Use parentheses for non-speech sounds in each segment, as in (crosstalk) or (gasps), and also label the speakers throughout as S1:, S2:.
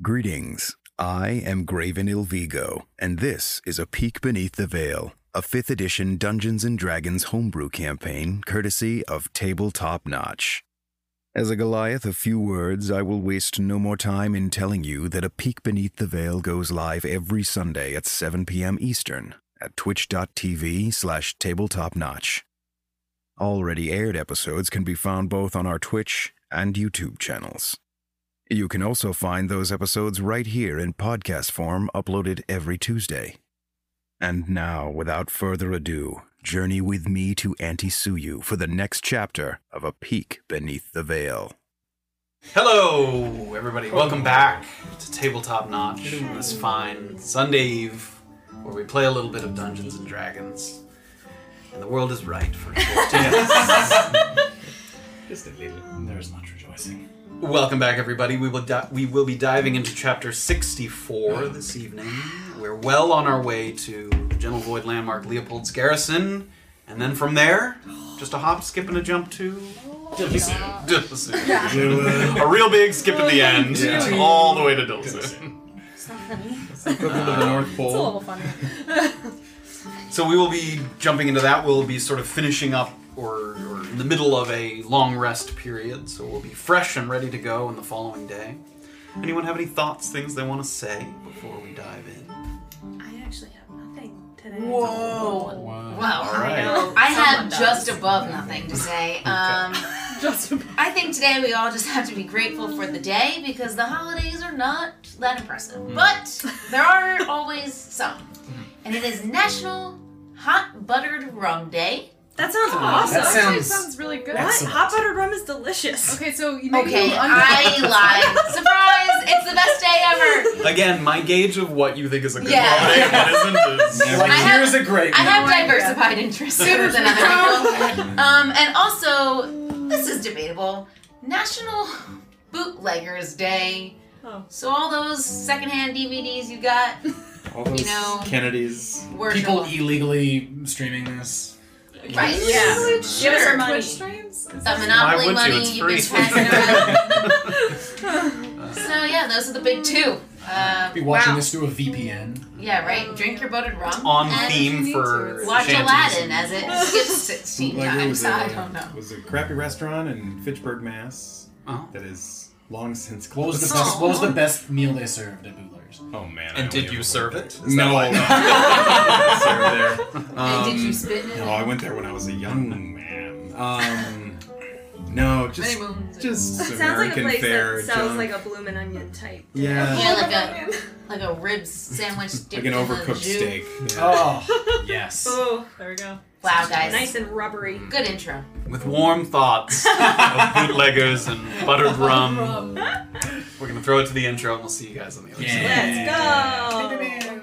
S1: Greetings. I am Graven Ilvigo, and this is A Peek Beneath the Veil, a 5th edition Dungeons & Dragons homebrew campaign courtesy of Tabletop Notch. As a Goliath of few words, I will waste no more time in telling you that A Peek Beneath the Veil goes live every Sunday at 7 p.m. Eastern at twitch.tv slash tabletopnotch. Already aired episodes can be found both on our Twitch and YouTube channels. You can also find those episodes right here in podcast form, uploaded every Tuesday. And now, without further ado, journey with me to Antisuyu for the next chapter of A Peek Beneath the Veil.
S2: Hello, everybody. Welcome back to Tabletop Notch on this fine Sunday Eve, where we play a little bit of Dungeons and Dragons, and the world is right for 14
S3: (laughs) Just a little. There's much rejoicing.
S2: Welcome back, everybody. We will di- we will be diving into chapter 64 this evening. We're well on our way to the General Void landmark Leopold's Garrison, and then from there, just a hop, skip, and a jump to. Dilsu. (laughs) a real big skip at the end,
S3: Yeah.
S2: all the way to Dilsu.
S4: It's not funny. It's
S3: Equivalent of the North
S4: a
S3: Pole.
S4: little
S5: (laughs)
S4: funny.
S2: So we will be jumping into that. We'll be sort of finishing up or, or in the middle of a long rest period. So we'll be fresh and ready to go on the following day. Anyone have any thoughts, things they want to say before we dive in?
S4: I actually have nothing today.
S6: Whoa. Wow.
S2: All right.
S6: I
S4: Oh, Someone
S6: have
S4: does.
S6: just above nothing to say.
S4: (laughs)
S6: Um, I think today we all just have to be grateful for the day because the holidays are not that impressive.
S3: Mm-hmm.
S6: But there are always some. And it is National Hot Buttered Rum Day.
S5: That sounds awesome.
S3: Ah, That sounds
S5: really good.
S3: excellent.
S5: Hot buttered rum is delicious. Okay, so you
S6: Okay, I
S4: (laughs)
S6: lied. Surprise! It's the best day ever.
S2: Again, my gauge of what you think is a good
S6: Yeah.
S2: holiday and what
S7: (laughs)
S2: isn't is
S3: Like,
S6: I have-
S3: here's a great
S6: I have
S5: idea.
S6: diversified interests than (laughs) other people. Um, and also, this is debatable. National Bootleggers Day.
S5: Oh.
S6: So all those secondhand DVDs you got
S3: All those
S6: you know-
S3: Kennedys.
S6: were
S3: People
S6: your-
S3: illegally streaming this.
S6: right?
S5: Yeah. Give us our
S4: Sure.
S5: money.
S6: The
S2: Why would
S6: monopoly
S2: you?
S6: money
S2: It's
S6: you've been
S2: free.
S6: passing around. (laughs)
S2: (laughs)
S6: so yeah, those are the big two. Uh,
S3: Be watching
S6: wow.
S3: this through a VPN.
S6: Yeah, right. Drink your buttered rum.
S2: on
S6: and
S2: theme for
S6: Watch
S2: shanties.
S6: Aladdin
S5: (laughs)
S6: as it skips 16
S7: Bootlegger
S6: times.
S7: was a-
S6: I don't know.
S7: Was a crappy restaurant in Fitchburg, Mass.
S2: Oh.
S7: That is long since
S3: What was
S7: (laughs) closed.
S3: the best? What was the best meal they served at Bootleggers?
S7: Oh man! I only
S2: And did you
S7: ever
S2: serve
S7: worked
S2: it?
S7: there.
S2: Is that
S7: No,
S2: (laughs) why-
S7: no. I didn't
S2: (laughs)
S7: serve
S6: (laughs) And did
S1: Um,
S2: Um,
S6: you spit in it?
S7: there. No, I went there when I was a young man.
S1: (laughs)
S7: Um, no, just
S6: Many moons.
S7: just
S5: Sounds like a
S7: American
S5: place
S7: fare.
S5: that sells
S7: junk.
S5: like a bloomin' onion type.
S7: Yeah.
S6: Yeah, like a- Like a rib sandwich
S7: Like
S6: dipped
S7: an
S6: in the
S7: overcooked
S6: jus. (laughs)
S7: steak. Yeah.
S3: Oh yes.
S5: Oh, there we go.
S6: Wow, guys.
S5: Nice and rubbery.
S6: Good intro.
S2: With warm thoughts of bootleggers and buttered rum, we're going to throw it to the intro and we'll see you guys on the other side.
S5: Let's go.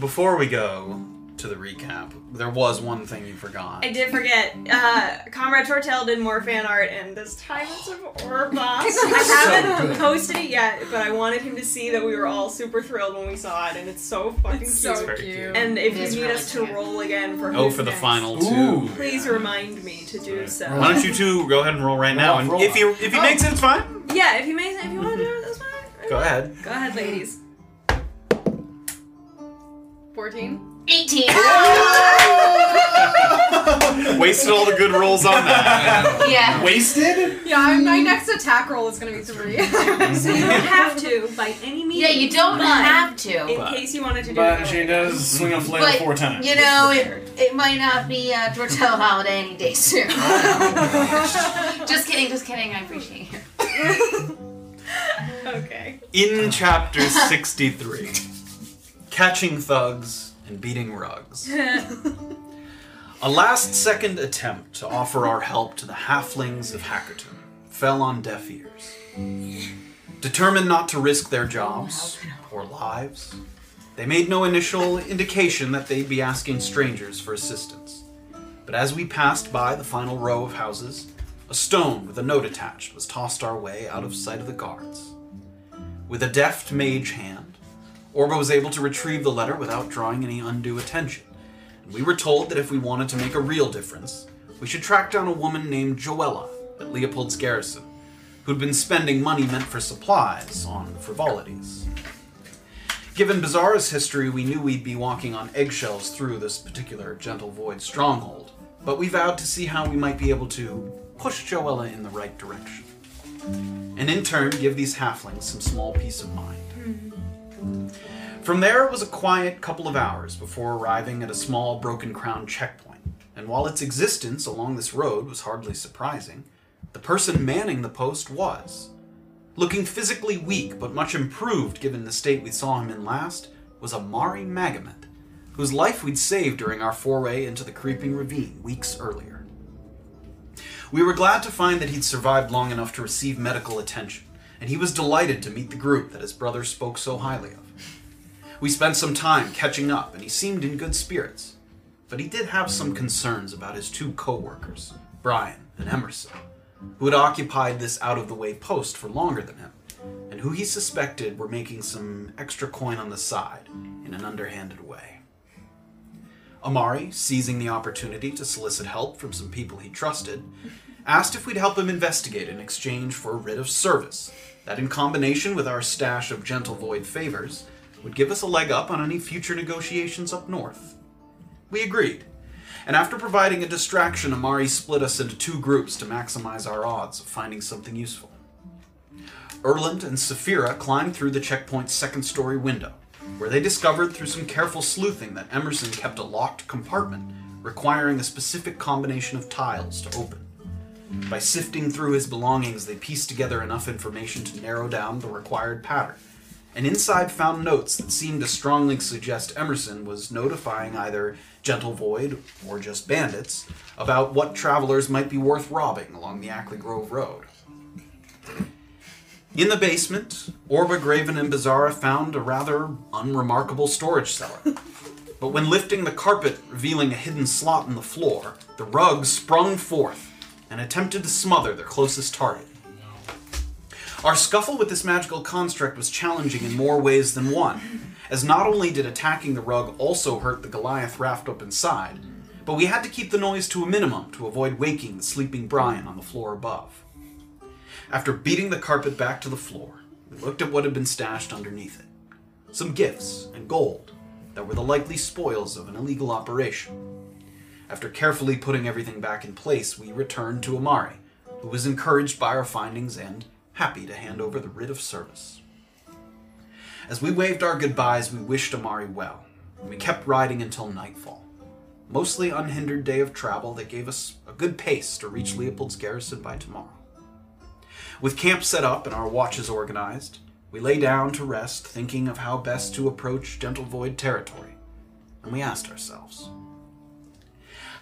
S2: Before we go to the recap, there was one thing you forgot.
S5: I did forget. Uh, Comrade Tortel did more fan art, and this time it's
S6: (laughs)
S5: of Orboss.
S7: (laughs)
S5: I haven't posted it yet, but I wanted him to see that we were all super thrilled when we saw it, and it's so fucking cute.
S2: very cute.
S5: And if
S6: It is
S5: you need
S6: really
S5: us to
S6: cute.
S5: roll again for
S2: Oh,
S5: who's
S2: for the
S5: next,
S2: final two.
S3: Ooh.
S5: please remind me to do so.
S2: Why don't you two go ahead and roll right now?
S3: off,
S2: And
S3: roll
S2: if
S3: off.
S2: he if he
S5: Oh.
S2: makes it, it's fine.
S5: Yeah, if you may, if you want to do it, that's fine.
S2: Go ahead.
S5: Go ahead, ladies.
S6: 14. 18.
S2: Wasted all the good rolls on that.
S5: (laughs)
S6: Yeah.
S8: Wasted?
S9: Yeah, my next attack roll is gonna be three. (laughs)
S5: so you don't have to by any means.
S6: Yeah, you don't
S5: but
S6: have to.
S5: In case you wanted to do
S8: But
S5: it.
S8: she does swing a flail
S6: But,
S8: four times.
S6: You know, it, it might not be uh, Tortell holiday any
S7: (laughs)
S6: day soon.
S7: Oh,
S6: (laughs) just kidding, just kidding. I appreciate you.
S5: Okay.
S2: In chapter 63, catching thugs and beating rugs. A last second attempt to offer our help to the halflings of Hackerton fell on deaf ears. Determined not to risk their jobs or lives, they made no initial indication that they'd be asking strangers for assistance. But as we passed by the final row of houses, a stone with a note attached was tossed our way out of sight of the guards. With a deft mage hand, Orba was able to retrieve the letter without drawing any undue attention. And we were told that if we wanted to make a real difference, we should track down a woman named Joella at Leopold's garrison, who'd been spending money meant for supplies on frivolities. Given Bizarro's history, we knew we'd be walking on eggshells through this particular Gentle Void stronghold, but we vowed to see how we might be able to push Joella in the right direction and in turn give these halflings some small peace of mind. From there, it was a quiet couple of hours before arriving at a small Broken Crown checkpoint, and while its existence along this road was hardly surprising, the person manning the post was. Looking physically weak but much improved given the state we saw him in last, was Amari Magomet, whose life we'd saved during our foray into the creeping ravine weeks earlier. We were glad to find that he'd survived long enough to receive medical attention, and he was delighted to meet the group that his brother spoke so highly of. We spent some time catching up, and he seemed in good spirits, but he did have some concerns about his two co workers, Brian and Emerson, who had occupied this out of the way post for longer than him, and who he suspected were making some extra coin on the side in an underhanded way. Amari, seizing the opportunity to solicit help from some people he trusted, asked if we'd help him investigate in exchange for a writ of service that, in combination with our stash of gentle void favors, would give us a leg up on any future negotiations up north. We agreed, and after providing a distraction, Amari split us into two groups to maximize our odds of finding something useful. Erland and Saphira climbed through the checkpoint's second story window, where they discovered through some careful sleuthing that Emerson kept a locked compartment requiring a specific combination of tiles to open. By sifting through his belongings, they pieced together enough information to narrow down the required pattern, and inside found notes that seemed to strongly suggest Emerson was notifying either Gentle Void or just bandits about what travelers might be worth robbing along the Ackley Grove Road. In the basement, Orba, Graven, and Bizarra found a rather unremarkable storage cellar. but when lifting the carpet, revealing a hidden slot in the floor, the rugs sprung forth and attempted to smother their closest target. Our scuffle with this magical construct was challenging in more ways than one, as not only did attacking the rug also hurt the Goliath raft up inside, but we had to keep the noise to a minimum to avoid waking the sleeping Brian on the floor above. After beating the carpet back to the floor, we looked at what had been stashed underneath it some gifts and gold that were the likely spoils of an illegal operation. After carefully putting everything back in place, we returned to Amari, who was encouraged by our findings and happy to hand over the writ of service. As we waved our goodbyes, we wished Amari well, and we kept riding until nightfall. Mostly unhindered day of travel that gave us a good pace to reach Leopold's garrison by tomorrow. With camp set up and our watches organized, we lay down to rest, thinking of how best to approach Gentle Void territory. And we asked ourselves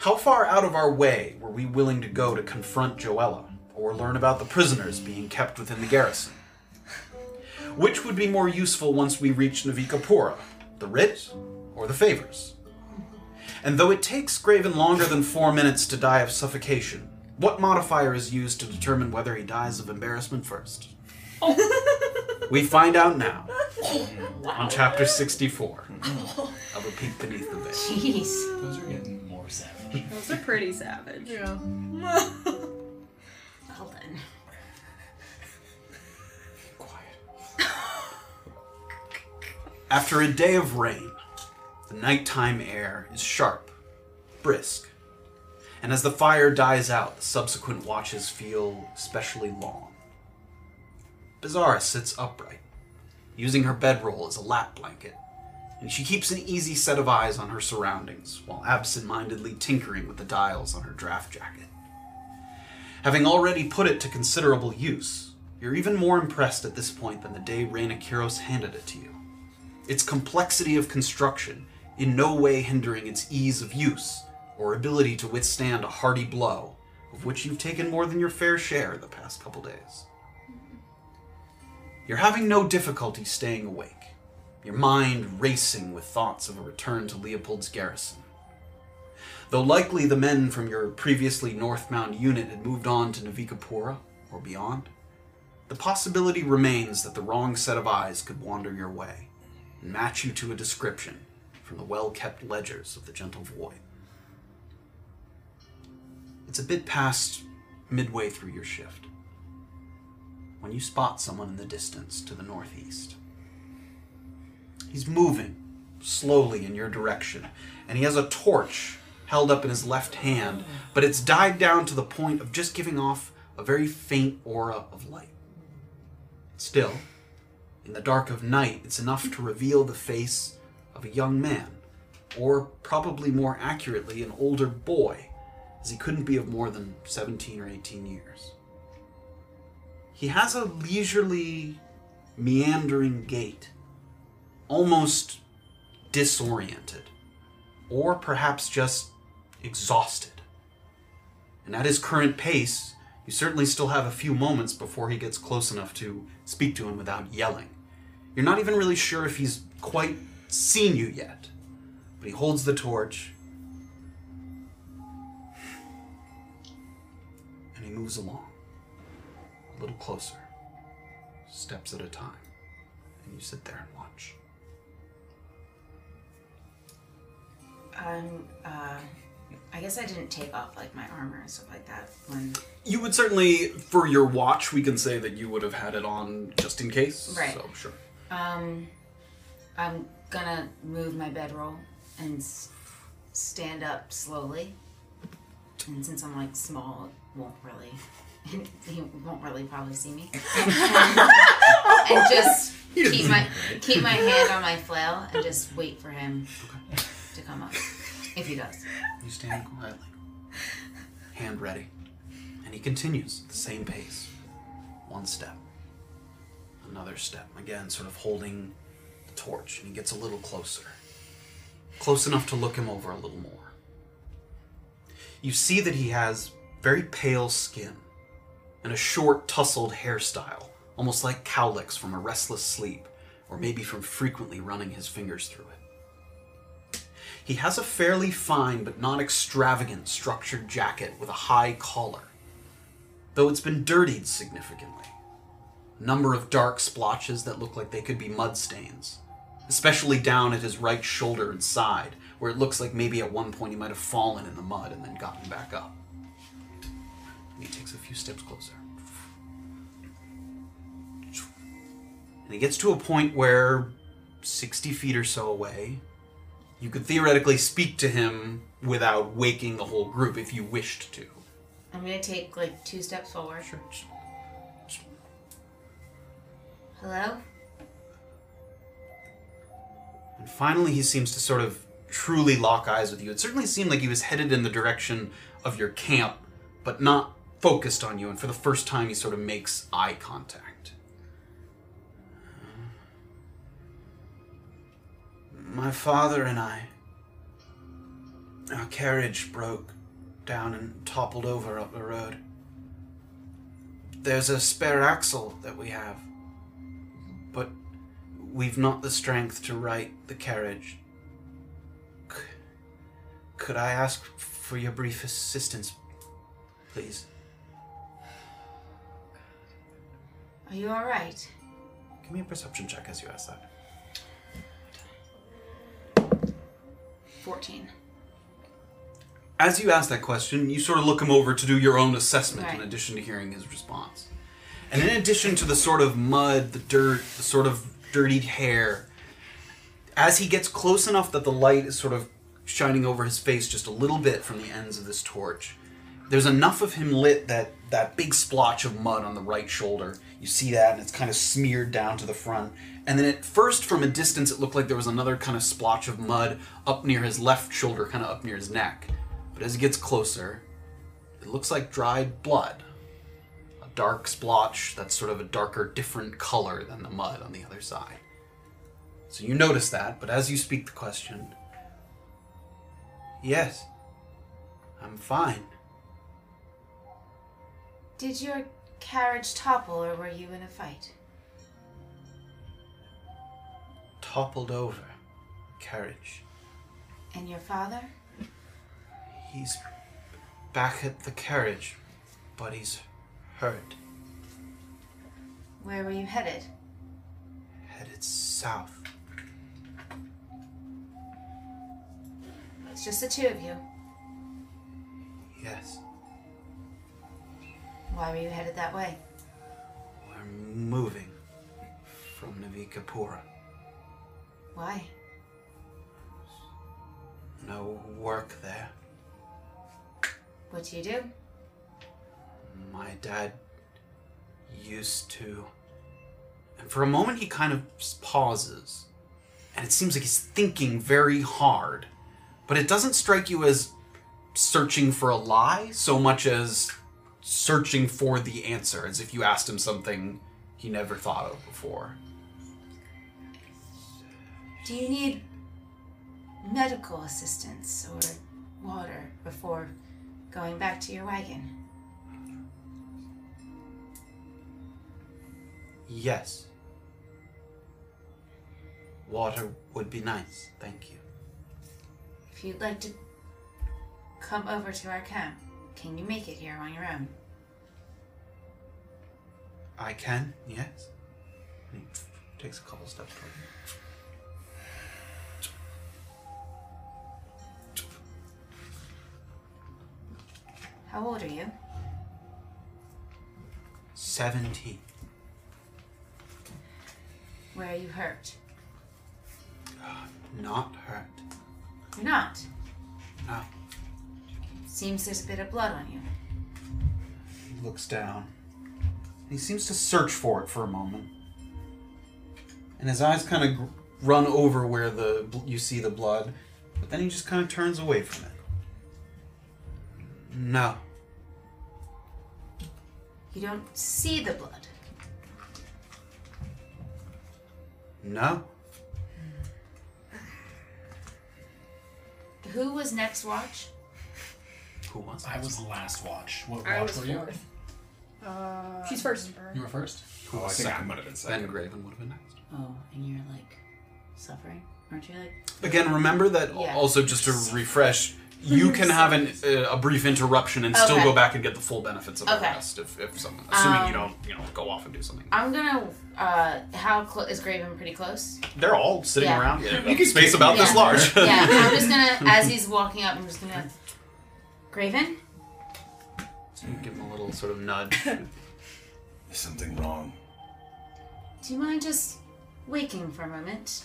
S2: How far out of our way were we willing to go to confront Joella or learn about the prisoners being kept within the garrison? Which would be more useful once we reached Navikapura? The writ or the favors? And though it takes Graven longer than four minutes to die of suffocation, what modifier is used to determine whether he dies of embarrassment first? we find out now on
S8: (laughs)
S2: chapter 64 of A Peek Beneath the Veil.
S6: Jeez.
S8: Those are getting more savage.
S5: Those are pretty savage.
S6: (laughs)
S9: yeah.
S6: Well then.
S2: After a day of rain, the nighttime air is sharp, brisk, and as the fire dies out, the subsequent watches feel especially long. Bizarra sits upright, using her bedroll as a lap blanket, and she keeps an easy set of eyes on her surroundings while absent-mindedly tinkering with the dials on her draft jacket. Having already put it to considerable use, you're even more impressed at this point than the day Reina Kiros handed it to you. Its complexity of construction in no way hindering its ease of use or ability to withstand a hearty blow, of which you've taken more than your fair share the past couple days. You're having no difficulty staying awake, your mind racing with thoughts of a return to Leopold's garrison. Though likely the men from your previously Northbound unit had moved on to Navikapura or beyond, the possibility remains that the wrong set of eyes could wander your way and match you to a description from the well kept ledgers of the Gentle Void. It's a bit past midway through your shift when you spot someone in the distance to the northeast. He's moving slowly in your direction, and he has a torch held up in his left hand, but it's died down to the point of just giving off a very faint aura of light. Still, in the dark of night, it's enough to reveal the face of a young man, or probably more accurately, an older boy, as he couldn't be of more than 17 or 18 years. He has a leisurely, meandering gait, almost disoriented, or perhaps just exhausted. And at his current pace, you certainly still have a few moments before he gets close enough to speak to him without yelling. You're not even really sure if he's quite seen you yet, but he holds the torch and he moves along a little closer, steps at a time, and you sit there and watch.
S6: Um, uh, I guess I didn't take off like my armor and stuff like that when.
S2: You would certainly, for your watch, we can say that you would have had it on just in case.
S6: Right.
S2: So, sure.
S6: Um, I'm gonna move my bedroll and s- stand up slowly. And since I'm like small, it won't really. (laughs) He won't really probably see
S4: (laughs)
S6: me. and just keep my keep
S8: (laughs)
S6: my
S4: (laughs)
S6: hand on my flail and just wait for him to come up, if he does.
S2: You stand quietly, hand ready, and he continues at the same pace. One step, another step, again, sort of holding the torch, and he gets a little closer. Close enough to look him over a little more. You see that he has very pale skin and a short, tousled hairstyle, almost like cowlicks from a restless sleep, or maybe from frequently running his fingers through it. He has a fairly fine but not extravagant structured jacket with a high collar, though it's been dirtied significantly. A number of dark splotches that look like they could be mud stains, especially down at his right shoulder and side, where it looks like maybe at one point he might have fallen in the mud and then gotten back up. And he takes a few steps closer. And he gets to a point where, 60 feet or so away, you could theoretically speak to him without waking the whole group if you wished to.
S6: I'm gonna take like two steps forward. Hello.
S2: And finally, he seems to sort of truly lock eyes with you. It certainly seemed like he was headed in the direction of your camp, but not focused on you, and for the first time, he sort of makes eye contact. My father and I. Our carriage broke down and toppled over up the road. There's a spare axle that we have, but We've not the strength to right the carriage. C- could I ask for your brief assistance, please?
S6: Are you all right?
S2: Give me a perception check as you ask that.
S6: Fourteen.
S2: As you ask that question, you sort of look him over to do your own assessment in
S6: Right.
S2: addition to hearing his response. And in addition to the sort of mud, the dirt, the sort of dirtied hair, as he gets close enough that the light is sort of shining over his face just a little bit from the ends of this torch. There's enough of him lit that that big splotch of mud on the right shoulder. You see that, and it's kind of smeared down to the front. And then at first, from a distance, it looked like there was another kind of splotch of mud up near his left shoulder, kind of up near his neck. But as it gets closer, it looks like dried blood. A dark splotch that's sort of a darker, different color than the mud on the other side. So you notice that, but as you speak the question, yes, I'm fine.
S4: Did your carriage topple or were you in a fight?
S2: Toppled over. Carriage.
S4: And your father?
S2: He's back at the carriage, but he's hurt.
S4: Where were you headed?
S2: Headed south.
S4: It's just the two of you.
S2: Yes.
S4: Why were you headed that way?
S2: We're moving from Navikapura.
S4: Why?
S2: No work there.
S4: What do you do?
S2: my dad used to. And for a moment, he kind of s- pauses. And it seems like he's thinking very hard. But it doesn't strike you as searching for a lie so much as searching for the answer, as if you asked him something he never thought of before.
S4: Do you need medical assistance or water before going back to your wagon?
S2: Yes. Water would be nice, thank you.
S4: If you'd like to come over to our camp, can you make it here on your own?
S2: I can, yes. And he takes a couple steps toward you.
S4: How old are you?
S2: 17.
S4: Where are you hurt?
S2: Not hurt.
S4: You're not.
S2: No.
S4: Seems there's a bit of blood on you.
S2: He looks down. He seems to search for it for a moment. And his eyes kind of gr- run over where the bl- you see the blood, but then he just kind of turns away from it. No.
S4: You don't see the blood.
S2: No.
S4: Who was next watch?
S2: Who wants
S3: I was the last watch. What
S6: I
S3: watch
S6: was
S3: were you?
S6: fourth. She's first.
S3: You were first.
S1: Oh, I think I might have been
S2: Ben
S1: second.
S2: Graven would have been next.
S4: Oh, and you're like suffering, aren't you? Like
S2: Again, remember that
S4: Yeah.
S2: also just to refresh,
S4: (laughs)
S2: you can have an, uh, a brief interruption and still
S4: Okay.
S2: go back and get the full benefits of the
S4: Okay. Um,
S2: rest if, if someone, assuming you don't, you know, go off and do something.
S4: I'm gonna. Uh, how close is Graven? Pretty close.
S2: They're all sitting
S4: Yeah.
S2: around in a space about this
S4: Yeah.
S2: large.
S4: Yeah,
S2: (laughs)
S4: I'm just gonna. As he's walking up, I'm just gonna. Graven,
S2: Give him a little sort of nudge.
S5: (laughs)
S1: There's something wrong.
S4: do you mind just waking for a moment?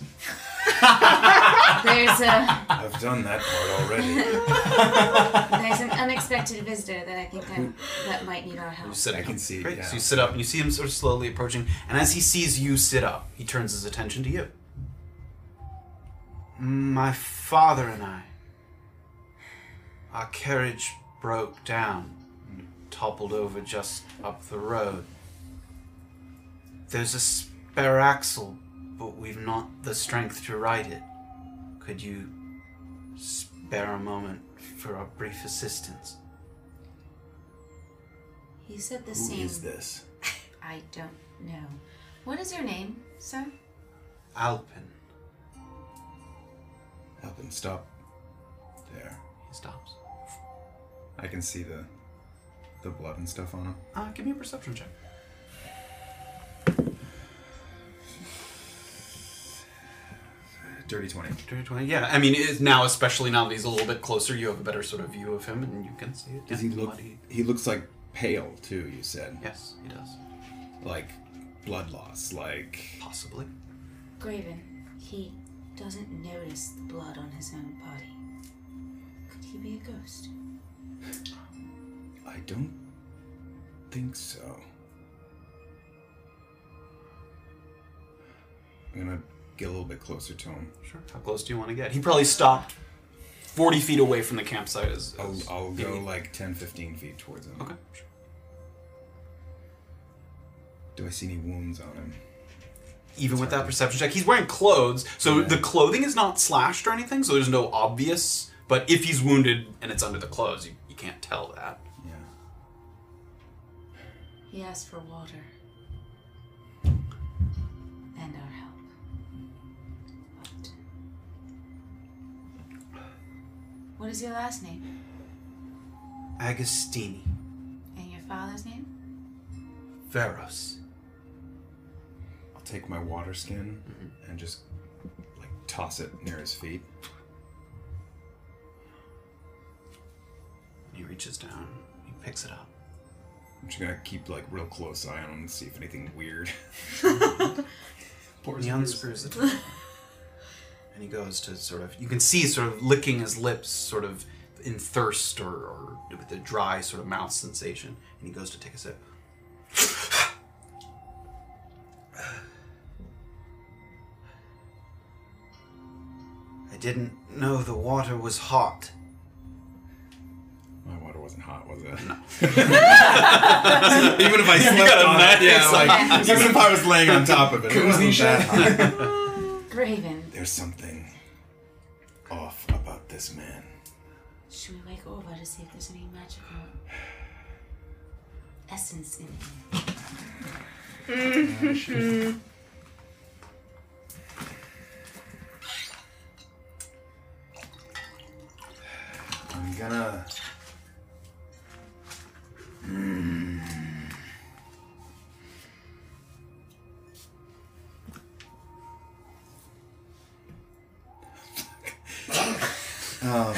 S4: there's a
S1: I've done that part already.
S5: (laughs)
S4: there's an unexpected visitor that I think i that might need our
S2: You
S4: help.
S2: sit
S1: I
S2: up.
S1: can see it,
S2: Great.
S1: yeah.
S2: So you sit up and you see him sort of slowly approaching, and as he sees you sit up, he turns his attention to you. My father and I. Our carriage broke down, toppled over just up the road. There's a spare axle, but we've not the strength to ride it. Could you spare a moment for our brief assistance?
S4: He said the
S1: Who
S4: same.
S1: is this?
S4: I don't know. What is your name, sir?
S2: Alpin.
S1: Help him stop. There.
S2: He stops.
S1: I can see the the blood and stuff on him.
S2: Uh, give me a perception check.
S1: Dirty twenty.
S2: Dirty 20. Yeah, I mean, it, now, especially now that he's a little bit closer, you have a better sort of view of him and you can see it.
S1: Does
S2: Yeah,
S1: he look?
S2: bloody.
S1: He looks like pale too. You said
S2: Yes, he does.
S1: like blood loss. Like
S2: Possibly.
S4: Graven. He doesn't notice the blood on his own body.
S6: you be a ghost?
S1: I don't think so. I'm gonna get a little bit closer to him.
S2: Sure. How close do you want to get? He probably stopped 40 feet away from the campsite. As, as
S1: I'll, I'll go
S2: Yeah.
S1: like 10, 15 feet towards him.
S2: Okay. sure.
S1: Do I see any wounds on him?
S2: Even with that perception check, he's wearing clothes, so
S1: Yeah.
S2: the clothing is not slashed or anything, so there's no obvious. But if he's wounded and it's under the clothes, you, you can't tell that.
S1: Yeah.
S6: He asked for water. And our help. But- What is your last name?
S2: Agostini.
S6: And your father's name?
S2: Veros.
S1: I'll take my water skin
S2: Mm-hmm.
S1: and just like toss it near his feet.
S2: He reaches down, he picks it up.
S1: I'm just gonna keep like real close eye on him and see if anything
S2: (laughs)
S1: weird. (laughs)
S2: He unscrews the (laughs) top. and he goes to sort of, you can see sort of licking his lips, sort of in thirst or, or with a dry sort of mouth sensation. And he goes to take a sip. (sighs) I didn't know the water was hot.
S1: My water wasn't hot, was it? (laughs) even if I slept on it, yeah, like, even if I was laying on top of it, it wasn't that hot.
S6: Graven.
S1: There's something off about this man.
S6: Should we wake Orba to see if there's any magical essence in him? (laughs)
S9: Mm-hmm.
S1: I'm gonna. Hmm.
S2: Um, (laughs)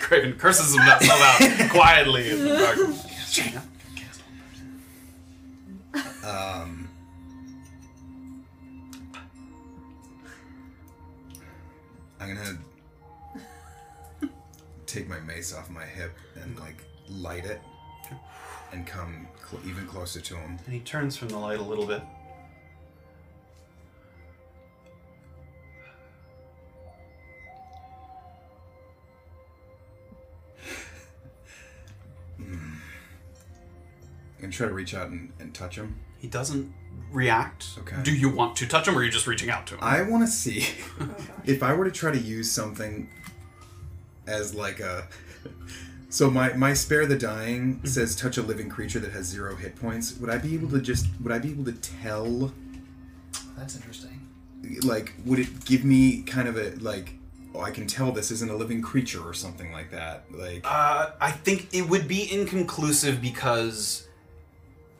S2: Craven curses himself out quietly in the dark.
S1: Um, I'm gonna take my mace off my hip and like light it and come cl- even closer to him.
S2: And he turns from the light a little bit.
S1: I'm gonna try to reach out and, and touch him.
S2: He doesn't react.
S1: Okay.
S2: Do you want to touch him, or are you just reaching out to him?
S1: I want to see
S2: Oh,
S1: (laughs) if I were to try to use something as like a. So my my spare the
S2: Mm-hmm.
S1: dying says touch a living creature that has zero hit points. Would I be able to just? Would I be able to tell?
S8: That's interesting.
S1: Like, would it give me kind of a like? Oh, I can tell this isn't a living creature or something like that. Like,
S2: Uh, I think it would be inconclusive because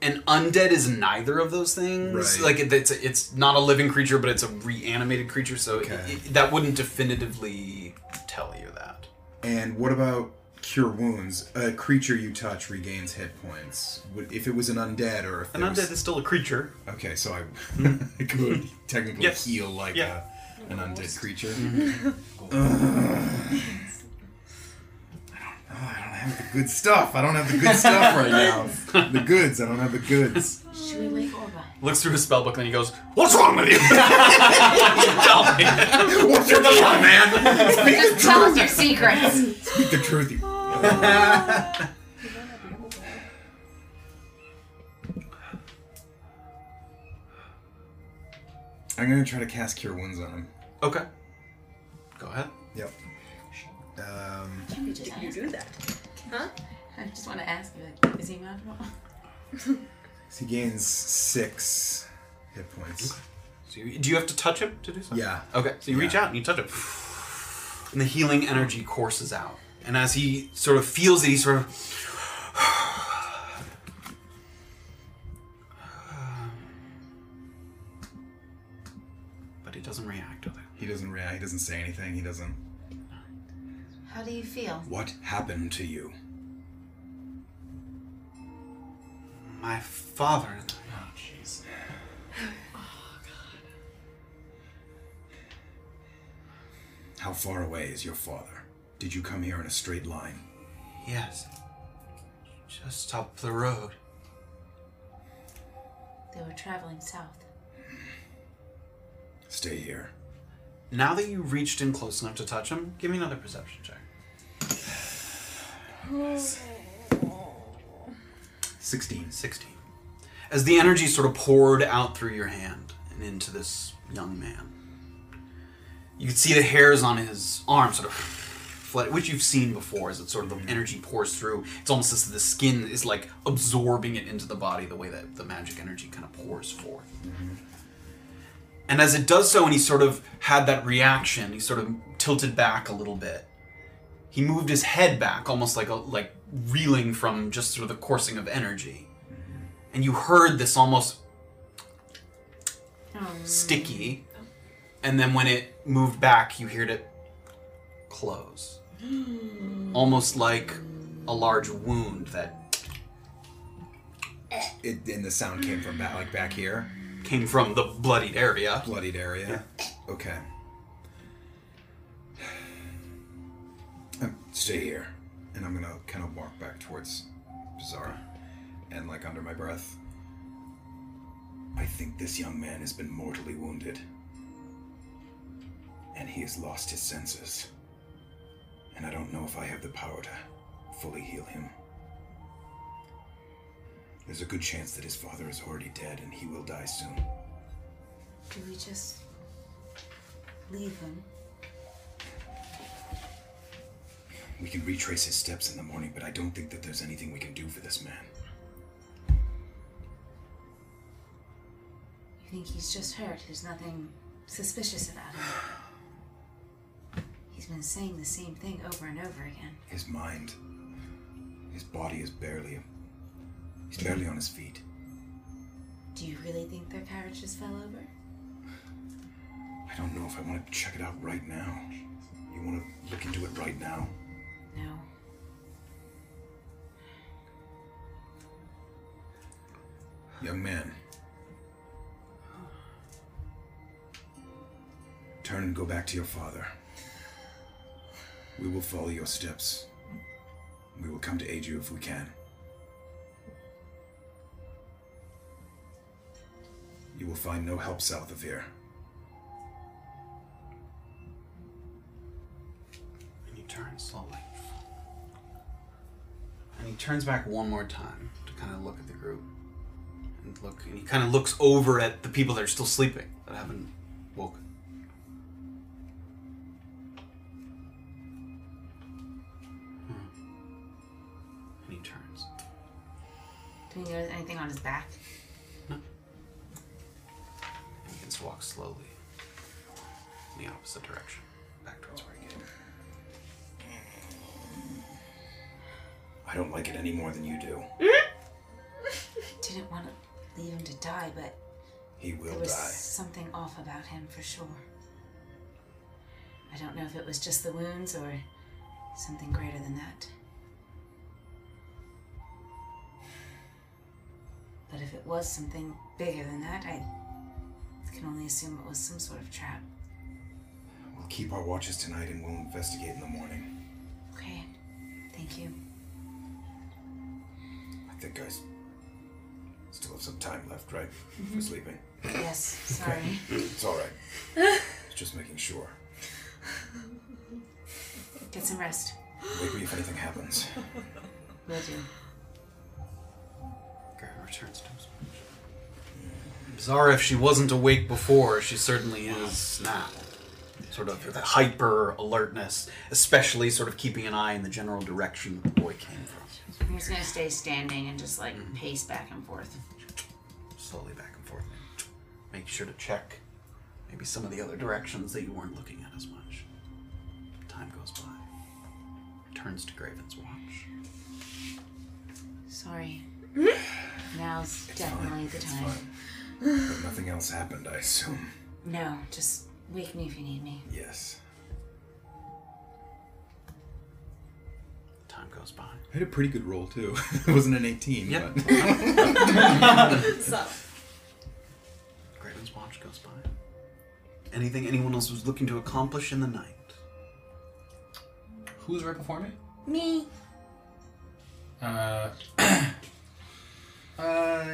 S2: an undead is neither of those things.
S1: Right.
S2: Like it, it's it's not a living creature, but it's a reanimated creature, so it-
S1: Okay.
S2: it- that wouldn't definitively tell you that.
S1: and what about cure wounds? A creature you touch regains hit points. Would, if it was an undead or if
S2: An
S1: there was-
S2: undead is still a creature. Mm-hmm.
S1: Okay, so I, (laughs) I could technically
S2: Yes.
S1: heal like
S2: Yeah.
S1: a, an undead creature.
S6: Mm-hmm.
S1: Ugh. I don't know. I don't have the good stuff. I don't have the good stuff right
S2: (laughs)
S1: now. The goods. I don't have the goods.
S6: Should we wake Orba?
S2: Looks through his spellbook and he goes, "What's wrong with
S1: (laughs)
S2: you?" Tell me.
S1: What's your deal, man? Speak
S6: Just tell us your secrets.
S1: the truth.
S6: (laughs)
S1: You. I'm gonna try to cast Cure Wounds on him.
S2: Okay. Go ahead.
S1: Yep. Um,
S6: Can we just ask?
S5: do that.
S6: (laughs) I just want to ask you, like, is he magical?
S1: so he gains six hit points.
S2: So you, do you have to touch him to do something?
S1: Yeah.
S2: Okay, so you reach
S1: Yeah.
S2: out and you touch him. And the healing energy courses out. And as he sort of feels it, he sort of. But he doesn't react to that.
S1: He doesn't react. He doesn't say anything. He doesn't.
S6: How do you feel?
S1: What happened to you?
S2: My father.
S8: Oh,
S2: Oh, (sighs)
S8: jeez.
S1: How How far away is your father? Did you come here in a straight line?
S2: Yes. Just up the road.
S6: They were traveling south.
S1: Stay here.
S2: Now that you reached in close enough to touch him, give me another perception check.
S6: Oh. (gasps)
S3: (gasps)
S1: 16.
S2: 16. As the energy sort of poured out through your hand and into this young man, you could see the hairs on his arm sort of flood, which you've seen before as it sort of
S1: Mm-hmm.
S2: the energy pours through. It's almost as if the skin is like absorbing it into the body the way that the magic energy kind of pours forth. And as it does so, and he sort of had that reaction, he sort of tilted back a little bit he moved his head back almost like a, like reeling from just sort of the coursing of energy
S1: Mm-hmm.
S2: and you heard this almost sticky and then when it moved back you heard it close
S1: Mm.
S2: almost like a large wound that
S1: It, and the sound came from back, like back here,
S2: came from the bloodied area
S1: bloodied area. Okay. Um, Stay here, and I'm gonna kind of walk back towards Bizarre, and like under my breath. I think this young man has been mortally wounded, and he has lost his senses. And I don't know if I have the power to fully heal him. There's a good chance that his father is already dead and he will die soon.
S6: Do we just leave him?
S1: We can retrace his steps in the morning, but I don't think that there's anything we can do for this man.
S6: You think he's just hurt? There's nothing suspicious about him. He's been saying the same thing over and over again.
S1: His mind, his body is barely. He's barely on his feet.
S6: Do you really think their carriage just fell over?
S1: I don't know if I want to check it out right now. You want to look into it right now?
S6: No.
S1: Young man. Turn and go back to your father. We will follow your steps. We will come to aid you if we can. You will find no help south of here.
S2: and he turns slowly and he turns back one more time to kind of look at the group and look and he kind of looks over at the people that are still sleeping that haven't woken Hmm. and he turns
S6: Do we notice anything on his back?
S2: and he just walks slowly in the opposite direction back towards where he came
S1: I don't like it any more than you do.
S6: Didn't want to leave him to die, but
S1: He
S6: there
S1: will
S6: was
S1: die.
S6: something off about him for sure. I don't know if it was just the wounds or something greater than that. But if it was something bigger than that, I can only assume it was some sort of trap.
S1: We'll keep our watches tonight and we'll investigate in the morning.
S6: Okay, thank you.
S1: I think guys still have some time left, right? For sleeping.
S6: Mm-hmm. Yes,
S1: (laughs)
S6: sorry.
S1: It's all right.
S6: (laughs)
S1: It's just making sure.
S6: Get some rest.
S1: Wake me if anything happens.
S6: Will do.
S2: Gara returns to his bench. Bizarre if she wasn't awake before, she certainly is now. Sort of the hyper alertness, especially sort of keeping an eye in the general direction the boy came from.
S6: I'm just gonna stay standing and just like pace back and forth.
S2: Slowly back and forth. Make sure to check maybe some of the other directions that you weren't looking at as much. Time goes by. Turns to Graven's watch.
S1: (sighs)
S6: Sorry. Now's definitely
S1: Fine,
S6: the
S1: it's
S6: time.
S1: fine. But nothing else happened, I assume.
S6: No, just wake me if you need me.
S1: Yes.
S2: Time goes by.
S1: I had a pretty good roll too. (laughs) it wasn't an 18,
S2: Yep.
S1: but
S2: (laughs)
S1: (laughs)
S5: So,
S2: Graven's watch goes by. Anything anyone else was looking to accomplish in the night? Who's right before me?
S7: Me.
S3: Uh, (clears throat) uh,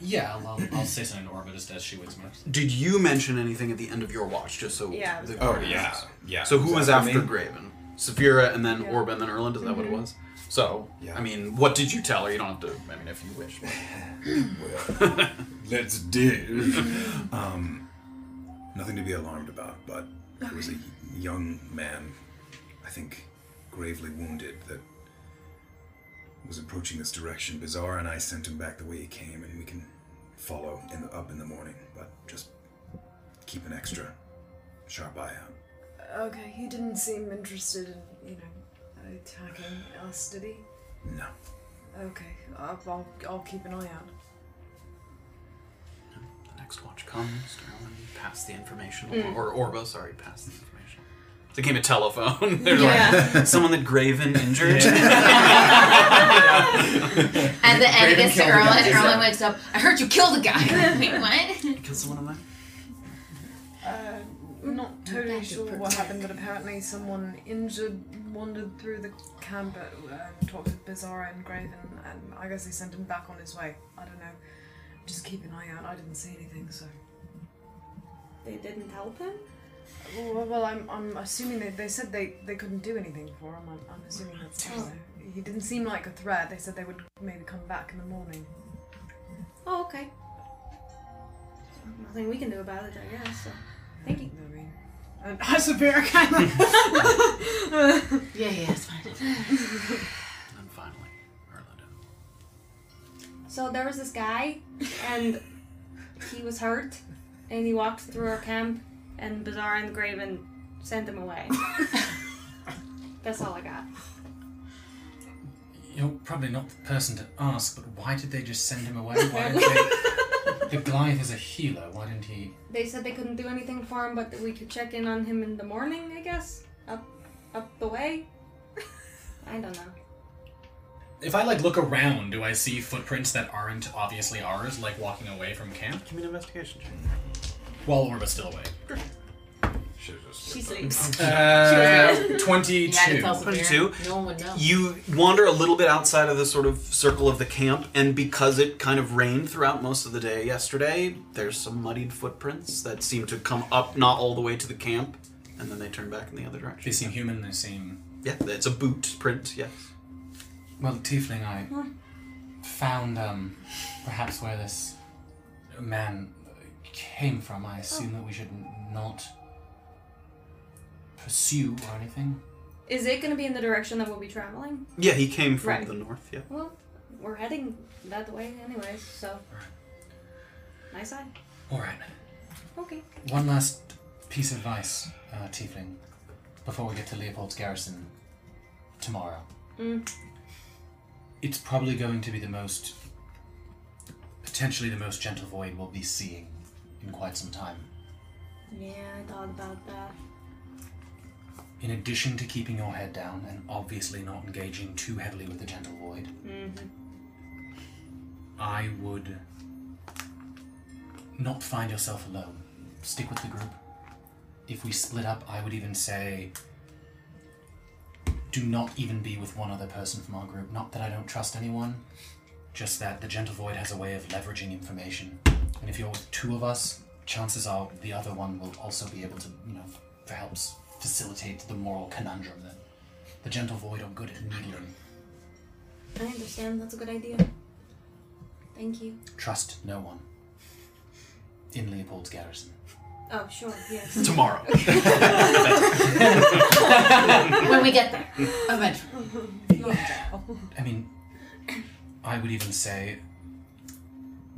S3: yeah, I'll, I'll, I'll say something to Orbitus as she waits minutes.
S2: Did you mention anything at the end of your watch? Just so
S7: Yeah.
S2: the
S1: Oh,
S2: party
S3: Yeah,
S2: knows?
S3: yeah.
S2: So who was
S1: that
S2: after
S1: me?
S2: Graven? Saphira and then
S7: Yeah. Mm-hmm.
S2: Orba and then Erland. Is that what it was? So
S3: Yeah.
S2: I mean, what did you tell her? You don't have to. I mean, if you wish. (laughs)
S1: Let's dig. um, nothing to be alarmed about, but there was a young man, I think gravely wounded, that was approaching this direction. Bizarre and I sent him back the way he came, and we can follow in the, up in the morning, but just keep an extra sharp eye out.
S9: Okay, he didn't seem interested in, you know, attacking us, did he?
S1: No.
S9: Okay, I'll, I'll, I'll keep an eye out.
S2: The next watch comes. Darwin, pass the information,
S7: Mm.
S2: or Orba, sorry, pass the information. It's a game of telephone. (laughs) They're like someone that
S7: (laughs)
S2: Graven injured.
S6: At the end, it gets to
S4: killed the guy.
S6: Erlen. Erlen wakes up. I heard you killed a guy. Wait, what?
S2: Kill someone in there.
S9: Uh, not totally sure what happened, but apparently someone injured wandered through the camp and talked to Bizarro and Graven, and I guess they sent him back on his way. I don't know. Just keep an eye out. I didn't see anything, so.
S7: They didn't help him?
S9: Well, well I'm, I'm assuming they, they said they, they couldn't do anything for him. I'm, I'm assuming that's.
S4: Oh.
S9: you know, he didn't seem like a threat. They said they would maybe come back in the morning.
S7: Oh, okay. Nothing we can do about it, I guess. So. Thank you.
S9: I mean,
S10: And Isobaric kind
S7: (laughs)
S10: of.
S6: Yeah, yeah, it's fine.
S2: And then finally, Erland.
S7: So there was this guy, and he was hurt, and he walked through our camp, and Bazaar and Graven sent him
S6: (laughs)
S7: away. That's all I got.
S3: You're probably not the person to ask, but why did they just send him
S6: (laughs)
S3: away? Why did they... The Glythe is a healer. Why didn't he?
S7: They said they couldn't do anything for him, but that we could check in on him in the morning, I guess. Up, up the (laughs) way. I don't know.
S3: If I like look around, do I see footprints that aren't obviously ours, like walking away from camp?
S2: Give me an investigation check.
S3: While Orba's still awake.
S7: She sleeps.
S3: Uh,
S6: You had to
S3: Twenty-two.
S6: tell Saphira.
S2: 22.
S6: No one would know.
S2: You wander a little bit outside of the sort of circle of the camp, and because it kind of rained throughout most of the day yesterday, there's some muddied footprints that seem to come up not all the way to the camp, and then they turn back in the other
S3: They
S2: direction.
S3: seem human. They seem
S2: Yeah, it's a boot print, yes.
S3: well, tiefling. I found um, perhaps where this man came from. I assume that we should not pursue or anything.
S7: Is it gonna be in the direction that we'll be traveling?
S2: Yeah, he came from
S7: Right.
S2: the north, yeah.
S7: Well, we're heading that way, anyways. So. Nice eye.
S3: All right.
S7: Okay.
S3: One last piece of advice, uh, Tiefling, before we get to Leopold's garrison tomorrow.
S7: Mm.
S5: Mm-hmm.
S3: It's probably going to be the most, potentially the most gentle void we'll be seeing in quite some time.
S7: Yeah, I thought about that.
S3: In addition to keeping your head down and obviously not engaging too heavily with the gentle void, I would not find yourself alone. Stick with the group. If we split up, I would even say do not even be with one other person from our group. Not that I don't trust anyone, just that the gentle void has a way of leveraging information. And if you're with two of us, chances are the other one will also be able to, you know, perhaps facilitate the moral conundrum that the gentle void are good at needling.
S7: I understand. That's a good idea. Thank you.
S3: Trust no one. In Leopold's garrison.
S7: (laughs) Oh, sure. Yes. (laughs)
S2: (laughs) Tomorrow.
S6: when we get there, eventually.
S3: I mean, I would even say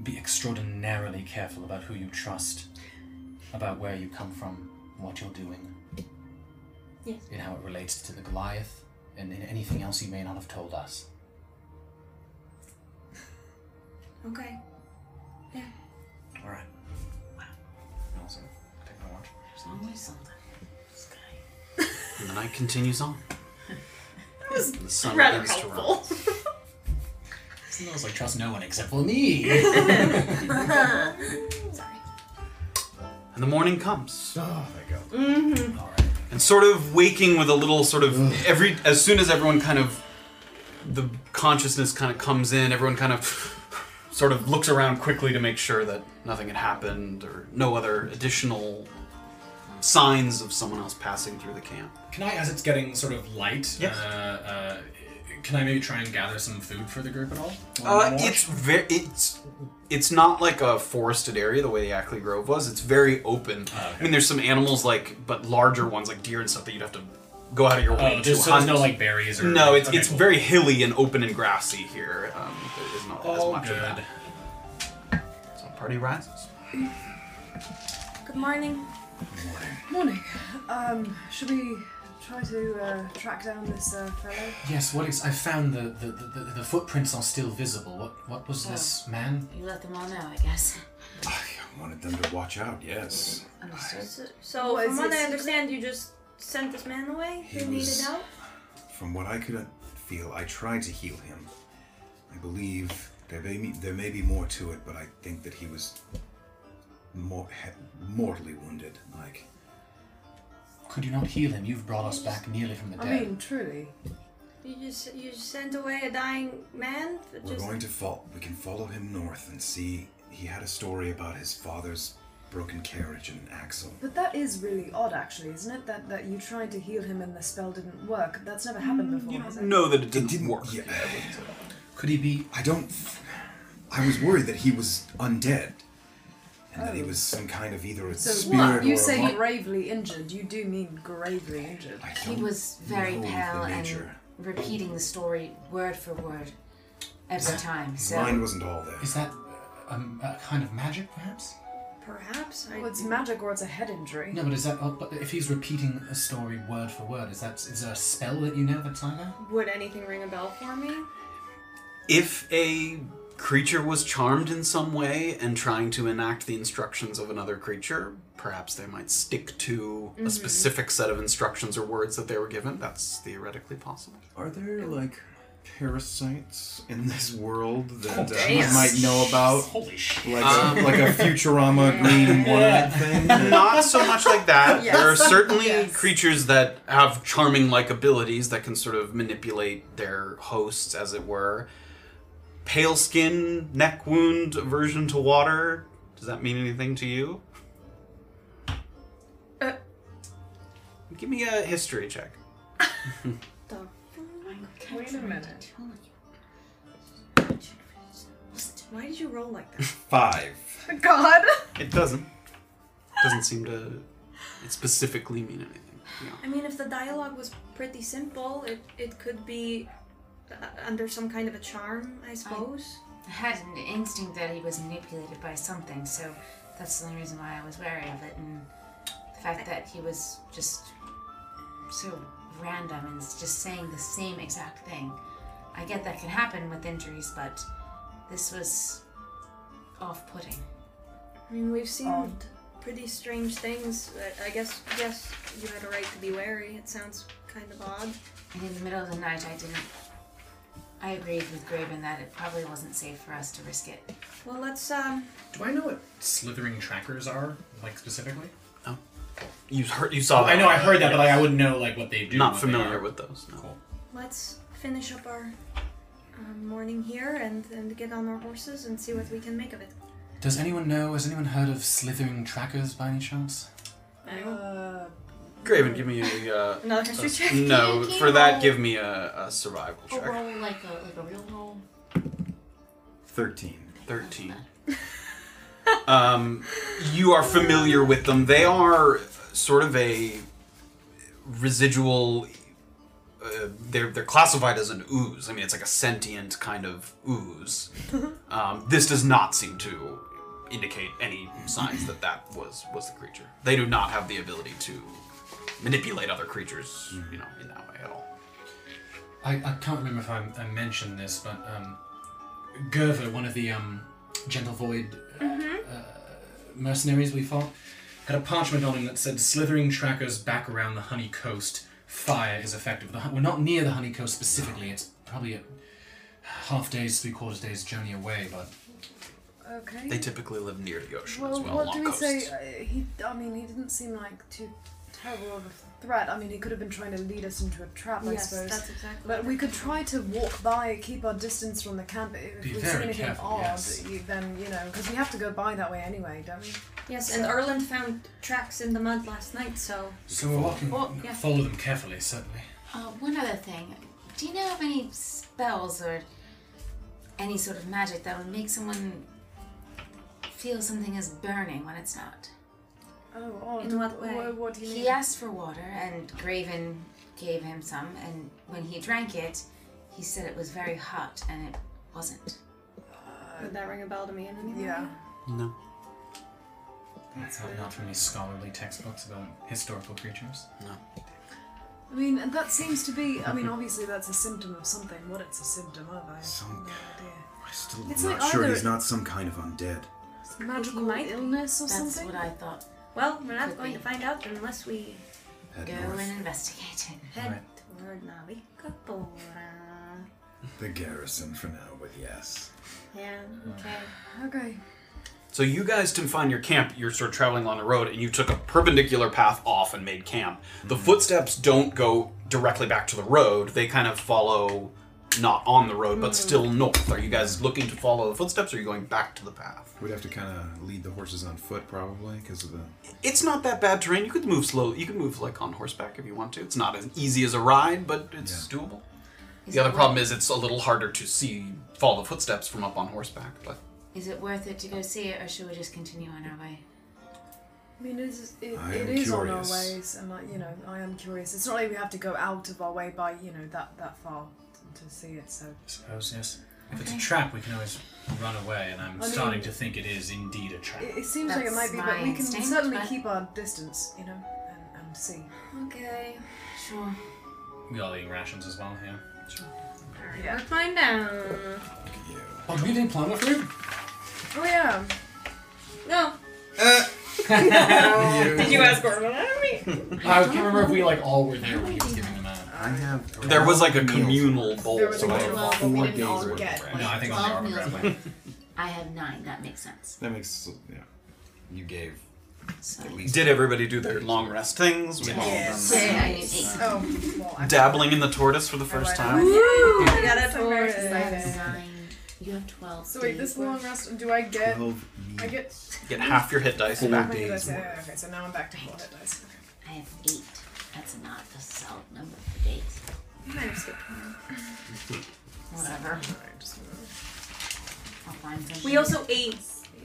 S3: be extraordinarily careful about who you trust, about where you come from, what you're doing,
S7: Yes.
S3: and how it relates to the Goliath, and in anything else you may not have told us.
S7: Okay.
S3: All right. Wow. Also, take my watch.
S6: There's always something. This guy.
S2: and the night continues on. the sun
S7: rather
S2: begins to
S7: helpful.
S2: rise.
S3: I was like, trust no one except for
S6: (laughs)
S3: me.
S2: And the morning comes.
S4: Mm-hmm.
S1: Oh, there you go.
S2: And and sort of waking with a little sort of every as soon as everyone kind of the consciousness kind of comes in, everyone kind of sort of looks around quickly to make sure that nothing had happened or no other additional signs of someone else passing through the camp.
S3: Can I, as it's getting sort of light, uh, uh, can I maybe try and gather some food for the group at all? Or
S2: Uh,
S3: more?
S2: it's very it's it's not like a forested area the way the Ackley Grove was. It's very open.
S3: Ah,
S2: I mean, there's some animals like but larger ones like deer and stuff that you'd have to go out of your way
S3: Oh,
S2: to
S3: there's- so
S2: hunt.
S3: there's no, like, berries or-
S2: no. It's
S3: okay,
S2: it's
S3: cool.
S2: very hilly and open and grassy here. Um, there is not
S3: All
S2: as much of that. So party rises.
S7: Good morning.
S9: Morning. Um, should we try to uh, track down this uh, fellow?
S3: Yes, what is. I found the, the, the, the, the footprints are still visible. What, what was this man?
S4: You let them all know, I guess.
S1: I wanted them to watch out, yes.
S4: Understood.
S7: So,
S4: What
S7: from
S4: is
S7: what I
S4: this?
S7: understand, you just sent this man away
S1: He
S7: who
S1: was-
S7: needed help?
S1: From what I could feel, I tried to heal him. I believe there may be, there may be more to it, but I think that he was mor- he- mortally wounded. Like,
S3: Could you not heal him? You've brought us back nearly from the dead.
S9: I mean, truly.
S7: You just you sent away a dying man? For
S1: we're
S7: just...
S1: going to fall. We can follow him north and see. He had a story about his father's broken carriage and an axle.
S9: But that is really odd, actually, isn't it? That that you tried to heal him and the spell didn't work. That's never happened
S4: Mm,
S9: before, has it?
S2: Know that it didn't, work.
S3: Could he be?
S1: I don't. I was worried that he was undead, and that he
S9: Oh.
S1: was some kind of either a
S9: So
S1: spirit
S9: what?
S1: or
S9: You
S1: a
S9: say
S1: mon-
S9: gravely injured. You do mean gravely injured.
S4: He was very pale and
S1: nature.
S4: repeating the story word for word every time. So
S1: Mine wasn't all there.
S3: Is that uh, um, a kind of magic, perhaps?
S7: Perhaps. I...
S9: Well, it's magic or it's a head injury.
S3: No, but is that? oh, But if he's repeating a story word for word, is that is there a spell that you know that's like that?
S7: Would anything ring a bell for me?
S2: If a creature was charmed in some way and trying to enact the instructions of another creature, perhaps they might stick to a
S1: Mhm.
S2: specific set of instructions or words that they were given. That's theoretically possible.
S1: Are there like parasites in this world that
S2: Oh,
S1: uh, I
S2: damn.
S1: might know about?
S3: Holy shit!
S1: Like
S2: Um,
S1: a, like a Futurama
S2: (laughs)
S1: green one thing. that-
S2: Not so much like
S1: (laughs)
S2: that.
S1: Yes.
S2: There are certainly creatures that have charming like abilities that can sort of manipulate their hosts, as it were. Pale skin, neck wound, aversion to water. Does that mean anything to you?
S7: Uh.
S2: Give me a history check.
S9: Wait a minute.
S7: Why did you roll like that?
S2: Five.
S9: God.
S2: It doesn't. Doesn't seem to it specifically mean anything.
S7: I mean, if the dialogue was pretty simple, it, it could be uh, under some kind of a charm, I suppose.
S4: I had an instinct that he was manipulated by something, so that's the only reason why I was wary of it, and the fact that he was just so random and just saying the same exact thing. I get that can happen with injuries, but this was off-putting.
S7: I mean, we've seen pretty strange things. but I guess, yes, you had a right to be wary. It sounds kind of odd.
S4: And in the middle of the night, I didn't. I agreed with Graven that it probably wasn't safe for us to risk it.
S7: Well, let's, um.
S3: Do I know what slithering trackers are like specifically?
S2: You heard you saw that.
S3: I know I heard that, but like I wouldn't know like what they do.
S2: Not
S3: what they
S2: familiar
S3: are.
S2: with those. No.
S7: Let's finish up our um, morning here and, and get on our horses and see what we can make of it.
S3: Does anyone know? Has anyone heard of slithering trackers by any chance?
S9: Uh,
S2: Graven, give me a uh,
S7: Another history
S2: a-
S7: check? (laughs)
S2: No,
S4: Can you
S2: for that,
S4: roll-
S2: give me a, a survival
S4: A
S2: check.
S4: roll like a like a real roll.
S1: Thirteen.
S2: Thirteen. (laughs) um, you are familiar with them. They are sort of a residual. Uh, they're they're classified as an ooze. I mean, it's like a sentient kind of
S1: (laughs)
S2: ooze. Um, this does not seem to indicate any signs that that was was the creature. They do not have the ability to manipulate other creatures,
S1: Mm-hmm.
S2: you know, in that way at all.
S3: I, I can't remember if I, I mentioned this, but um, Gerva, one of the um, Gentle Void
S4: Mm-hmm.
S2: Uh,
S3: mercenaries we fought, had a parchment on him that said, "Slithering trackers back around the honey coast. Fire is effective." The, hu- we're not near the honey coast specifically. It's probably a half days, three quarters days journey away, but
S9: okay.
S2: They typically live near the ocean
S9: well,
S2: as well,
S9: what
S2: along
S9: do we
S2: coasts.
S9: say? Uh, he. I mean, he didn't seem like too terrible of a threat. I mean, he could have been trying to lead us into a trap, I
S11: Yes,
S9: suppose.
S11: that's exactly
S9: But
S11: what
S9: we
S11: I
S9: could try to walk by, keep our distance from the camp. If
S11: Be
S9: we see
S11: very
S9: anything
S11: careful,
S9: odd,
S11: yes.
S9: you, then, you know, because we have to go by that way anyway, don't we?
S7: Yes, and
S9: So-
S7: Erland found tracks in the mud last night, so.
S3: So we're walking.
S7: Well, yeah.
S3: Follow them carefully, certainly.
S4: Uh, one other thing. Do you know of any spells or any sort of magic that would make someone feel something is burning when it's not?
S9: Oh, odd.
S4: In what way?
S9: Wha- What do you mean?
S4: He asked for water, and Graven gave him some, and when he drank it, he said it was very hot, and it wasn't.
S5: Uh, Would that ring a bell to me in any way?
S9: Yeah.
S2: No.
S3: That's not, not from these scholarly textbooks about historical creatures.
S2: No.
S9: I mean, and that seems to be. I mean, obviously, that's a symptom of something. What it's a symptom of, I have
S1: Some-
S9: no idea.
S1: I'm still
S9: It's
S1: not
S9: like
S1: sure
S9: either-
S1: he's not some kind of undead.
S9: Magical
S7: might be.
S9: illness or
S7: That's
S9: something?
S7: what I
S4: thought.
S7: Well, we're not
S4: Could
S7: going
S4: be.
S7: to find out unless we
S1: Head
S4: Go
S1: north.
S4: and investigate it.
S7: head
S1: Right.
S7: toward Navikapura.
S1: The garrison for now, but yes.
S7: Yeah, okay.
S9: Okay.
S2: So you guys didn't find your camp. You're sort of traveling along the road, and you took a perpendicular path off and made camp. The footsteps don't go directly back to the road. They kind of follow, not on the road, but still north. Are you guys looking to follow the footsteps, or are you going back to the path?
S1: We'd have to kind of lead the horses on foot, probably, because of the.
S2: It's not that bad terrain. You could move slow. You could move like on horseback if you want to. It's not as easy as a ride, but it's doable. the other problem is it's a little harder to see follow the footsteps from up on horseback. But
S4: Is it worth it to go see it, or should we just continue on our way?
S9: I mean, it is, it,
S1: I
S9: it
S1: am
S9: is on our
S1: curious.
S9: ways, and like, you know, I am curious. It's not like we have to go out of our way by you know that that far t- to see it. So
S3: I suppose, yes. If it's a trap, we can always run away, and I'm
S9: I mean-
S3: starting to think it is indeed a trap.
S9: it, it seems like it
S4: That's
S9: might be, but
S4: my
S9: we can
S4: instinct,
S9: certainly
S4: but-
S9: keep our distance, you know, and, and see.
S7: Okay.
S4: Sure.
S3: We all eating rations as well, yeah.
S7: We'll find out.
S3: Oh, do we have any plum
S9: (laughs)
S3: fruit?
S9: Oh yeah.
S7: No.
S3: Uh.
S5: Did you ask Gorman that
S9: (laughs)
S3: I can't remember if we like all were there when he was giving them out.
S1: I have.
S2: there was like a communal bowl.
S9: There was
S2: so
S9: a
S2: I-
S9: twelve, but we didn't all get.
S3: No, I think
S4: Twelve
S3: I'll
S4: meals
S3: grab
S4: a
S3: one.
S6: (laughs)
S4: I have nine. That makes sense.
S1: (laughs) That makes. Yeah. You gave.
S4: So.
S1: At least.
S2: Did everybody do their long rest things? We've all done
S9: Yes.
S2: that.
S4: Yeah, I need eight.
S9: Oh, well, I-
S2: Dabbling in the tortoise for the first time.
S5: Woo! I got
S9: I'm so very excited.
S4: Nine. You have twelve.
S9: So wait,
S4: do
S9: this
S4: you?
S9: long rest. Do I get?
S1: Twelve
S9: I get.
S2: Get half your hit dice
S1: Four
S2: back.
S9: Okay,
S1: days.
S9: that's-
S1: worth.
S9: yeah, okay, so now I'm back to four hit dice. Okay.
S4: I have eight. That's not a solid number for days. Whatever. I'll find something.
S7: We also ate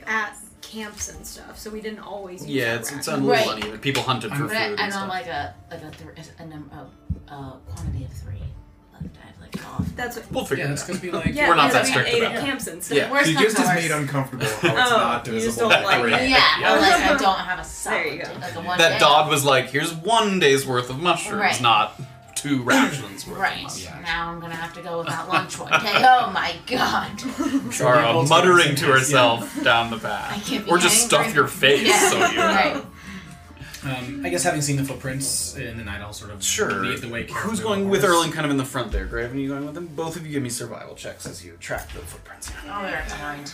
S7: at camps and stuff, so we didn't always use
S2: Yeah,
S7: our
S2: it's,
S7: rations.
S2: it's a little
S4: Right.
S2: uneven. People hunted for
S4: But
S2: food
S4: I, I
S2: and
S4: don't
S2: stuff.
S4: like a like a, th- a number a, a quantity of three. Left. I have like off.
S7: That's what.
S2: We'll figure
S3: Yeah,
S2: it
S3: it's
S2: out.
S3: because we like.
S7: Yeah,
S2: We're not
S7: because
S2: that strict
S7: we ate
S2: about
S7: at
S2: it.
S7: camps and stuff.
S2: Yeah.
S4: Where's
S1: She
S4: my
S1: just is
S4: horse?
S1: made uncomfortable how it's
S5: Oh,
S1: not
S5: you just
S1: divisible
S5: don't
S1: by
S5: like
S1: three.
S5: it.
S4: Yeah,
S2: Yeah.
S4: unless I don't
S7: (laughs)
S4: have a solid.
S5: There you go.
S4: Like a one
S2: That
S4: day.
S2: Dodd was like, here's one day's worth of mushrooms,
S4: Right.
S2: not two (laughs) rations worth of
S4: Right.
S2: mushrooms.
S4: Now I'm gonna have to go
S2: (laughs)
S4: without lunch one day. Oh my god.
S2: Chara
S3: People's
S2: muttering to
S3: rations, yeah.
S2: herself down the
S4: I
S2: path.
S4: can't be
S2: Or just
S4: angry.
S2: stuff your face
S4: Yeah.
S2: so
S6: (laughs)
S2: you
S4: Right.
S3: Um, I guess having seen the footprints in the night, I'll sort of
S2: Sure.
S3: lead the way.
S2: Who's
S3: carefully
S2: going with
S3: the horse.
S2: Erling kind of in the front there? Graven, you going with him? Both of you give me survival checks as you track the footprints.
S4: Oh, they're behind.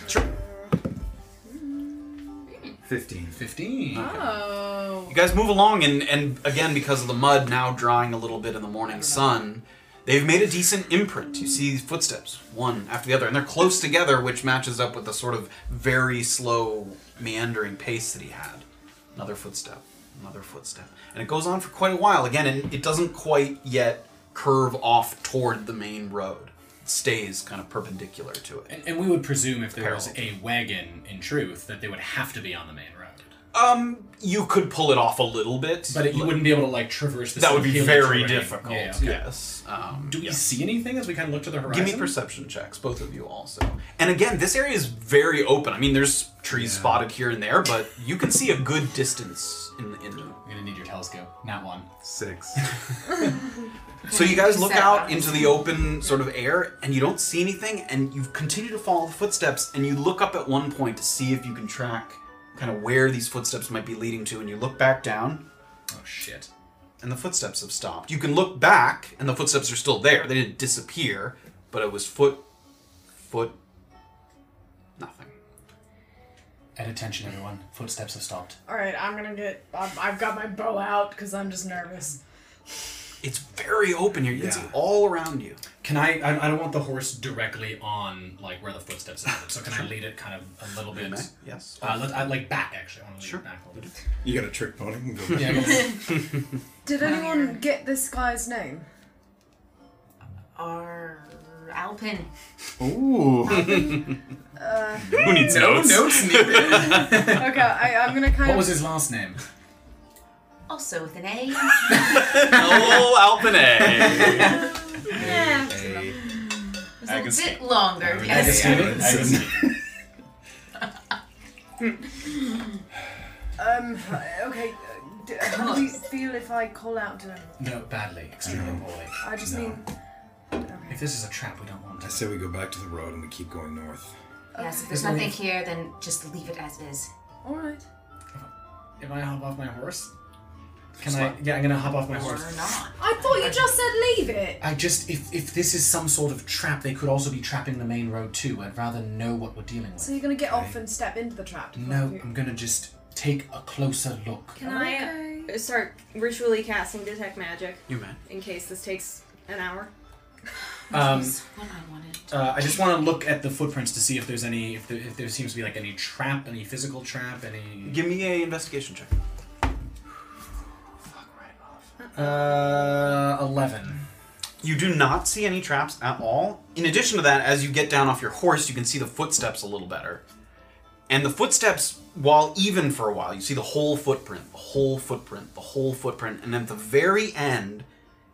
S1: Fifteen.
S3: Fifteen.
S9: Oh.
S2: You guys move along, and, and again, because of the mud now drying a little bit in the morning sun, they've made a decent imprint. You see footsteps, one after the other, and they're close together, which matches up with the sort of very slow, meandering pace that he had. Another footstep, another footstep. And it goes on for quite a while. Again, and it doesn't quite yet curve off toward the main road, it stays kind of perpendicular to it.
S3: And, and we would presume if there was a
S2: Parallel.
S3: wagon, in truth, that they would have to be on the main road.
S2: Um, you could pull it off a little bit,
S3: But it, you wouldn't be able to like traverse this.
S2: that would be
S3: hilly
S2: very
S3: terrain.
S2: difficult.
S3: Yeah, okay.
S2: Yes. Um,
S3: Do we
S2: yeah.
S3: see anything as we kind of look to the horizon?
S2: Give me perception checks, both of you also. And again, this area is very open. I mean, there's trees
S3: Yeah.
S2: spotted here and there, but you can see a good distance in the. In the
S3: I'm gonna need your telescope. Not one. (laughs)
S1: Six.
S2: (laughs) so you guys look out into the open sort of air, and you don't see anything, and you continue to follow the footsteps, and you look up at one point to see if you can track kind of where these footsteps might be leading to, and you look back down,
S3: Oh shit.
S2: and the footsteps have stopped. You can look back, and the footsteps are still there. They didn't disappear, but it was foot, foot, nothing.
S3: At attention, everyone. Footsteps have stopped.
S9: All right, I'm gonna get. I've, I've got my bow out because I'm just nervous.
S2: It's very open here. You can see all around you.
S12: Can I, I? I don't want the horse directly on like where the footsteps are. So can I lead it kind of a little bit?
S2: Yes.
S12: Uh, let, I like back actually. I want to lead it back a little bit.
S1: You got a trick pony? You can go
S12: Yeah, I
S9: Did anyone get this guy's name?
S6: Our Alpin.
S1: (laughs)
S9: (laughs)
S2: (laughs)
S1: Ooh.
S9: Uh,
S3: Who needs No notes? notes needed.
S9: okay, I, I'm gonna kind
S3: What
S9: of.
S3: was his last name?
S6: Also with an A.
S2: Oh, Alpine.
S6: yeah. It was a
S3: Agnes-
S6: bit longer.
S9: (laughs)
S3: Agnes- Agnes-
S9: (laughs) Um. Okay. uh, d- How do you feel if I call out to him?
S3: No, badly, extremely
S2: Mm.
S3: poorly.
S9: I just
S3: No.
S9: mean.
S3: If this is a trap, we don't want
S1: Um, I
S3: it.
S1: say we go back to the road and we keep going north.
S6: Yes, if there's
S3: Just leave.
S6: nothing here, then just leave it as is.
S9: Alright.
S3: If I hop off my horse, can I? Yeah, I'm gonna hop off my horse.
S13: I thought you just said leave it.
S3: I just, if if this is some sort of trap, they could also be trapping the main road too. I'd rather know what we're dealing with.
S9: So you're gonna get off and step into the trap. to
S3: No,
S9: fuck you-
S3: I'm gonna just take a closer look.
S7: Can I uh, start ritually casting detect magic?
S3: You may.
S7: In case this takes an hour.
S3: (sighs) Um, uh, I just want to look at the footprints to see if there's any, if there, if there seems to be like any trap, any physical trap, any.
S2: Give me a investigation check.
S3: Uh, eleven.
S2: You do not see any traps at all. In addition to that, as you get down off your horse, you can see the footsteps a little better. And the footsteps, while even for a while, you see the whole footprint, the whole footprint, the whole footprint, and at the very end,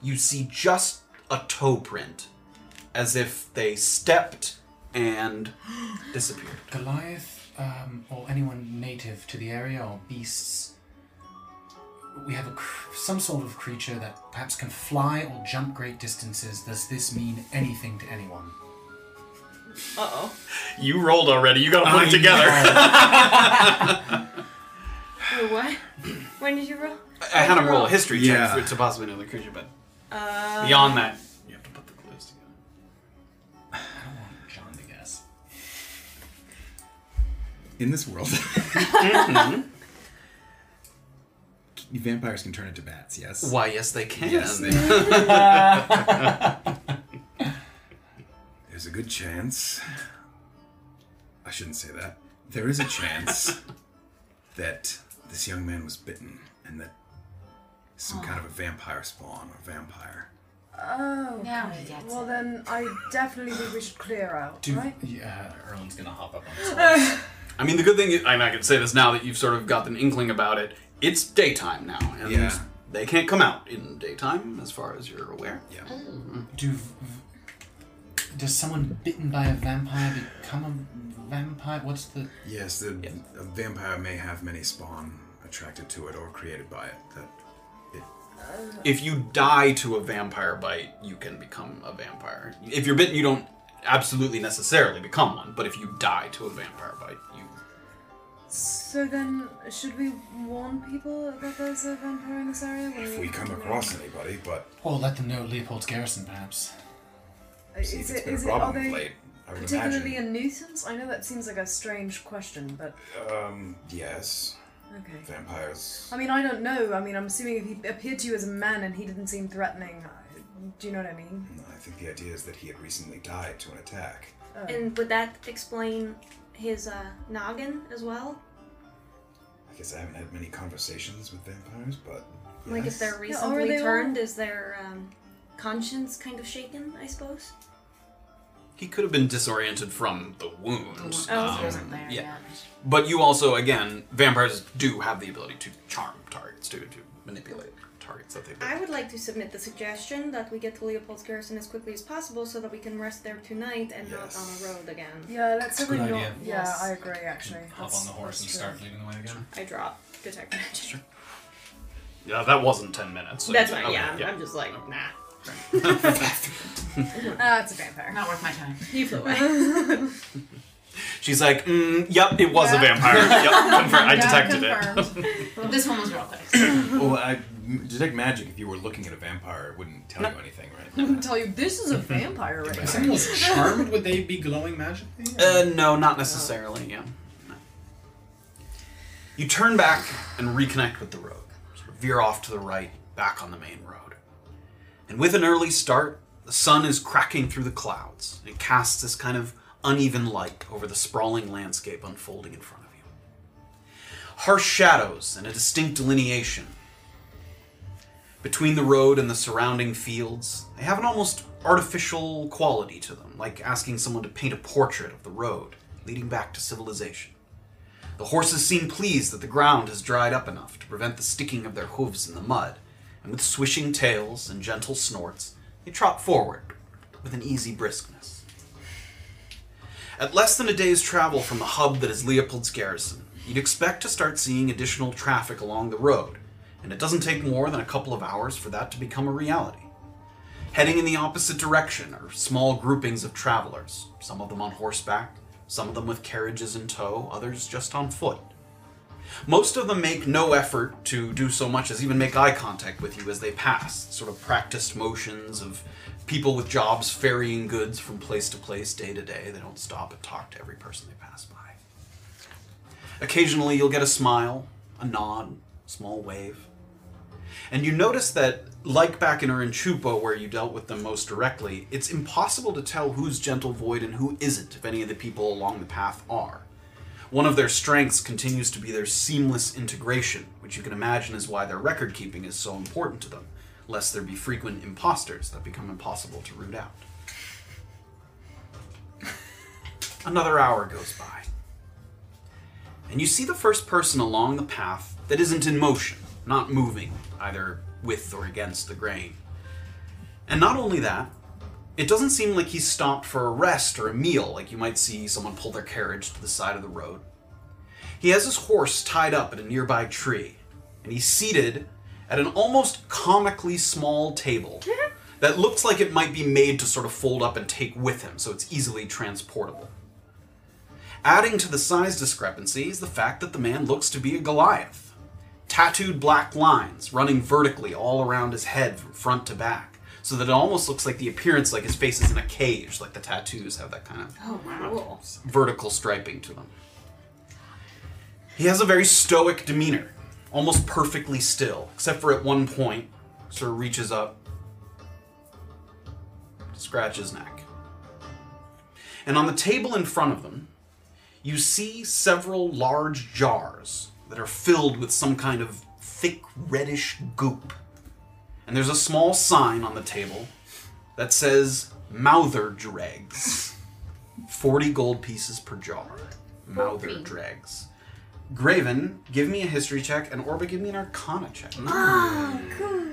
S2: you see just a toe print, as if they stepped
S3: (gasps)
S2: and disappeared.
S3: Goliath, um, or anyone native to the area, or beasts. We have a, cr- some sort of creature that perhaps can fly or jump great distances. Does this mean anything to
S2: (laughs)
S3: anyone?
S7: Uh oh.
S2: You rolled already. You got to put
S3: I
S2: it together.
S7: (laughs) Wait, what? When did you roll?
S2: (laughs) I had him
S3: (laughs)
S2: roll a history check
S1: Yeah.
S2: for it to possibly another creature, but
S7: Uh,
S2: beyond that, you have to put the clues together.
S3: John, I guess.
S1: In this world,
S2: Mm-hmm.
S1: (laughs) vampires can turn into bats. Yes.
S2: Why, yes, they can.
S1: Yes,
S2: (laughs)
S1: they (laughs) can. There's a good chance. I shouldn't say that. There is a
S2: (laughs)
S1: chance that this young man was bitten and that some kind
S6: Oh.
S1: of a vampire spawn or vampire.
S9: Oh.
S6: Now he
S9: okay.
S6: gets
S9: Well then, I definitely think we should clear out,
S3: Do,
S13: (sighs)
S9: right?
S3: yeah, Erlen's gonna hop up on his
S9: Uh,
S2: I mean, the good thing is, I mean, I can say this now that you've sort of got an inkling about it. It's daytime now, and
S3: Yeah.
S2: they can't come out in daytime, as far as you're aware. Mm. Yeah.
S3: Do v- does someone bitten by a vampire become a vampire? What's the
S1: Yes, the, a vampire may have many spawn attracted to it or created by it. That it
S2: If you die to a vampire bite, you can become a vampire. If you're bitten, you don't absolutely necessarily become one, but if you die to a vampire bite, you.
S9: so then, should we warn people that there's a vampire in this area?
S1: if we come across anybody, but
S3: Or let them know Leopold's garrison, perhaps.
S9: Is
S1: see if
S9: it,
S1: it's
S9: Uh,
S1: been
S9: is
S1: a
S9: it, are
S1: problem of
S9: they
S1: late. I would
S9: particularly
S1: imagine.
S9: a nuisance? I know that seems like a strange question, but
S1: Um, yes.
S9: Okay.
S1: Vampires.
S9: I mean, I don't know. I mean, I'm assuming if he appeared to you as a man and he didn't seem threatening, I- do you know what I mean?
S1: I think the idea is that he had recently died to an attack.
S7: And would that explain his uh, noggin as well?
S1: I guess I haven't had many conversations with vampires, but
S7: Like if they're
S9: Yeah, or are
S7: recently
S9: they all-
S7: turned, is their um, conscience kind of shaken? I suppose.
S2: He could have been disoriented from the wound. Um,
S7: wound. Oh, he wasn't there
S2: yeah. But you also, again, vampires do have the ability to charm targets, to, to manipulate targets that they
S7: I would like to submit the suggestion that we get to Leopold's garrison as quickly as possible so that we can rest there tonight and not on the road again.
S9: Yeah, that's
S3: Good
S9: definitely not.
S3: idea.
S9: Yeah,
S7: Yes.
S9: I agree. Actually,
S3: Hop on the horse and start leading the way again.
S7: I drop (laughs) detect magic.
S2: Yeah, that wasn't 10 minutes. so
S7: That's
S2: you-
S7: right.
S2: okay,
S7: yeah, I'm- I'm just like nah.
S9: Ah, it's a vampire.
S6: Not worth my time.
S7: He flew away.
S2: She's like, mm, yep, it was a vampire. Yep, confirmed. I detected
S9: (laughs)
S6: it. this one was real quick.
S1: well, I m- detect magic. If you were looking at a vampire, it wouldn't tell you anything, right?
S9: I can tell you, this
S3: (laughs)
S9: is a vampire right
S3: If someone
S9: (laughs)
S3: was charmed, would they be glowing magically?
S2: it. Uh, no, not necessarily. Yeah. You turn back and reconnect with the road. Sort of veer off to the right, back on the main road. And with an early start, the sun is cracking through the clouds. It casts this kind of uneven light over the sprawling landscape unfolding in front of you. Harsh shadows and a distinct delineation between the road and the surrounding fields. They have an almost artificial quality to them, like asking someone to paint a portrait of the road leading back to civilization. The horses seem pleased that the ground has dried up enough to prevent the sticking of their hooves in the mud, and with swishing tails and gentle snorts, they trot forward with an easy briskness. At less than a day's travel from the hub that is Leopold's garrison, you'd expect to start seeing additional traffic along the road, and it doesn't take more than a couple of hours for that to become a reality. Heading in the opposite direction are small groupings of travelers, some of them on horseback, some of them with carriages in tow, others just on foot. Most of them make no effort to do so much as even make eye contact with you as they pass, sort of practiced motions of people with jobs ferrying goods from place to place day to day. They don't stop and talk to every person they pass by. Occasionally, you'll get a smile, a nod, small wave. And you notice that, like back in Urinchupo, where you dealt with them most directly, it's impossible to tell who's Gentle Void and who isn't, if any of the people along the path are. One of their strengths continues to be their seamless integration, which you can imagine is why their record keeping is so important to them, lest there be frequent imposters that become impossible to root out. Another hour goes by, and you see the first person along the path that isn't in motion, not moving, either with or against the grain. And not only that, it doesn't seem like he's stopped for a rest or a meal, like you might see someone pull their carriage to the side of the road. He has his horse tied up at a nearby tree, and he's seated at an almost comically small table that looks like it might be made to sort of fold up and take with him, so it's easily transportable. Adding to the size discrepancy is the fact that the man looks to be a Goliath. Tattooed black lines running vertically all around his head from front to back, so that it almost looks like the appearance like his face is in a cage, like the tattoos have that kind of
S6: Oh, wow.
S2: vertical striping to them. He has a very stoic demeanor, almost perfectly still, except for at one point, Sir reaches up, scratches his neck. And on the table in front of them, you see several large jars that are filled with some kind of thick reddish goop. And there's a small sign on the table that says Mouther Dregs. 40 gold pieces per jar. Mouther Dregs. Graven, give me a history check, and Orba, give me an arcana check.
S14: Mm.
S5: Ah,
S7: Oh,
S5: cool.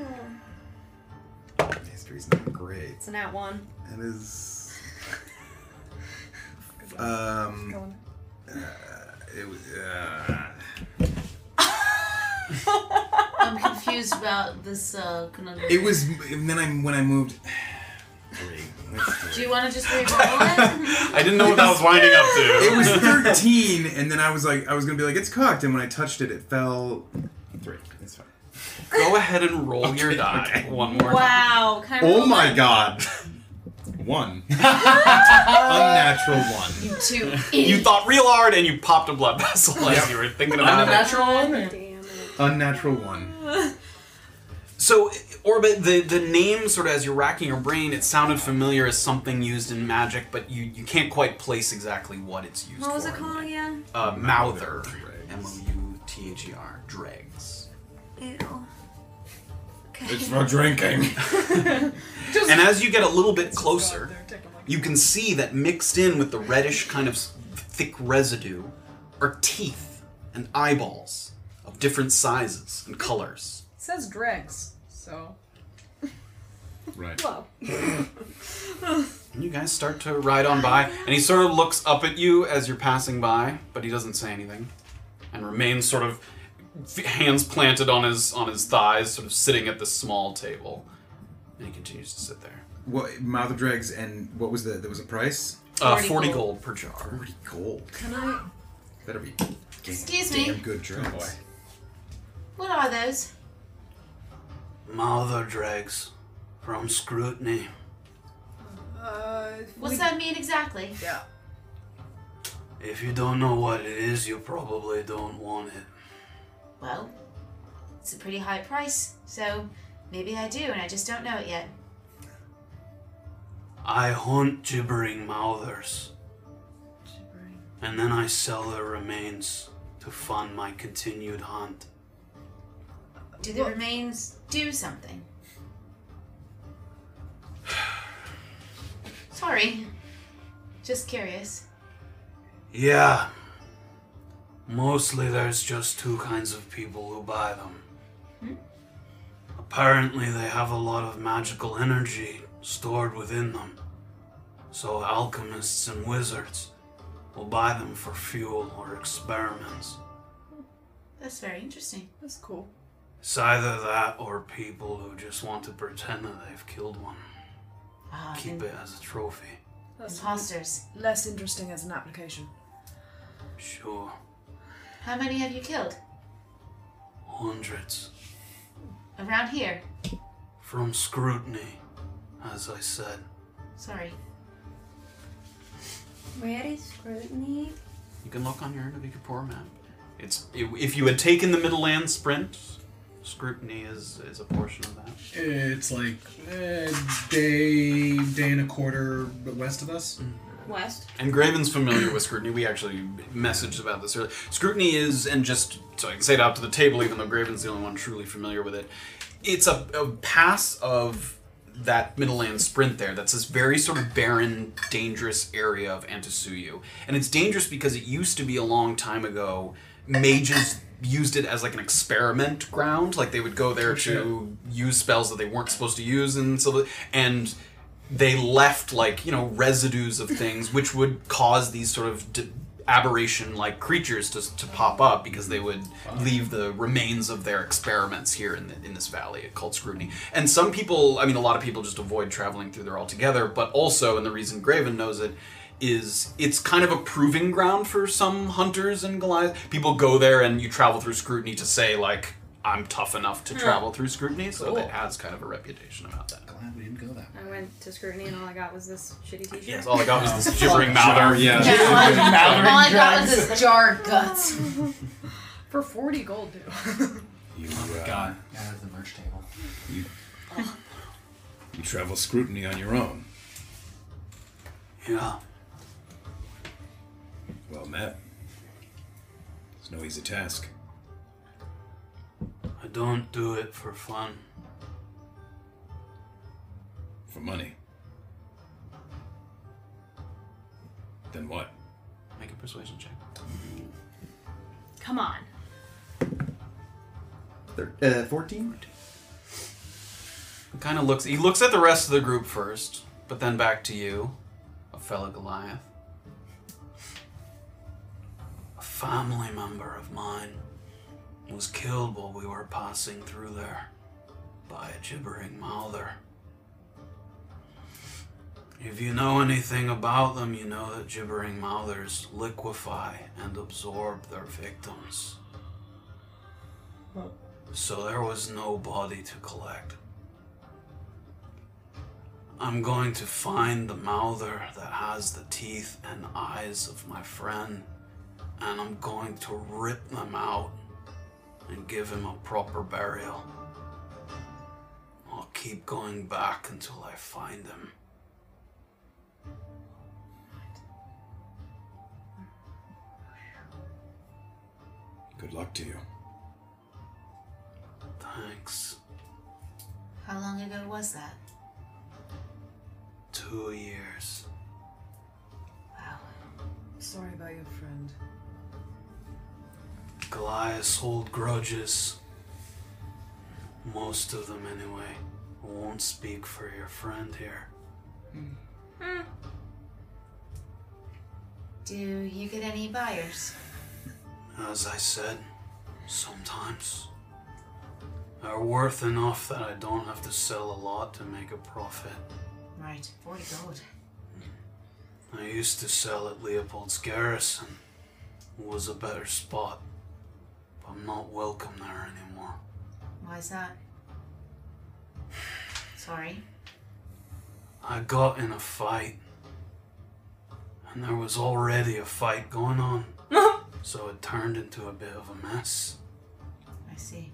S1: History's not great.
S5: It's an at one.
S1: That is. Um. Uh, it was. Uh,
S6: I'm confused about this uh, conundrum.
S1: it was. And then I when I moved.
S6: Do you want to just re-roll it?
S1: I
S6: didn't know what that was
S15: winding up to.
S1: It was thirteen, and then I was like, I was gonna be like, it's cocked, and when I touched it, it fell three. It's fine.
S2: Go ahead and roll your die one more
S5: Wow. Can I
S1: Oh
S5: roll
S1: my
S5: it?
S1: god. (laughs) Uh, One.
S9: Uh,
S1: Unnatural one.
S6: You
S9: (laughs)
S6: two.
S2: You thought real hard and you popped a blood vessel as you were thinking about it.
S1: Unnatural one.
S2: So, Orbit, the, the name, sort of as you're racking your brain, it sounded familiar as something used in magic, but you, you can't quite place exactly what it's used
S7: What was
S2: for.
S7: it called again?
S2: Uh, Mouther. M O U T H E R. Dregs.
S7: Ew.
S1: It's for drinking.
S2: and as you get a little bit closer, you can see that mixed in with the reddish kind of s- thick residue are teeth and eyeballs of different sizes and colors.
S9: says dregs, so.
S5: (laughs)
S1: Right.
S9: Whoa.
S2: And you guys start to ride on by, and he sort of looks up at you as you're passing by, but he doesn't say anything, and remains sort of f- hands planted on his on his thighs, sort of sitting at this small table, and he continues to sit there.
S1: What mouth dregs and what was the there was a price?
S2: Uh, 40 40 gold. gold per jar.
S1: Forty gold.
S6: Can I?
S1: Better be.
S6: Excuse
S1: damn
S6: me?
S1: Good
S14: Oh,
S1: drinks.
S6: What are those?
S2: Mother dregs from scrutiny.
S4: Uh,
S6: What's that mean exactly?
S4: Yeah.
S2: If you don't know what it is, you probably don't want it.
S4: well, it's a pretty high price, so maybe I do, and I just don't know it yet.
S14: I hunt gibbering mouthers. And then I sell their remains to fund my continued hunt.
S4: Do the remains do something? Sorry. Just curious.
S14: Yeah. Mostly there's just two kinds of people who buy them.
S4: Hmm?
S14: Apparently, they have a lot of magical energy stored within them. So, alchemists and wizards will buy them for fuel or experiments.
S4: That's very interesting. That's cool.
S14: It's either that or people who just want to pretend that they've killed one.
S4: Ah,
S14: Keep
S4: and-
S14: it as a trophy.
S4: Imposters.
S9: Less interesting as an application.
S14: Sure.
S4: How many have
S9: (laughs)
S4: you killed?
S14: Hundreds.
S4: Around here?
S14: From scrutiny, as I said.
S4: Sorry.
S16: Where is scrutiny?
S14: You can look on your Navikapur map. It's if you had taken the Middle Land sprint, scrutiny is is a portion of that.
S3: It's like a day, day and a quarter west of us.
S7: West.
S14: And Graven's familiar with scrutiny. We actually messaged about this earlier. Scrutiny is, and just so I can say it out to the table, even though Graven's the only one truly familiar with it, it's a, a pass of that middle land sprint there that's this very sort of barren, dangerous area of Antisuyu. And it's dangerous because it used to be a long time ago, mages used it as like an experiment ground. Like they would go there to use spells that they weren't supposed to use and so and they left like you know residues of things which would cause these sort of d- aberration like creatures to, to pop up because they would leave the remains of their experiments here in, the, in this valley called scrutiny and some people i mean a lot of people just avoid traveling through there altogether but also and the reason graven knows it is it's kind of a proving ground for some hunters and goliath people go there and you travel through scrutiny to say like i'm tough enough to
S7: Hmm.
S14: travel through scrutiny so
S7: Cool.
S14: it has kind of a reputation about that glad we didn't go there
S7: I went to scrutiny and all I got was this shitty t-shirt.
S14: Yes, all I got
S7: (laughs)
S14: was (laughs) this gibbering mouther. Yeah. (laughs)
S4: Yeah, all I got- all I got was
S7: drugs.
S4: this jar of guts.
S9: (laughs) For 40 gold,
S6: (laughs)
S9: dude.
S17: You,
S1: uh,
S17: God, out of the merch table.
S1: You, you travel scrutiny on your own.
S14: Yeah.
S1: Well met. It's no easy task.
S14: I don't do it for fun.
S1: For money. Then what?
S14: Make a persuasion check.
S7: Come on.
S2: Thir- uh, 14?
S14: He kind of looks. He looks at the rest of the group first, but then back to you, a fellow Goliath. A family member of mine was killed while we were passing through there by a gibbering mouther. If you know anything about them, you know that gibbering mouthers liquefy and absorb their victims. So there was no body to collect. I'm going to find the mouther that has the teeth and eyes of my friend, and I'm going to rip them out and give him a proper burial. I'll keep going back until I find him.
S1: Good luck to you.
S14: Thanks.
S4: How long ago was that?
S14: Two years.
S9: Sorry about your friend.
S14: Goliaths hold grudges. Most of them, anyway. I won't speak for your friend here.
S4: Do you get any buyers?
S14: As I said, sometimes are worth enough that I don't have to sell a lot to make a profit.
S4: Right, 40 gold.
S14: I used to sell at Leopold's Garrison. It was a better spot. But I'm not welcome there anymore.
S4: Why's that? Sorry.
S14: I got in a fight. And there was already a fight going on. so it turned into a bit of a mess.
S6: see.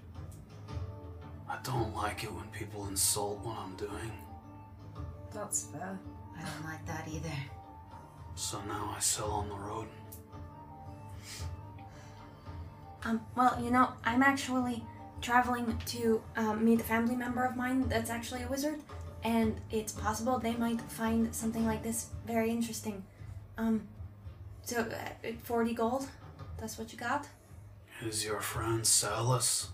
S2: I don't like it when people insult what I'm doing,
S4: That's fair.
S6: I don't like that either.
S2: so now I sell on the road.
S7: Um, well, you know, I'm actually traveling to um, meet a family member of mine that's actually a wizard, and it's possible they might find something like this very interesting. Um, so, uh, 40 gold, that's what you got?
S2: Is your friend Salus?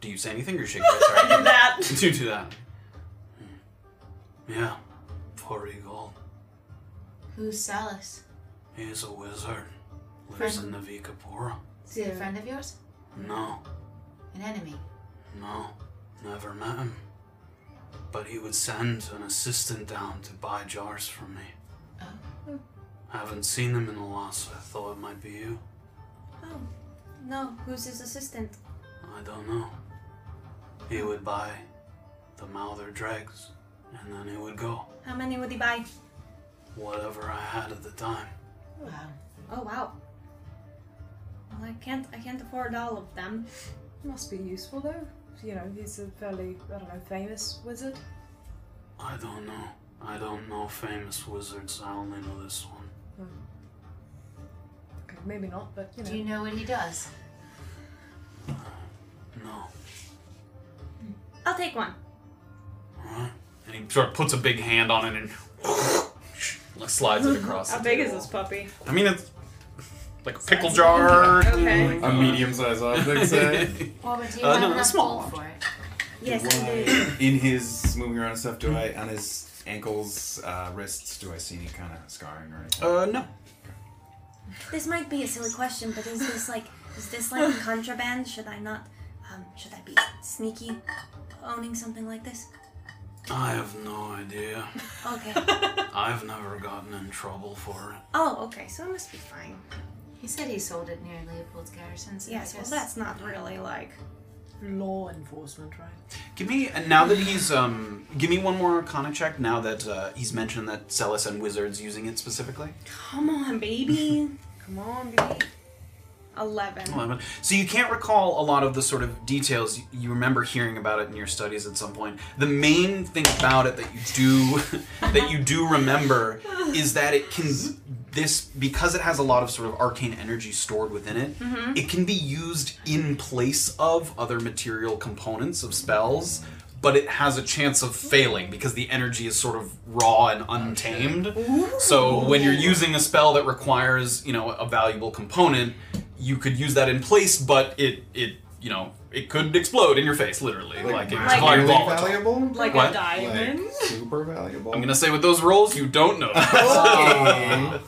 S2: Do you say anything or shake your head? Sorry,
S5: I did that.
S2: You (laughs) do that. Yeah, 40 gold.
S6: Who's Salus?
S2: He's a wizard. Lives in Navikapura.
S6: Is he a friend of yours?
S2: No,
S6: An enemy?
S2: no, never met him. But he would send an assistant down to buy jars for me. Haven't seen him in a while, so I thought it might be you.
S7: Oh, no, who's his assistant?
S2: I don't know. He would buy the Mouther dregs, and then he would go.
S7: How many would he buy?
S2: Whatever I had at the time.
S7: Wow. Oh, wow. Well, I can't, I can't afford all of them.
S4: Must be useful though. You know, he's a fairly, I don't know, famous wizard.
S2: I don't know. I don't know famous wizards. I only know this one.
S9: Hmm.
S4: Okay, maybe not, but you know.
S6: Do you know what he does?
S2: No.
S7: I'll take one.
S2: And he sort of puts a big hand on it and (laughs) like slides it across.
S5: How
S2: the
S5: big is
S2: table.
S5: this puppy?
S2: I mean, it's like a pickle jar.
S5: Okay.
S1: A medium-sized object, say.
S6: Robert, do you
S1: Uh,
S6: have
S1: no,
S6: enough
S1: small
S6: gold for it?
S7: Yes,
S1: (clears throat) in his moving around and stuff, do I on his ankles, uh, wrists, do I see any kind of scarring or anything?
S2: Uh, no.
S7: This might be a silly question, but is this like is this
S6: (laughs)
S7: like contraband? Should I not um should I be sneaky owning something like this?
S2: I have no (laughs) idea.
S6: (laughs)
S7: Okay.
S2: I've never gotten in trouble for it.
S7: oh, okay. So it must be fine.
S6: He said he sold it near Leopold's garrison. So
S7: Yes,
S6: I
S7: well
S6: guess
S7: that's not really like
S9: Law enforcement, right?
S2: (laughs) Give me and now that he's um, give me one more Arcana check. Now that uh, he's mentioned that Celis and wizards using it specifically.
S5: Come on, baby. Come on, baby. Eleven.
S2: Eleven. So you can't recall a lot of the sort of details Y- you remember hearing about it in your studies at some point. The main thing about it that you do (laughs) that you do remember is that it can this because it has a lot of sort of arcane energy stored within it.
S18: Mhm.
S2: It can be used in place of other material components of spells, but it has a chance of failing because the energy is sort of raw and untamed. So when you're using a spell that requires, you know, a valuable component, you could use that in place, but it it you know it could explode in your face, literally. Like, it's
S5: Like-
S2: quite
S5: Really
S2: volatile.
S1: valuable?
S5: Like
S2: What?
S5: a diamond.
S1: super valuable.
S2: I'm gonna say with those rolls, you
S1: (laughs)
S2: don't know. Uh,
S1: Um,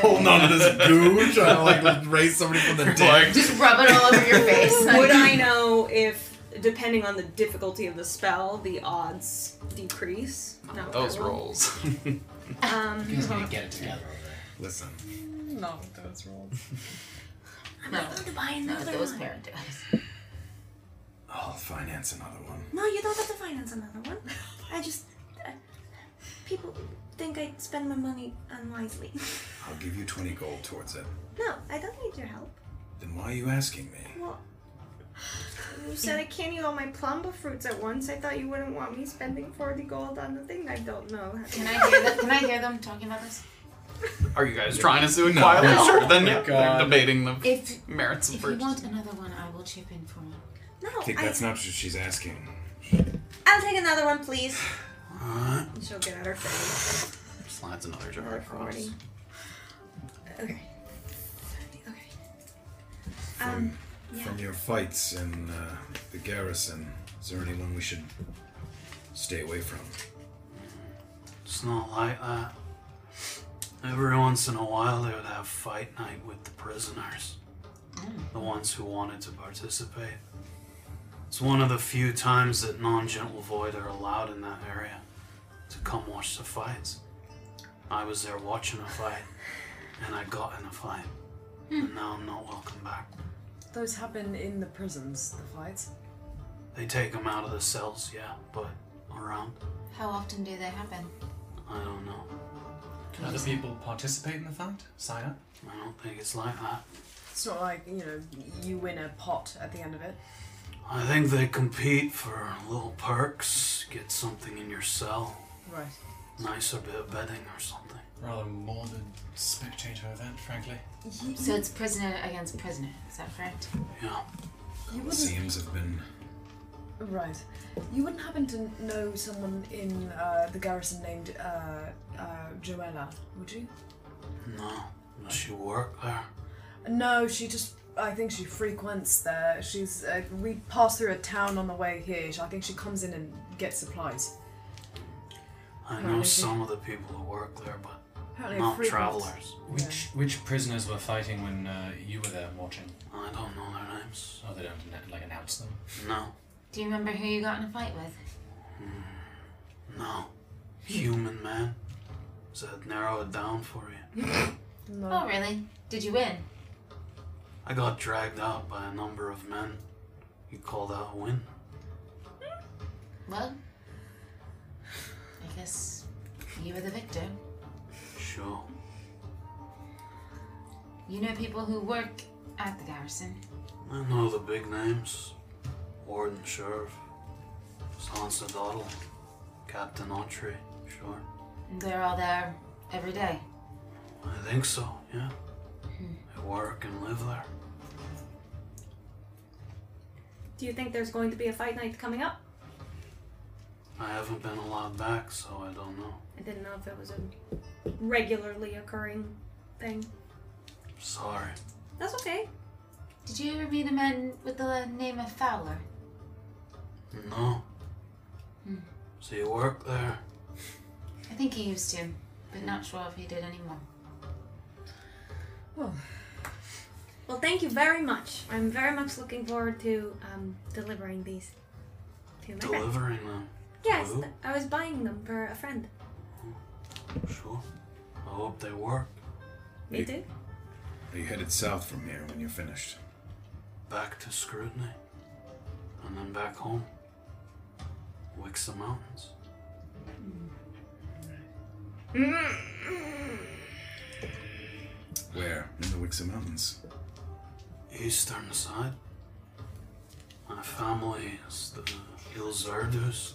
S1: Holding on to this goo, trying to like raise somebody from the
S2: Like-
S1: dead.
S6: Just rub it all over your face.
S5: (laughs) Would I know if, depending on the difficulty of the spell, the odds decrease? No.
S2: those rolls.
S5: Um,
S3: You guys need to get it together over there.
S1: Listen.
S9: No, those rolls.
S6: No. Not those parent
S1: I'll finance another one.
S7: No, you don't have to finance another one.
S6: (laughs)
S7: I just uh, people think I spend my money unwisely. (laughs)
S1: I'll give you 20 gold towards it.
S7: No, I don't need your help.
S1: Then why are you asking me?
S5: Well, you said I can't eat all my plumba fruits at once. I thought you wouldn't want me spending 40 gold on the thing. I don't know.
S6: Can I hear them? Can I hear them talking about this?
S2: (laughs) Are you guys trying to do it quietly?
S6: No.
S2: Sure. Then yeah,
S1: Oh, God.
S2: they're debating the
S6: (laughs)
S1: (laughs)
S6: If-
S2: merits of
S6: If you
S2: first.
S6: want another one, I will chip in for one.
S7: No,
S1: I think that's not what she's asking.
S7: I'll take another one, please.
S2: Alright.
S5: She'll get at her face.
S2: Slides another jar across.
S7: Okay.
S6: Um,
S1: From, from your fights in uh, the garrison, is there anyone we should stay away from?
S2: It's not like that. Every once in a while, they would have fight night with the prisoners, the ones who wanted to participate. It's one of the few times that non-gentle void are allowed in that area to come watch the fights. I was there watching a fight, and I got in a fight, and now I'm not welcome back.
S9: Those happen in the prisons, the fights.
S2: They take them out of the cells, yeah, but around,
S6: How often do they happen?
S2: I don't know.
S3: Can other people participate in the fight? Sign up?
S14: I don't think it's like that.
S9: It's not like, you know, you win a pot at the end of it.
S14: I think they compete for little perks, get something in your cell,
S9: Right.
S14: nicer bit of bedding or something.
S3: Rather morbid spectator event, frankly.
S4: So it's prisoner against prisoner, is that correct?
S14: Yeah.
S9: You wouldn't,
S1: Seems have been.
S9: Right. You wouldn't happen to know someone in uh, the garrison named uh, uh, Joella, would you?
S14: No. Does she work there?
S9: No, she just. I think she frequents there. She's. Uh, we pass through a town on the way here. I think she comes in and gets supplies.
S14: I
S9: Right,
S14: know
S9: okay.
S14: some of the people who work there, but
S9: Apparently
S14: not
S9: frequent.
S14: travelers.
S3: Which which prisoners were fighting when uh, you were there watching?
S14: I don't know their names.
S3: Oh, they don't ann- like announce them.
S14: No.
S4: Do you remember who you got in a fight with?
S14: hmm, No. Human man. So that narrow it down for you.
S4: Oh, really? Did you win?
S14: I got dragged out by a number of men. You call that a win?
S4: Well, I guess you were the victor.
S14: Sure.
S4: You know people who work at the garrison.
S14: I know the big names. Warden Sheriff. Sansa Doddle. Captain Entree. Sure.
S4: And They're all there every day.
S14: I think so, yeah. They work and live there.
S7: Do you think there's going to be a fight night coming up?
S14: I haven't been allowed back, so I don't know.
S7: I didn't know if it was a regularly occurring thing.
S14: Sorry.
S7: That's okay.
S4: Did you ever meet a man with the name of Fowler?
S14: No.
S4: Hmm.
S14: So you work there?
S4: I think he used to, but not sure if he did anymore.
S7: Well, thank you very much. I'm very much looking forward to um, delivering these to my friend.
S14: Delivering them?
S7: Yes,
S14: Ooh.
S7: th- I was buying them for a friend.
S14: Sure. I hope they work.
S7: Me too.
S1: Are you headed south from here when you're finished?
S14: Back to scrutiny. And then back home. Wixa Mountains.
S3: Ah.
S9: Mm.
S1: Where? In the Wixom Mountains.
S14: Eastern side. My family is the Ilzardus.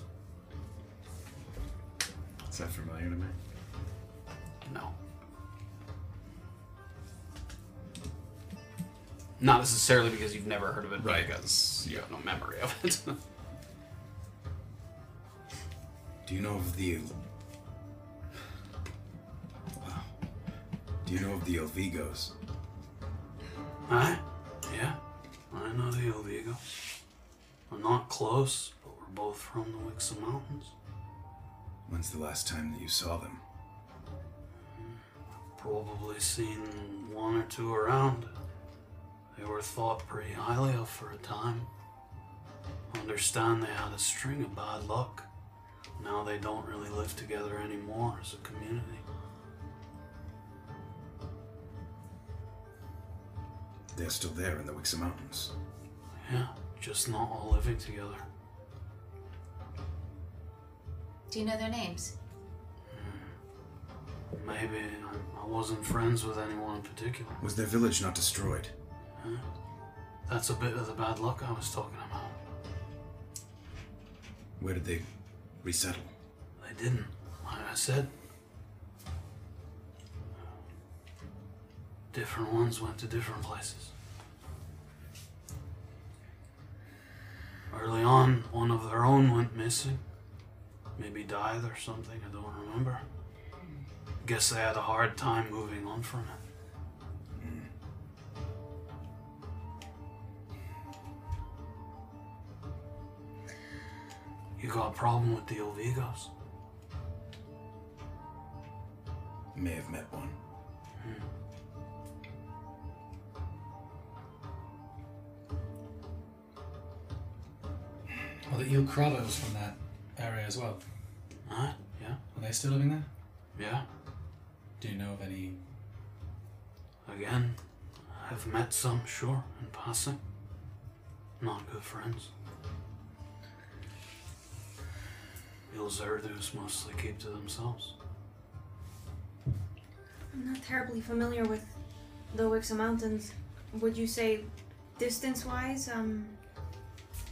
S1: Is that familiar to me?
S14: No. Not necessarily because you've never heard of it, right? Because you have no memory of it. (laughs)
S1: Do you know of the. Wow. Do you know of the Elvigos?
S14: Huh? Yeah. I know the Ovigo. We're not close, but we're both from the Wixa Mountains.
S1: When's the last time that you saw them?
S14: Probably seen one or two around. They were thought pretty highly of for a time. Understand they had a string of bad luck. Now they don't really live together anymore as a community.
S1: They're still there in the Wixom Mountains.
S14: Yeah, just not all living together.
S4: Do you know their names?
S14: Maybe I, I wasn't friends with anyone in particular.
S1: Was their village not destroyed?
S14: Huh? That's a bit of the bad luck I was talking about.
S1: Where did they resettle?
S14: They didn't, like I said. Different ones went to different places. Early on, one of their own went missing. Maybe died or something, I don't remember. Guess they had a hard time moving on from it. You got a problem with the Ovigos?
S1: May have met one.
S14: Hmm.
S3: Well, Oh, the Il Kralos from that area as well.
S14: Huh? Yeah.
S3: Are they still living there?
S14: Yeah.
S3: Do you know of any?
S14: Again, I've met some, sure, in passing. Not good friends. Ilzerdus mostly keep to themselves.
S7: I'm not terribly familiar with the Wixa Mountains. Would you say, distance-wise, um,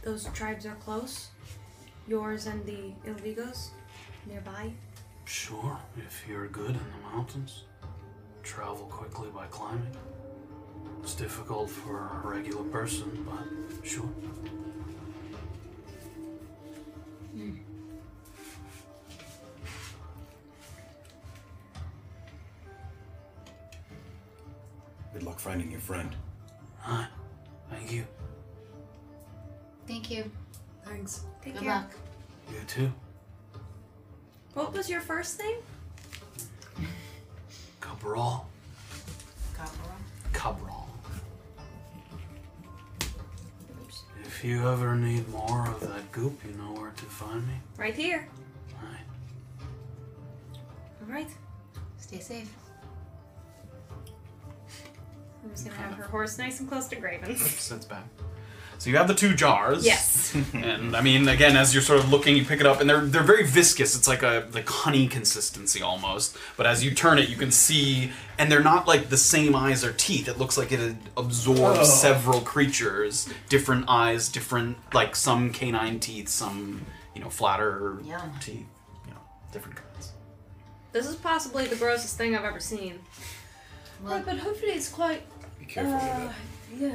S7: those tribes are close? Yours and the Ilvigos, nearby.
S2: Sure, if you're good in the mountains, travel quickly by climbing. It's difficult for a regular person, but sure.
S14: Good luck finding your friend.
S2: Alright, thank you.
S6: Thank you.
S9: Thanks.
S7: Take
S6: Good
S7: care.
S6: luck.
S2: You too.
S7: What was your first thing?
S2: Cabral.
S6: Cabral.
S2: Cabral. If you ever need more of that goop, you know where to find me.
S7: Right here.
S2: Alright.
S7: All right.
S6: Stay safe.
S5: I'm just gonna have her horse nice and close to Graven.
S2: Sits back. So you have the two jars.
S5: Yes.
S2: (laughs) and I mean, again, as you're sort of looking, you pick it up, and they're they're very viscous. It's like a like honey consistency almost. But as you turn it, you can see, and they're not like the same eyes or teeth. It looks like it absorbs
S15: Ugh.
S2: several creatures, different eyes, different like some canine teeth, some you know flatter
S5: Yum.
S2: teeth, you know, different kinds.
S5: This is possibly the grossest thing I've ever seen.
S9: Right, but hopefully it's quite.
S5: Be careful with
S9: uh,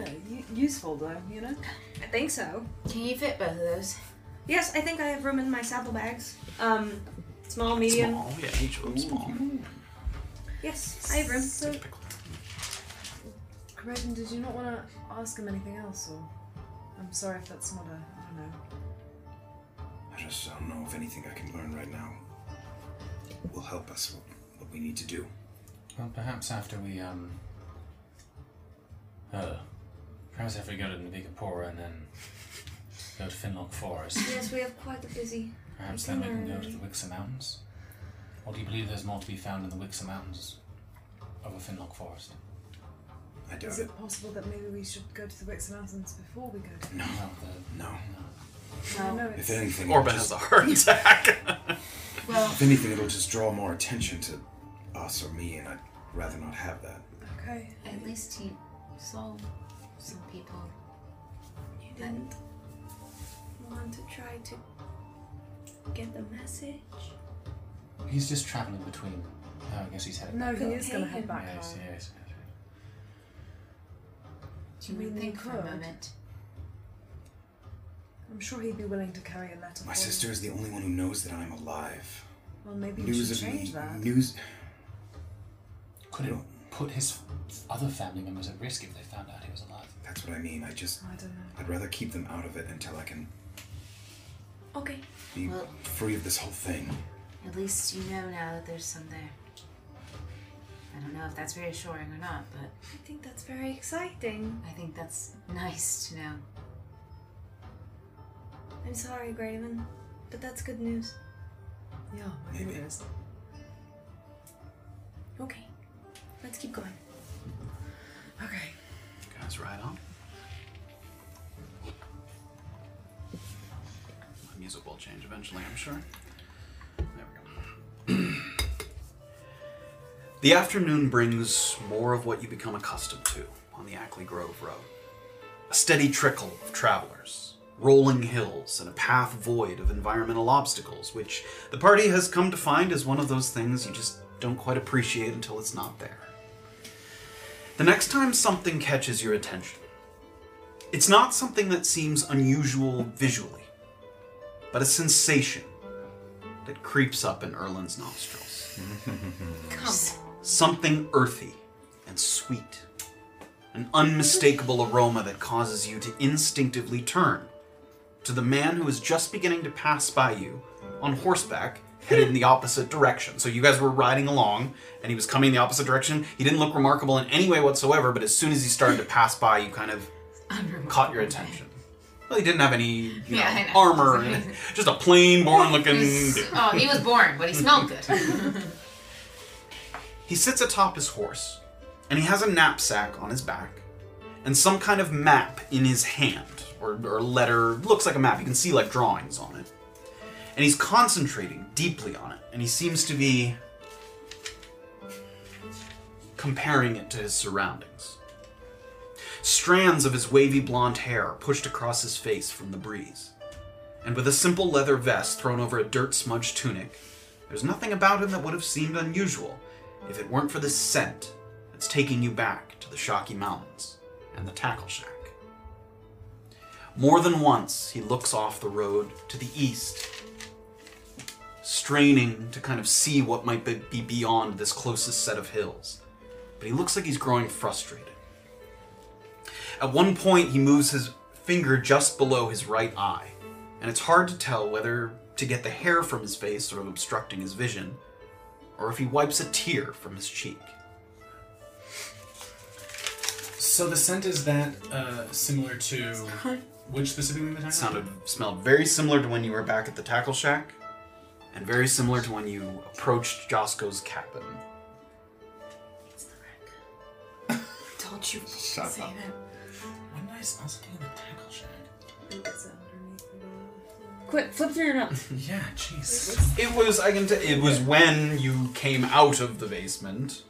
S9: Yeah, u- useful though, you know?
S7: I think so.
S6: Can you fit both of those?
S7: Yes, I think I have room in my saddlebags. Um, small, medium.
S2: Small, yeah, each of them small.
S7: Yes, I have room.
S9: Graven, did you not want to ask him anything else? Or I'm sorry if that's not a. I don't know.
S14: I just don't know if anything I can learn right now will help us with what we need to do.
S3: Well, perhaps after we, um. Uh, perhaps after we go to Navigapora and then go to Finlock Forest,
S7: yes, we have quite a busy.
S3: perhaps then we can go to the
S7: itinerary.
S3: Wixer Mountains. Or do you believe there's more to be found in the Wixer Mountains over Finlock Forest? I
S9: Is it possible that maybe we should go to the Wix Mountains before we go to
S3: No.
S14: No.
S9: I know
S14: If
S9: it's-
S14: anything,
S2: Orban
S14: it'll
S2: has a
S14: (laughs)
S2: heart attack.
S6: Well-
S14: if anything, it'll just draw more attention to us or me, and I'd rather not have that.
S9: Okay.
S6: At least he saw some people.
S7: You didn't want to try to get the message.
S3: He's just traveling between. Oh, I guess he's headed
S9: No,
S3: back.
S9: he
S3: up.
S9: is gonna head back
S3: Yes,
S9: home.
S3: yes.
S6: Do you mean think for a
S9: could?
S6: moment?
S9: I'm sure he'd be willing to carry a letter.
S14: My
S9: for you.
S14: sister is the only one who knows that I'm alive.
S9: Well, maybe you
S14: news
S9: should
S14: of me,
S9: change that.
S14: news.
S3: Could it put his other family members at risk if they found out he was alive?
S14: That's what I mean. I just,
S9: I don't know.
S14: I'd rather keep them out of it until I can
S7: Okay.
S14: be
S6: Well-
S14: free of this whole thing.
S6: At least you know now that there's some there. I don't know if that's reassuring or not, but
S7: I think that's very exciting.
S6: I think that's nice to know.
S7: I'm sorry, Graven, but that's good news.
S9: Yeah, I think it is.
S7: Okay, let's keep going.
S9: Okay.
S2: Guys, right on. My music will change eventually, I'm sure. There we go. the afternoon brings more of what you become accustomed to on the Ackley Grove Road. A steady trickle of travelers, rolling hills, and a path void of environmental obstacles, which the party has come to find is one of those things you just don't quite appreciate until it's not there. The next time something catches your attention, it's not something that seems unusual visually, but a sensation that creeps up in Erlin's nostrils. something earthy and sweet, an unmistakable aroma that causes you to instinctively turn to the man who is just beginning to pass by you on horseback headed in the opposite direction. So you guys were riding along and he was coming the opposite direction. He didn't look remarkable in any way whatsoever, but as soon as he started to pass by, you kind of caught your attention. Well, he didn't have any you
S6: Yeah,
S2: know,
S6: I know.
S2: armor, or anything. just a plain,
S6: (laughs)
S2: born looking (laughs) dude.
S6: Oh, he was born, but he smelled good.
S2: He sits atop his horse, and he has a knapsack on his back, and some kind of map in his hand, or, or letter, looks like a map. You can see like drawings on it. And he's concentrating deeply on it, and he seems to be comparing it to his surroundings. Strands of his wavy blonde hair pushed across his face from the breeze. And with a simple leather vest thrown over a dirt smudged tunic, there's nothing about him that would have seemed unusual if it weren't for this scent that's taking you back to the Shocky Mountains and the Tackle Shack. More than once, he looks off the road to the east, straining to kind of see what might be- be beyond this closest set of hills. But he looks like he's growing frustrated. At one point, he moves his finger just below his right eye, and it's hard to tell whether to get the hair from his face sort of obstructing his vision, or if he wipes a tear from his cheek.
S3: So the scent is that uh, similar to which specifically the tackle?
S2: sounded smelled very similar to when you were back at the tackle shack, and very similar to when you approached Josco's cabin.
S19: Don't you
S2: Shut
S19: say
S2: up.
S19: that.
S3: When did I smell something in the tackle shack?
S19: uh,
S5: Quick, flip through your notes.
S3: yeah, jeez.
S2: It was I can t- it was when you came out of the basement.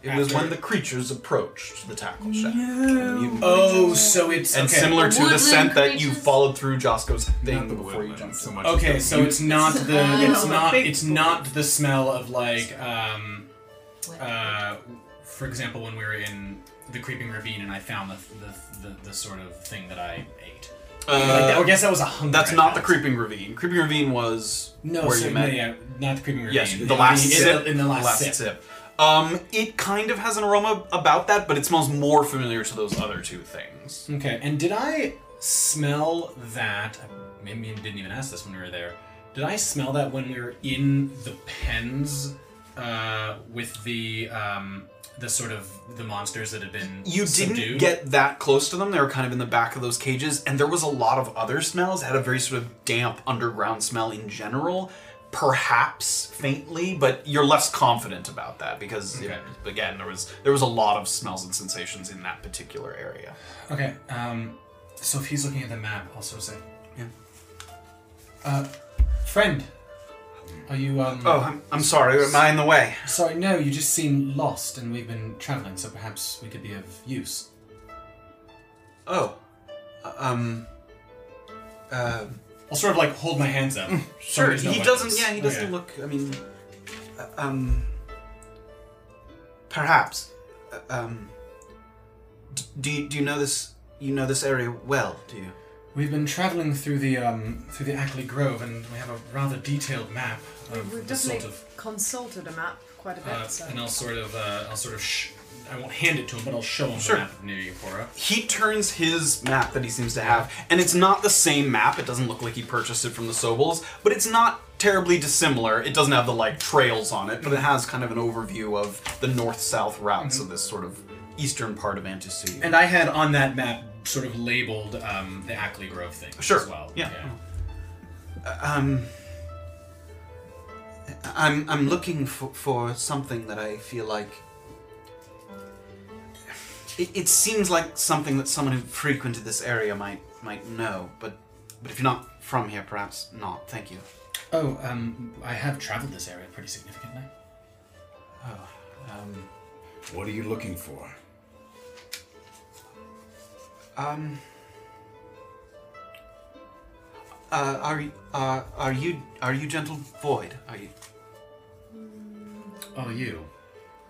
S2: It was when the creatures approached the tackle shack. You-
S3: Oh, so it's
S2: and
S3: okay.
S2: similar to the scent that you followed through Josco's thing before you jumped.
S3: So much okay, so it's not the
S2: (laughs)
S3: it's not it's not the smell of like um, uh, for example when we were in the creeping ravine and I found the the, the, the sort of thing that I ate. like that, I guess that was a hunger.
S2: Uh, That's not the creeping ravine. Creeping ravine was
S3: No,
S2: where
S3: so-
S2: you met.
S3: no, yeah, not the creeping
S2: Yes,
S3: ravine.
S2: the
S3: In
S2: last
S3: the- in
S2: sip.
S3: the- in the last sip.
S2: Um, it kind of has an aroma about that, but it smells more familiar to those other two things.
S3: Okay, and did I smell that? Maybe I didn't even ask this when we were there. Did I smell that when we were in the pens uh, with the um, the sort of the monsters that had been
S2: You didn't
S3: subdued?
S2: get that close to them. They were kind of in the back of those cages, and there was a lot of other smells. It had a very sort of damp underground smell in general, perhaps faintly, but you're less confident about that because it- again, there was there was a lot of smells and sensations in that particular area.
S3: Okay, um, so if he's looking at the map, also say,
S2: yeah.
S3: Uh, friend, are you? Um,
S2: Oh, I'm- I'm sorry, am I in the way?
S3: Sorry, no. You just seem lost, and we've been traveling, so perhaps we could be of use.
S2: Oh, um, uh, Mm,
S3: I'll sort of like hold my hands up. So
S2: Sure,
S3: there's no
S2: he
S3: weapons.
S2: doesn't. Yeah, he doesn't
S3: Okay.
S2: look. I mean, uh, um, perhaps. Uh, um, d- do you, do you know this? You know this area well, do you?
S3: We've been traveling through the um, through the Ackley Grove, and we have a rather detailed map of
S9: We've
S3: the
S9: definitely
S3: sort of.
S9: consulted a map quite a bit.
S3: Uh,
S9: so.
S3: and I'll sort of, uh, I'll sort of, sh- I won't hand it to him, but I'll show him
S2: Sure.
S3: the map of New Yapora.
S2: He turns his map that he seems to have, and it's not the same map. It doesn't look like he purchased it from the Sobels, but it's not terribly dissimilar. It doesn't have the like trails on it, but it has kind of an overview of the north-south routes of this sort of eastern part of Antisu.
S3: Mm-hmm. And I had on that map sort of labeled um, the Ackley Grove thing
S2: Sure,
S3: as well.
S2: yeah. Um, I'm I'm looking for, for something that I feel like. It, it seems like something that someone who frequented this area might might know, but but if you're not from here, perhaps not. Thank you.
S3: Oh, um, I have traveled this area pretty significantly.
S2: Oh, um,
S20: What are you looking for?
S2: um. Uh, are y- uh, are you are you gentle void? Are you?
S3: Oh, you.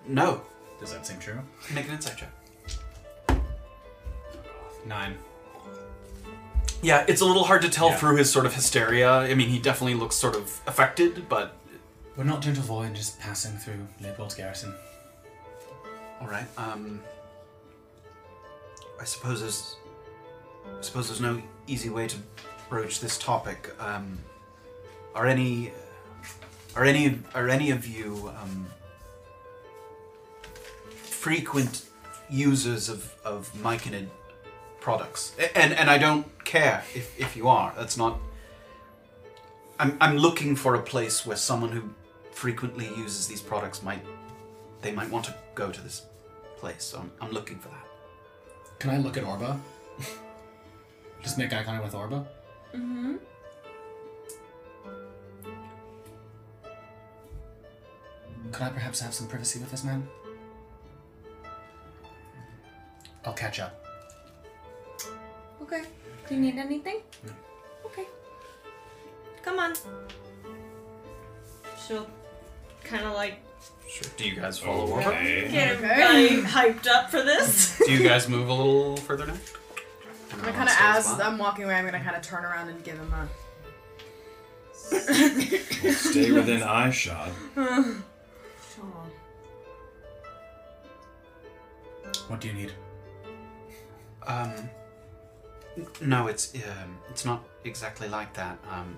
S2: No.
S3: Does that seem true?
S2: Make an insight check.
S3: Nine.
S2: Yeah, it's a little hard to tell
S3: Yeah.
S2: through his sort of hysteria. I mean, he definitely looks sort of affected, but
S3: We're not gentle void, just passing through Leopold's garrison.
S2: all right. Um, I suppose there's, I suppose there's no easy way to broach this topic. Um, are any, are any, are any of you um, frequent users of of myconid products? A- And and I don't care if if you are. That's not. I'm I'm looking for a place where someone who frequently uses these products might they might want to go to this place. So I'm, I'm looking for that.
S3: Can I look at Orba? just make eye contact with Orba?
S5: Mm-hmm.
S3: Could I perhaps have some privacy with this man? I'll catch up.
S18: Okay. Do you need anything?
S3: No.
S18: Okay.
S5: Come on. She'll kind of like
S2: Do you guys follow
S5: get him
S9: Okay.
S5: really hyped up for this.
S2: over? Do you guys move a little further now?
S9: I'm gonna kind of as I'm walking away, I'm gonna kind of turn around and give him
S6: (laughs)
S9: a. (laughs)
S21: We'll
S3: (laughs)
S21: stay within eyeshot.
S3: What do you need?
S2: Um, n- no, it's um, it's not exactly like that. Um,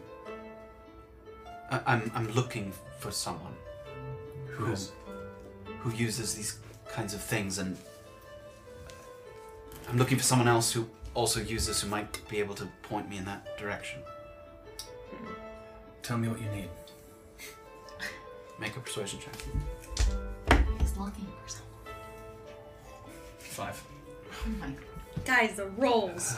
S2: I- I'm I'm looking for someone who's who uses these kinds of things, and uh, I'm looking for someone else who also uses who might be able to point me in that direction.
S3: Tell me what you need.
S2: Make a persuasion check.
S6: He's looking for something.
S2: Five.
S6: Oh my
S5: Guys, the rolls.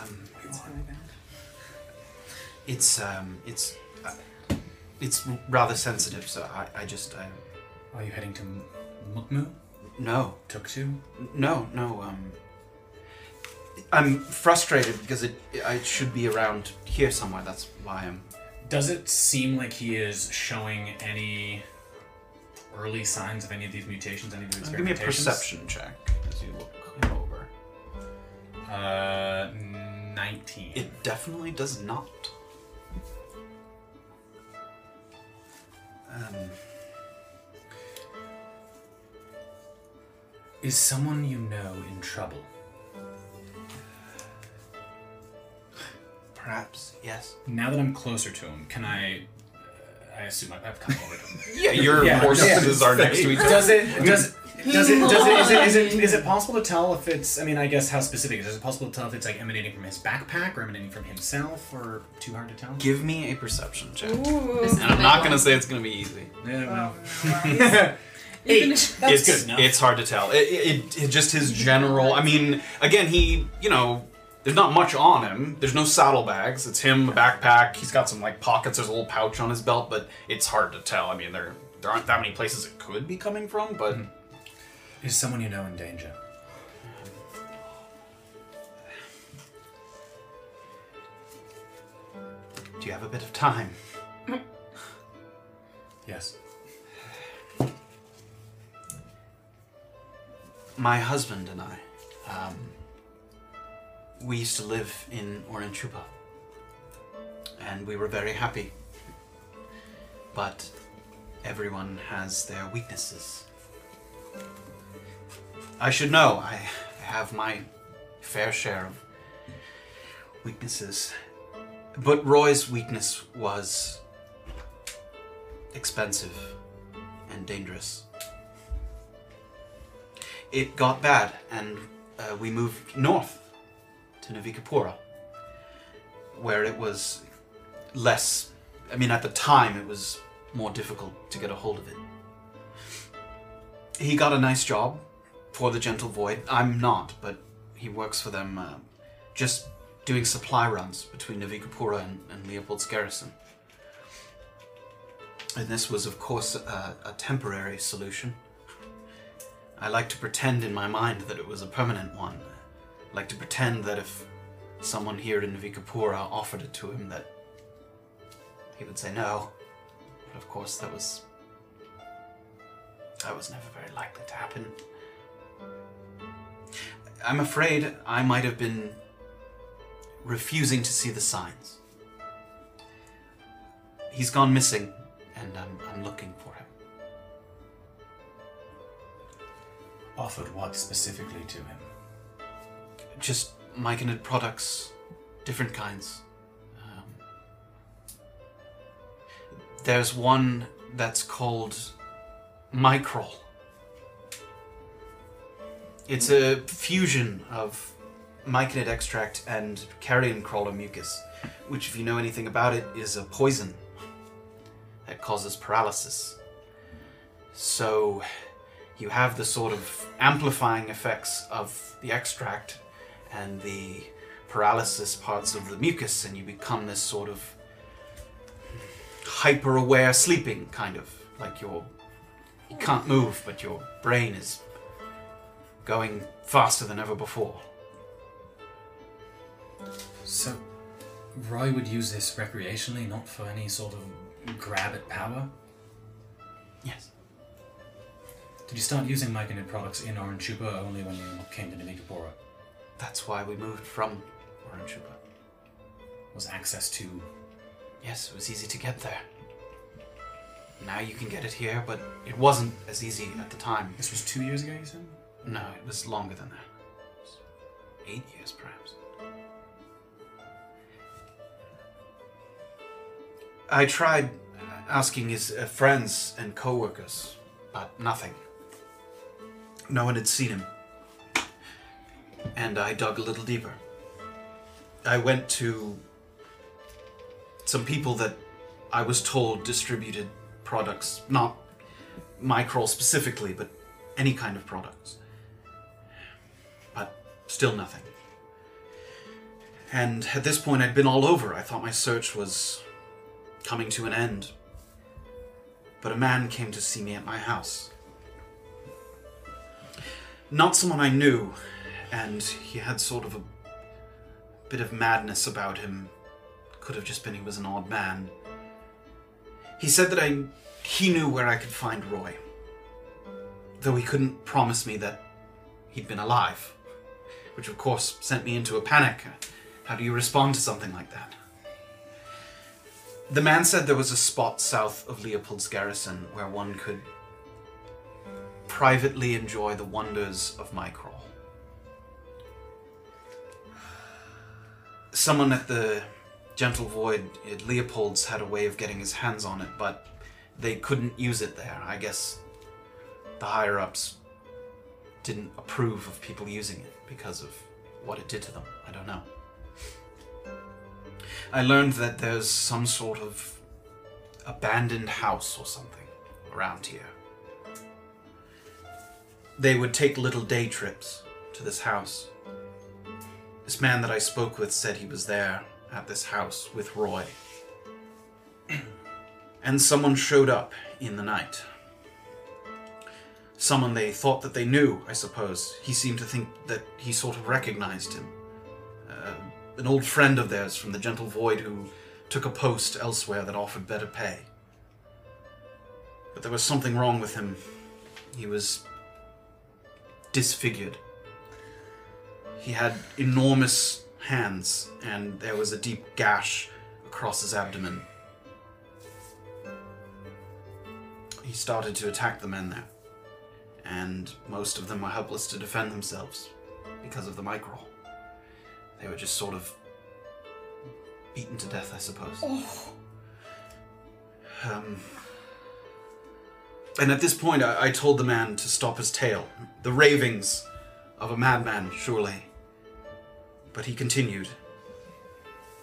S2: It's um, it's uh, it's rather sensitive, so I, I just uh, I.
S3: Are you heading to Mukmu?
S2: No.
S3: Tuksu?
S2: No, no. Um, I'm frustrated because it I should be around here somewhere. That's why I'm.
S15: Does it seem like he is showing any early signs of any of these mutations, any of the
S2: Uh, give me a
S15: experimentations?
S2: perception check as you look him over.
S15: Uh, 19.
S2: It definitely does not. Um,
S3: Is someone you know in trouble?
S2: Perhaps, yes.
S15: Now that I'm closer to him, can I? uh, I assume I've I've come over to him.
S2: (laughs) Yeah, your horses are next to each other.
S15: Does it? Does it? Does it? Does it? Is it, is it? Is it possible to tell if it's? I mean, I guess how specific is it? Is it possible to tell if it's like emanating from his backpack or emanating from himself, or too hard to tell?
S2: Give me a perception check,
S15: Ooh. This is
S2: and
S15: a
S2: I'm
S15: big
S2: not
S15: one.
S2: gonna say it's gonna be easy.
S15: Yeah, (laughs)
S2: well.
S15: Eight.
S2: it's It's hard to tell. It, it, it- it just his general. I mean, again, he you know, there's not much on him. There's no saddlebags. It's him, a backpack. He's got some like pockets. There's a little pouch on his belt, but it's hard to tell. I mean, there there aren't that many places it could be coming from. But
S3: Is someone you know in danger?
S2: do you have a bit of time?
S3: Yes.
S2: My husband and I, um, we used to live in Oranchupa, and we were very happy. But everyone has their weaknesses. I should know. I have my fair share of weaknesses. But Roy's weakness was expensive and dangerous. It got bad, and uh, we moved north to Navikapura, where it was less. I mean, at the time, it was more difficult to get a hold of it. He got a nice job for the Gentle Void. I'm not, but he works for them uh, just doing supply runs between Navikapura and, and Leopold's Garrison. And this was, of course, a, a temporary solution. I like to pretend in my mind that it was a permanent one. I like to pretend that if someone here in Navikapura offered it to him, that he would say no. But of course, that was. that was never very likely to happen. I'm afraid I might have been refusing to see the signs. He's gone missing, and I'm, I'm looking for him.
S3: Offered what specifically to him?
S2: Just myconid products, different kinds. Um, there's one that's called Microl. It's a fusion of myconid extract and carrion crawler mucus, which, if you know anything about it, is a poison that causes paralysis. So, you have the sort of amplifying effects of the extract and the paralysis parts of the mucus, and you become this sort of hyper aware sleeping kind of like your you can't move, but your brain is going faster than ever before.
S3: So, Roy would use this recreationally, not for any sort of grab at power?
S2: Yes.
S3: Did you start using Myconid products in Orange Chupa only when you came to Namikapora?
S2: That's why we moved from Orange Chupa.
S3: Was access to.
S2: Yes, it was easy to get there. Now you can get it here, but it wasn't as easy at the time.
S3: This was two years ago, you said?
S2: No, it was longer than that. It was Eight years, perhaps. I tried asking his uh, friends and co workers, but nothing. No one had seen him. And I dug a little deeper. I went to some people that I was told distributed products, not my crawl specifically, but any kind of products. But still nothing. And at this point, I'd been all over. I thought my search was coming to an end. But a man came to see me at my house. Not someone I knew, and he had sort of a bit of madness about him. Could have just been he was an odd man. He said that I he knew where I could find Roy. Though he couldn't promise me that he'd been alive. Which of course sent me into a panic. How do you respond to something like that? The man said there was a spot south of Leopold's garrison where one could privately enjoy the wonders of Mycrawl. Someone at the Gentle Void at Leopold's had a way of getting his hands on it, but they couldn't use it there. I guess the higher ups didn't approve of people using it because of what it did to them. I don't know. I learned that there's some sort of abandoned house or something around here. They would take little day trips to this house. This man that I spoke with said he was there at this house with Roy. (clears throat) and someone showed up in the night. Someone they thought that they knew, I suppose. He seemed to think that he sort of recognized him. Uh, an old friend of theirs from the Gentle Void who took a post elsewhere that offered better pay. But there was something wrong with him. He was disfigured. He had enormous hands, and there was a deep gash across his abdomen. He started to attack the men there, and most of them were helpless to defend themselves because of the micro. They were just sort of beaten to death, I suppose. Um, and at this point, I, I told the man to stop his tale. The ravings of a madman, surely. But he continued.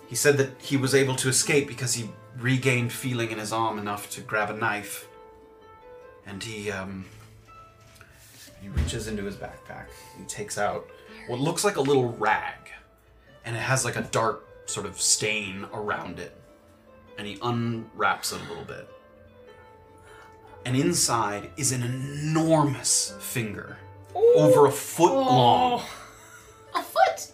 S2: He said that he was able to escape because he regained feeling in his arm enough to grab a knife. And he, um, he reaches into his backpack. He takes out what looks like a little rag, and it has like a dark sort of stain around it. And he unwraps it a little bit. And inside is an enormous finger, over a foot long,
S6: A foot.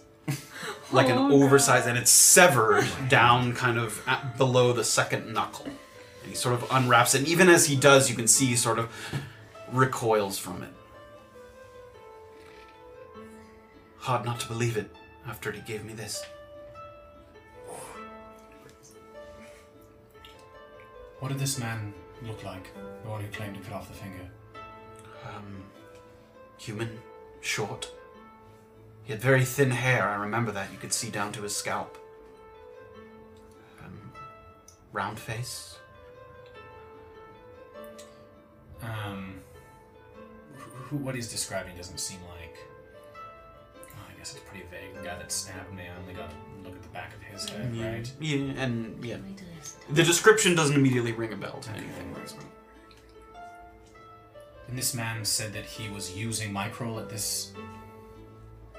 S2: like an oversized, and it's severed down kind of at, below the second knuckle. And he sort of unwraps it, and even as he does, you can see he sort of recoils from it. Hard not to believe it after he gave me this.
S3: What did this man look like? The one who claimed to cut off the finger?
S2: Um, human, short. He had very thin hair, I remember that. You could see down to his scalp. Um, round face.
S15: Um, wh- who, what he's describing doesn't seem like. oh, I guess it's pretty vague. The guy that stabbed me, I only got a look at the back of his head,
S2: Yeah.
S15: right?
S2: Yeah, and yeah. The description doesn't immediately ring a bell to anything.
S3: And this man said that he was using Microl at this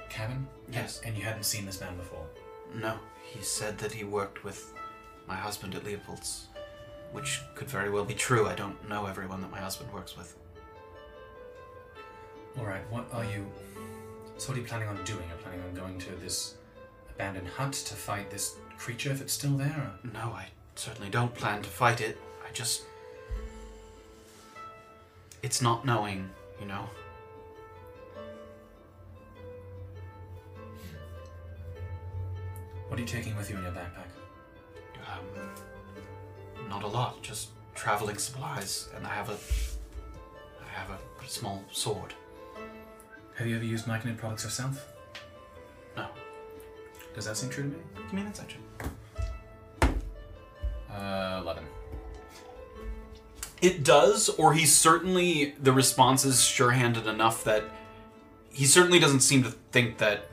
S3: cabin?
S2: Yes.
S3: And you hadn't seen this man before?
S2: No, he said that he worked with my husband at Leopold's, which could very well be true. I don't know everyone that my husband works with.
S3: Alright, what are you. So, what are you planning on doing? You're planning on going to this abandoned hut to fight this creature if it's still there?
S2: No, I certainly don't plan to fight it. I just. It's not knowing, you know?
S3: What are you taking with you in your backpack?
S2: Um, not a lot, just traveling supplies, and I have a. I have a small sword.
S3: Have you ever used Magnet products yourself?
S2: No.
S3: Does that seem true to me?
S2: Give me an insight check.
S3: Uh, 11.
S2: It does, or he's certainly the response is sure-handed enough that he certainly doesn't seem to think that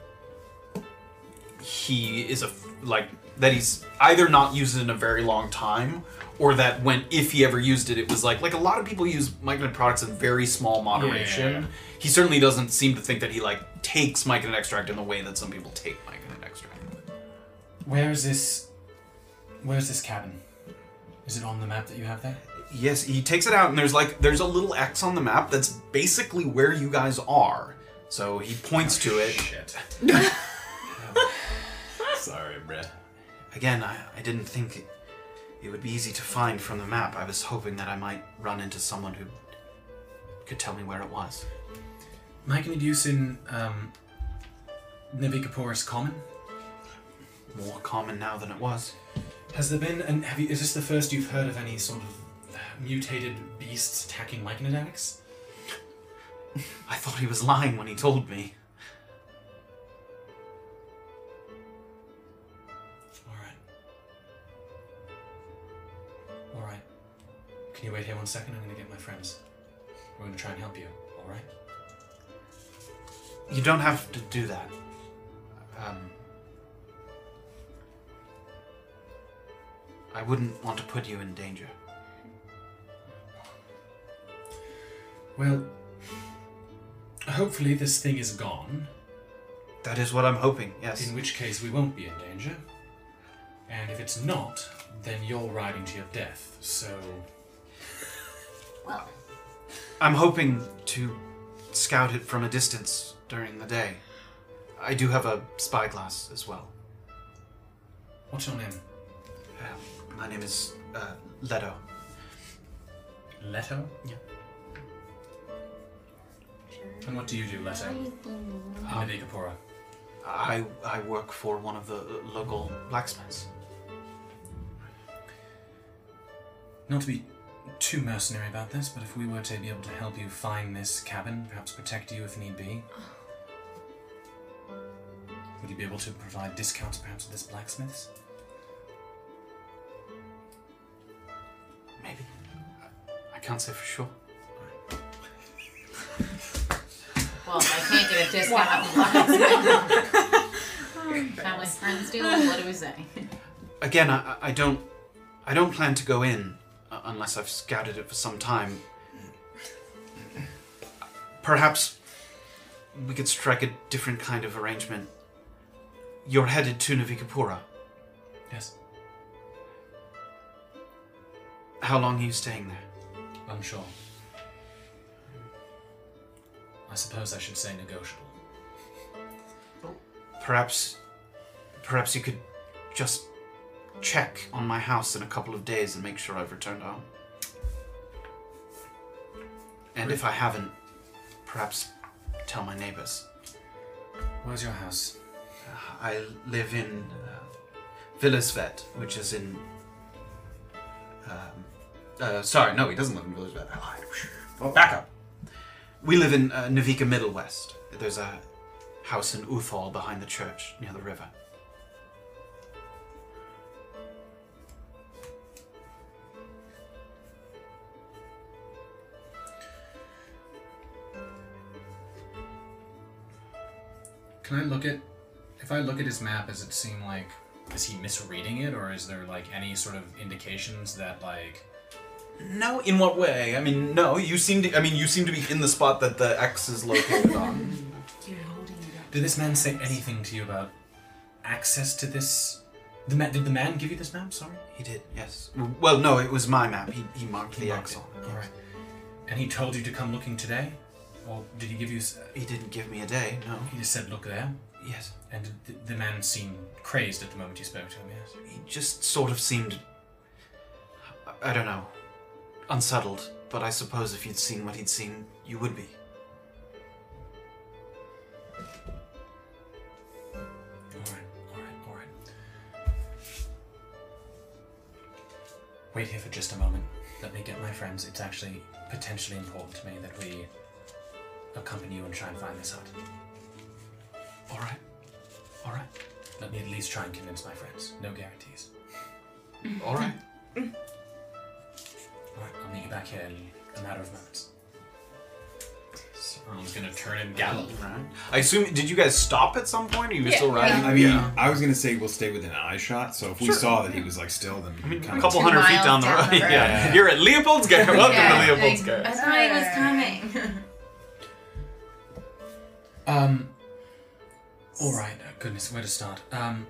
S2: he is a f- like that he's either not used it in a very long time or that when if he ever used it it was like like a lot of people use micronet products in very small moderation
S3: yeah.
S2: he certainly doesn't seem to think that he like takes micronet extract in the way that some people take micronet extract
S3: Where is this? Where is this cabin? Is it on the map that you have there?
S2: Yes, he takes it out, and there's like there's a little X on the map that's basically where you guys are. So he points to it. (laughs) Shit.
S21: Sorry, bruh.
S2: Again, I, I didn't think it, it would be easy to find from the map. I was hoping that I might run into someone who could tell me where it was.
S3: Magnet use in um, Navicoporus common.
S2: More common now than it was.
S3: Has there been? And have you? Is this the first you've heard of any sort of uh, mutated beasts attacking Magnet addicts?
S2: I thought he was lying when he told me.
S3: All right. Can you wait here one second? I'm going to get my friends. We're going to try and help you. All right.
S2: You don't have to do that. Um, I wouldn't want to put you in danger.
S3: Well, hopefully this thing is gone.
S2: That is what I'm hoping. Yes.
S3: In which case, we won't be in danger. And if it's not, then you're riding to your death. So
S6: Well,
S2: I'm hoping to scout it from a distance during the day. I do have a spyglass as well.
S3: What's your name?
S2: Uh, my name is uh, Leto.
S3: Leto?
S2: Yeah.
S3: And what do you do, Leto? In
S2: Um,
S3: Navigapora.
S2: I, I work for one of the local blacksmiths.
S3: Not to be too mercenary about this, but if we were to be able to help you find this cabin, perhaps protect you if need be, would you be able to provide discounts perhaps at this blacksmith's?
S2: Maybe. I can't say for sure.
S6: well, I can't get a discount. Wow. (laughs) Family friends deal. What do we say?
S2: Again, I, I don't I don't plan to go in uh, unless I've scouted it for some time. Perhaps we could strike a different kind of arrangement. You're headed to Navikapura.
S3: Yes.
S2: How long are you staying there?
S3: I'm sure. I suppose I should say negotiable.
S2: Perhaps perhaps you could just check on my house in a couple of days and make sure I've returned home. And if I haven't, perhaps tell my neighbors.
S3: Where's your house?
S2: I live in uh, Villersvet, which is in. Um, uh, sorry, no, he doesn't live in
S3: (laughs)
S2: Villersvet. I lied. Back up. We live in uh, Navika Middle West. There's a house in Uthal behind the church near the river.
S3: Can I look at if I look at his map, does it seem like is he misreading it or is there like any sort of indications that like
S2: No, in what way? I mean, no. You seem to. I mean, you seem to be in the spot that the X is
S1: (laughs)
S2: located on.
S3: Did this man say anything to you about access to this? The ma- did the man give you this map? Sorry.
S2: He did. Yes. Well, no, it was my map. He, he marked the X on.
S3: All right. And he told you to come looking today, or did he give you? s-
S2: He didn't give me a day. No.
S3: He just said look there.
S2: Yes.
S3: And th- the man seemed crazed at the moment you spoke to him, yes?
S2: He just sort of seemed. I don't know. Unsettled, but I suppose if you'd seen what he'd seen, you would be.
S3: Alright, alright, alright. Wait here for just a moment. Let me get my friends. It's actually potentially important to me that we accompany you and try and find this hut.
S2: Alright.
S3: Alright. Let me at least try and convince my friends. No guarantees.
S1: (laughs)
S2: Alright.
S3: Alright, I'll meet you back here in a matter of moments.
S2: So
S3: I'm gonna turn and gallop
S2: around. I assume. Did you guys stop at some point? Or you were still riding?
S1: I mean, I was gonna say we'll stay within eye shot. So if we
S2: Sure.
S1: saw that he was like still, then I mean,
S2: a couple hundred feet down the (laughs) road. Yeah. You're at Leopold's Gate. Welcome to Leopold's Gate.
S6: I thought he was coming.
S3: Um. All right. uh, Goodness, where to start? Um.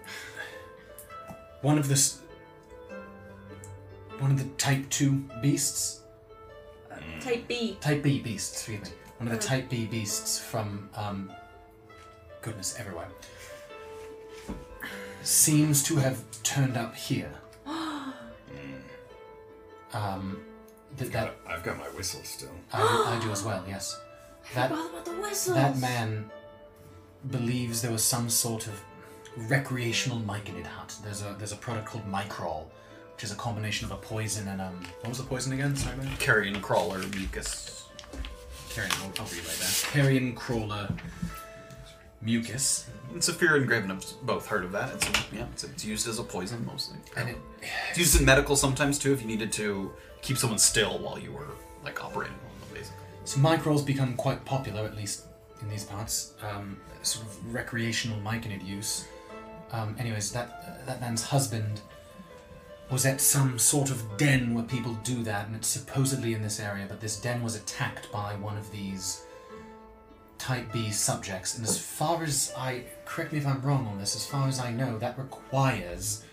S3: One of the. s- One of the type two beasts.
S5: Type B.
S3: Type B beasts. Excuse me. One of the
S5: Mm.
S3: type B beasts from. Um. Goodness, everywhere. Seems to have turned up here. Mm. Um. That, that
S1: I've got my whistle still.
S3: I, I do as well. Yes. That
S1: forgot about the whistles.
S3: that man believes there was some sort of recreational miconid hut. There's a there's a product called microl, which is a combination of a poison and um. What was the poison again? Sorry, man.
S2: Carrion crawler mucus.
S3: Carrion. I'll, I'll relay that. Carrion crawler mucus.
S2: And Saphira and Graven have both heard of that. It's, yeah, it's, it's used as a poison mostly.
S3: And it,
S2: it's used in medical sometimes too if you needed to keep someone still while you were like operating on them basically.
S3: So microl's become quite popular, at least in these parts. Um, sort of recreational miconid use. Um, anyways, that that man's husband was at some sort of den where people do that, and it's supposedly in this area. But this den was attacked by one of these Type B subjects, and as far as I correct me if I'm wrong on this, as far as I know, that requires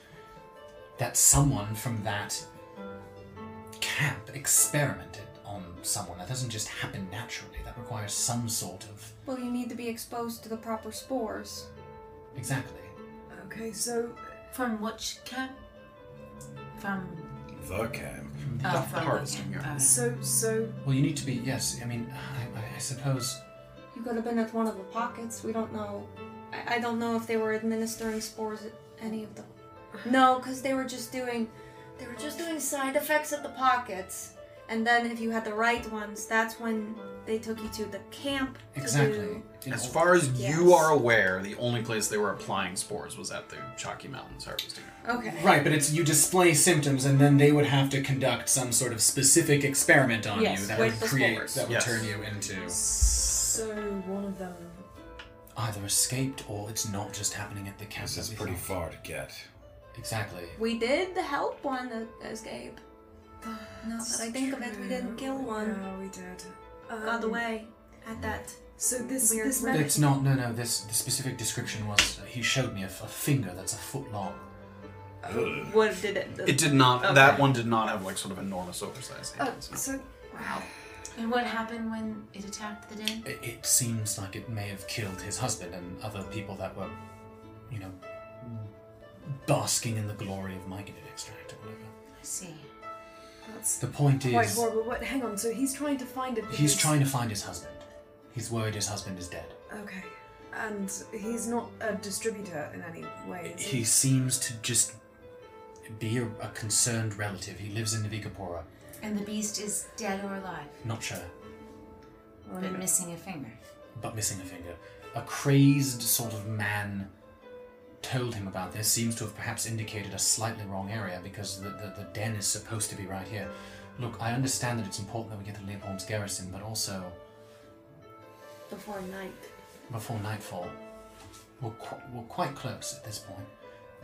S3: that someone from that camp experimented on someone. That doesn't just happen naturally. That requires some sort of
S7: Well, you need to be exposed to the proper spores.
S3: exactly.
S9: Okay, so
S6: from which camp? From
S1: The camp.
S6: Oh, from the harvesting, camp. yeah.
S9: So, so
S3: Well, you need to be yes. I mean, I, I- I suppose
S7: You could have been at one of the pockets. We don't know. I, I don't know if they were administering spores at any of them. No, because they were just doing, they were just doing side effects at the pockets, and then if you had the right ones, that's when they took you to the camp. to do-
S2: As far as you are aware, the only place they were applying spores was at the Chalky Mountains harvesting.
S7: Okay.
S3: Right, but it's you display symptoms, and then they would have to conduct some sort of specific experiment on
S9: Yes,
S3: you that
S9: with
S3: would
S9: the
S3: create
S9: spores.
S3: that would
S9: Yes.
S3: turn you into
S9: so one of them.
S3: either escaped or it's not just happening at the camp. This is pretty
S1: far to get.
S3: Exactly.
S7: We did the help one that
S9: (sighs)
S7: escape. Now that I think of it, we didn't kill one.
S9: No, we did. Um,
S7: Got away at that.
S9: So this
S7: weird
S9: this
S7: river.
S9: man
S3: It's not. No, no. This the specific description was he showed me a, f- a finger that's a foot long.
S5: (gasps) What did it?
S2: It did not.
S5: Okay. Oh,
S2: That one did not have like sort of enormous oversized hands.
S9: Oh, so
S6: wow. And what happened when it attacked the den?
S3: It, it seems like it may have killed his husband and other people that were, you know, basking in the glory of myconid extract or whatever.
S6: I see.
S9: That's
S3: The point
S9: quite
S3: is-
S9: horrible. Wait, hang on. So he's trying to find it.
S3: He's
S9: because-
S3: trying to find his husband. He's worried his husband is dead.
S9: Okay, and he's not a distributor in any way. Is he?
S3: He seems to just be a, a concerned relative. He lives in Navikapura.
S6: (laughs) And the beast is dead or alive,
S3: Not sure,
S6: but missing a finger.
S3: but missing a finger. A crazed sort of man told him about this. Seems to have perhaps indicated a slightly wrong area because the, the, the den is supposed to be right here. Look, I understand that it's important that we get to Leopold's garrison, but also
S7: Before night.
S3: before nightfall. We're, qu- we're quite close at this point.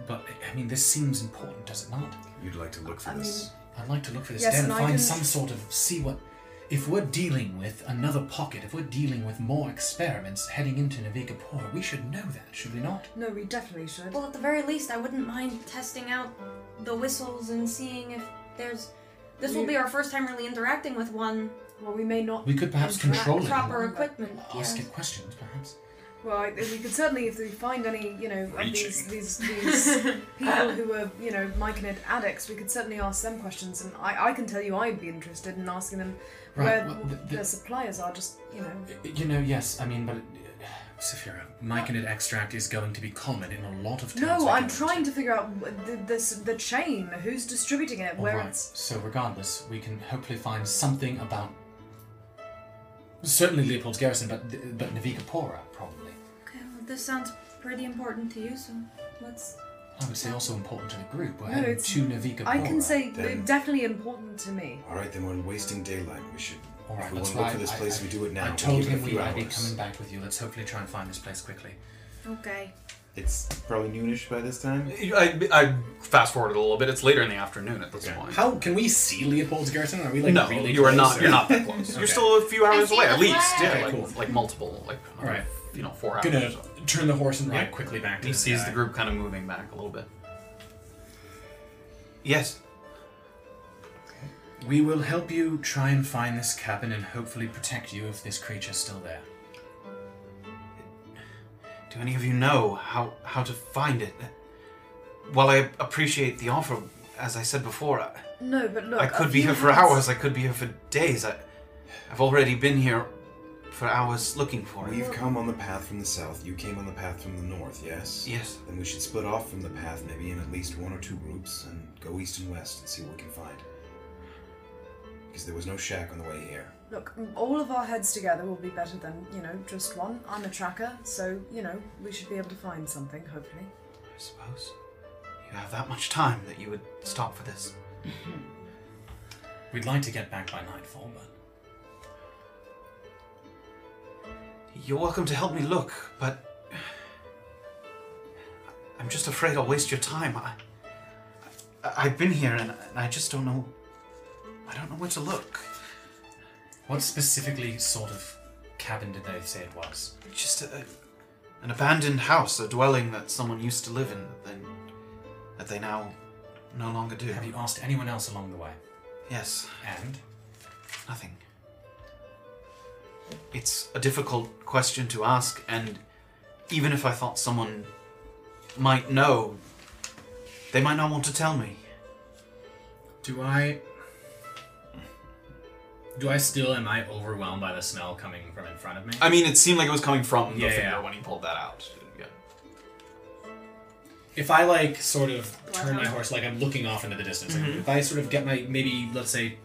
S3: But, I mean, this seems important, does it not?
S1: You'd like to look for
S3: I
S1: this.
S3: I'd like to look for this
S1: Yes,
S3: den
S1: and
S3: and
S1: I
S3: find
S1: didn't-
S3: some sort of. see what. If we're dealing with another pocket, if we're dealing with more experiments heading into Navikapura, we should know that, should we not?
S9: No, we definitely should.
S7: Well, at the very least, I wouldn't mind testing out the whistles and seeing if there's. This will
S9: You-
S7: be our first time really interacting with one.
S9: Well, we may not.
S3: We could perhaps
S7: interact-
S3: control it.
S7: proper equipment.
S3: Ask
S7: yes.
S3: it questions, perhaps.
S9: Well, I, we could certainly, if we find any, you know, of these
S4: Reaching.
S9: these, these people who are, you know, Myconid addicts, we could certainly ask them questions, and I, I can tell you I'd be interested in asking them
S3: Right,
S9: where
S3: well, the- the-
S9: their suppliers are, just, you know.
S3: You know, yes, I mean, but. uh, Sephira, myconid extract is going to be common in a lot of towns.
S9: No,
S3: like
S9: I'm
S3: in-
S9: trying to figure out wh- the, this, the chain, who's distributing it,
S3: All
S9: where
S3: right,
S9: it's...
S3: So, regardless, we can hopefully find something about certainly Leopold's garrison, but but Navikapora probably.
S7: Okay, well, this sounds pretty important to you, so let's.
S3: I would say also important to the group. We're
S9: No,
S3: heading
S9: it's-
S3: to Navikapora.
S9: I can say
S21: then-
S9: definitely important to me.
S21: All right, then we're wasting daylight. We should.
S3: All
S21: if
S3: right,
S21: we
S3: that's
S21: want to look
S3: why
S21: for this
S3: I-
S21: place,
S3: I-
S21: we do it now.
S3: I
S21: We
S3: told
S21: give it a
S3: him we
S21: few
S3: I'd be
S21: hours.
S3: coming back with you. Let's hopefully try and find this place quickly.
S5: (laughs)
S7: Okay.
S1: It's probably noonish by this time.
S2: I, I fast forwarded a little bit. It's later in the afternoon at this point.
S15: How can we see Leopold's garrison? Are we like
S2: no,
S15: really
S2: you are
S15: close,
S2: not.
S15: or-
S2: You're
S15: (laughs)
S2: not that close.
S15: Okay.
S2: You're still a few
S15: I
S2: hours
S15: see
S2: away,
S15: the
S2: at least.
S15: flag.
S2: Yeah,
S15: Okay,
S2: like,
S15: cool.
S2: like multiple, like another,
S15: Alright.
S2: you know, four hours.
S15: Gonna
S2: or so.
S15: turn the horse and ride
S2: Yeah.
S15: quickly back. To
S2: He
S15: this
S2: sees
S15: guy.
S2: the group kind of moving back a little bit. Yes.
S3: We will help you try and find this cabin and hopefully protect you if this creature's still there.
S2: Do any of you know how how to find it? While I appreciate the offer, as I said before, I,
S9: No, but look,
S2: I
S9: a
S2: could be
S9: few
S2: here for
S9: hands-
S2: hours. I could be here for days. I, I've already been here for hours looking for it.
S21: We've come on the path from the south. You came on the path from the north, yes?
S2: Yes.
S21: Then we should split off from the path, maybe in at least one or two groups, and go east and west and see what we can find. Because there was no shack on the way here.
S9: Look, all of our heads together will be better than, you know, just one. I'm a tracker, so, you know, we should be able to find something, hopefully.
S2: I suppose you have that much time that you would stop for this.
S3: We'd like to get back by nightfall, but
S2: You're welcome to help me look, but I'm just afraid I'll waste your time. I, I I've been here and, and I just don't know. I don't know where to look.
S3: what specifically sort of cabin did they say it was?
S2: Just a, an abandoned house, a dwelling that someone used to live in, that then that they now no longer do.
S3: Have you asked anyone else along the way?
S2: Yes.
S3: And
S2: Nothing. It's a difficult question to ask, and even if I thought someone might know, they might not want to tell me.
S15: Do I? Do I still? Am I overwhelmed by the smell coming from in front of me?
S2: I mean, it seemed like it was coming from the
S15: Yeah,
S2: finger
S15: yeah.
S2: when he pulled that out. Yeah.
S15: If I like sort of turn my horse, like I'm looking off into the distance. like,
S2: Mhm.
S15: if I sort of get my maybe let's say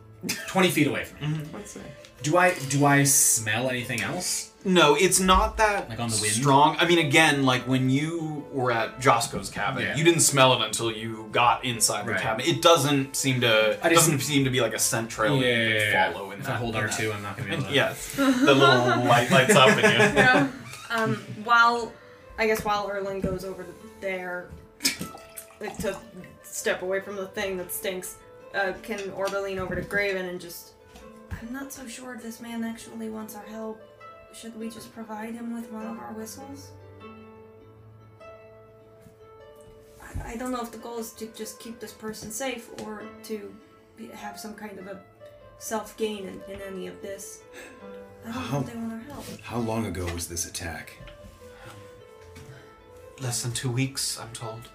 S15: twenty feet away from him,
S2: Let's see.
S15: do I do I smell anything else?
S2: No, it's not that
S15: Like on the wind?
S2: strong. I mean, again, like when you were at Josco's cabin,
S15: Yeah.
S2: you didn't smell it until you got inside the
S15: Right.
S2: cabin. It doesn't seem to.
S15: I
S2: It
S15: just-
S2: doesn't seem to be like a scent trail that you can follow. In
S15: If
S2: that,
S15: I hold
S2: in
S15: R
S2: that.
S15: two, I'm not gonna be able to.
S2: Yes, the
S9: (laughs)
S2: little light lights up in you.
S5: Yeah. (laughs) Um, while I guess while Erlin goes over there, like to step away from the thing that stinks, uh, can Orba lean over to Graven and just
S7: I'm not so sure if this man actually wants our help. Should we just provide him with one of our whistles? I- I don't know if the goal is to just keep this person safe or to be- have some kind of a self gain in, in any of this. I don't know if they want our help.
S21: How long ago was this attack?
S2: Less than two weeks, I'm told.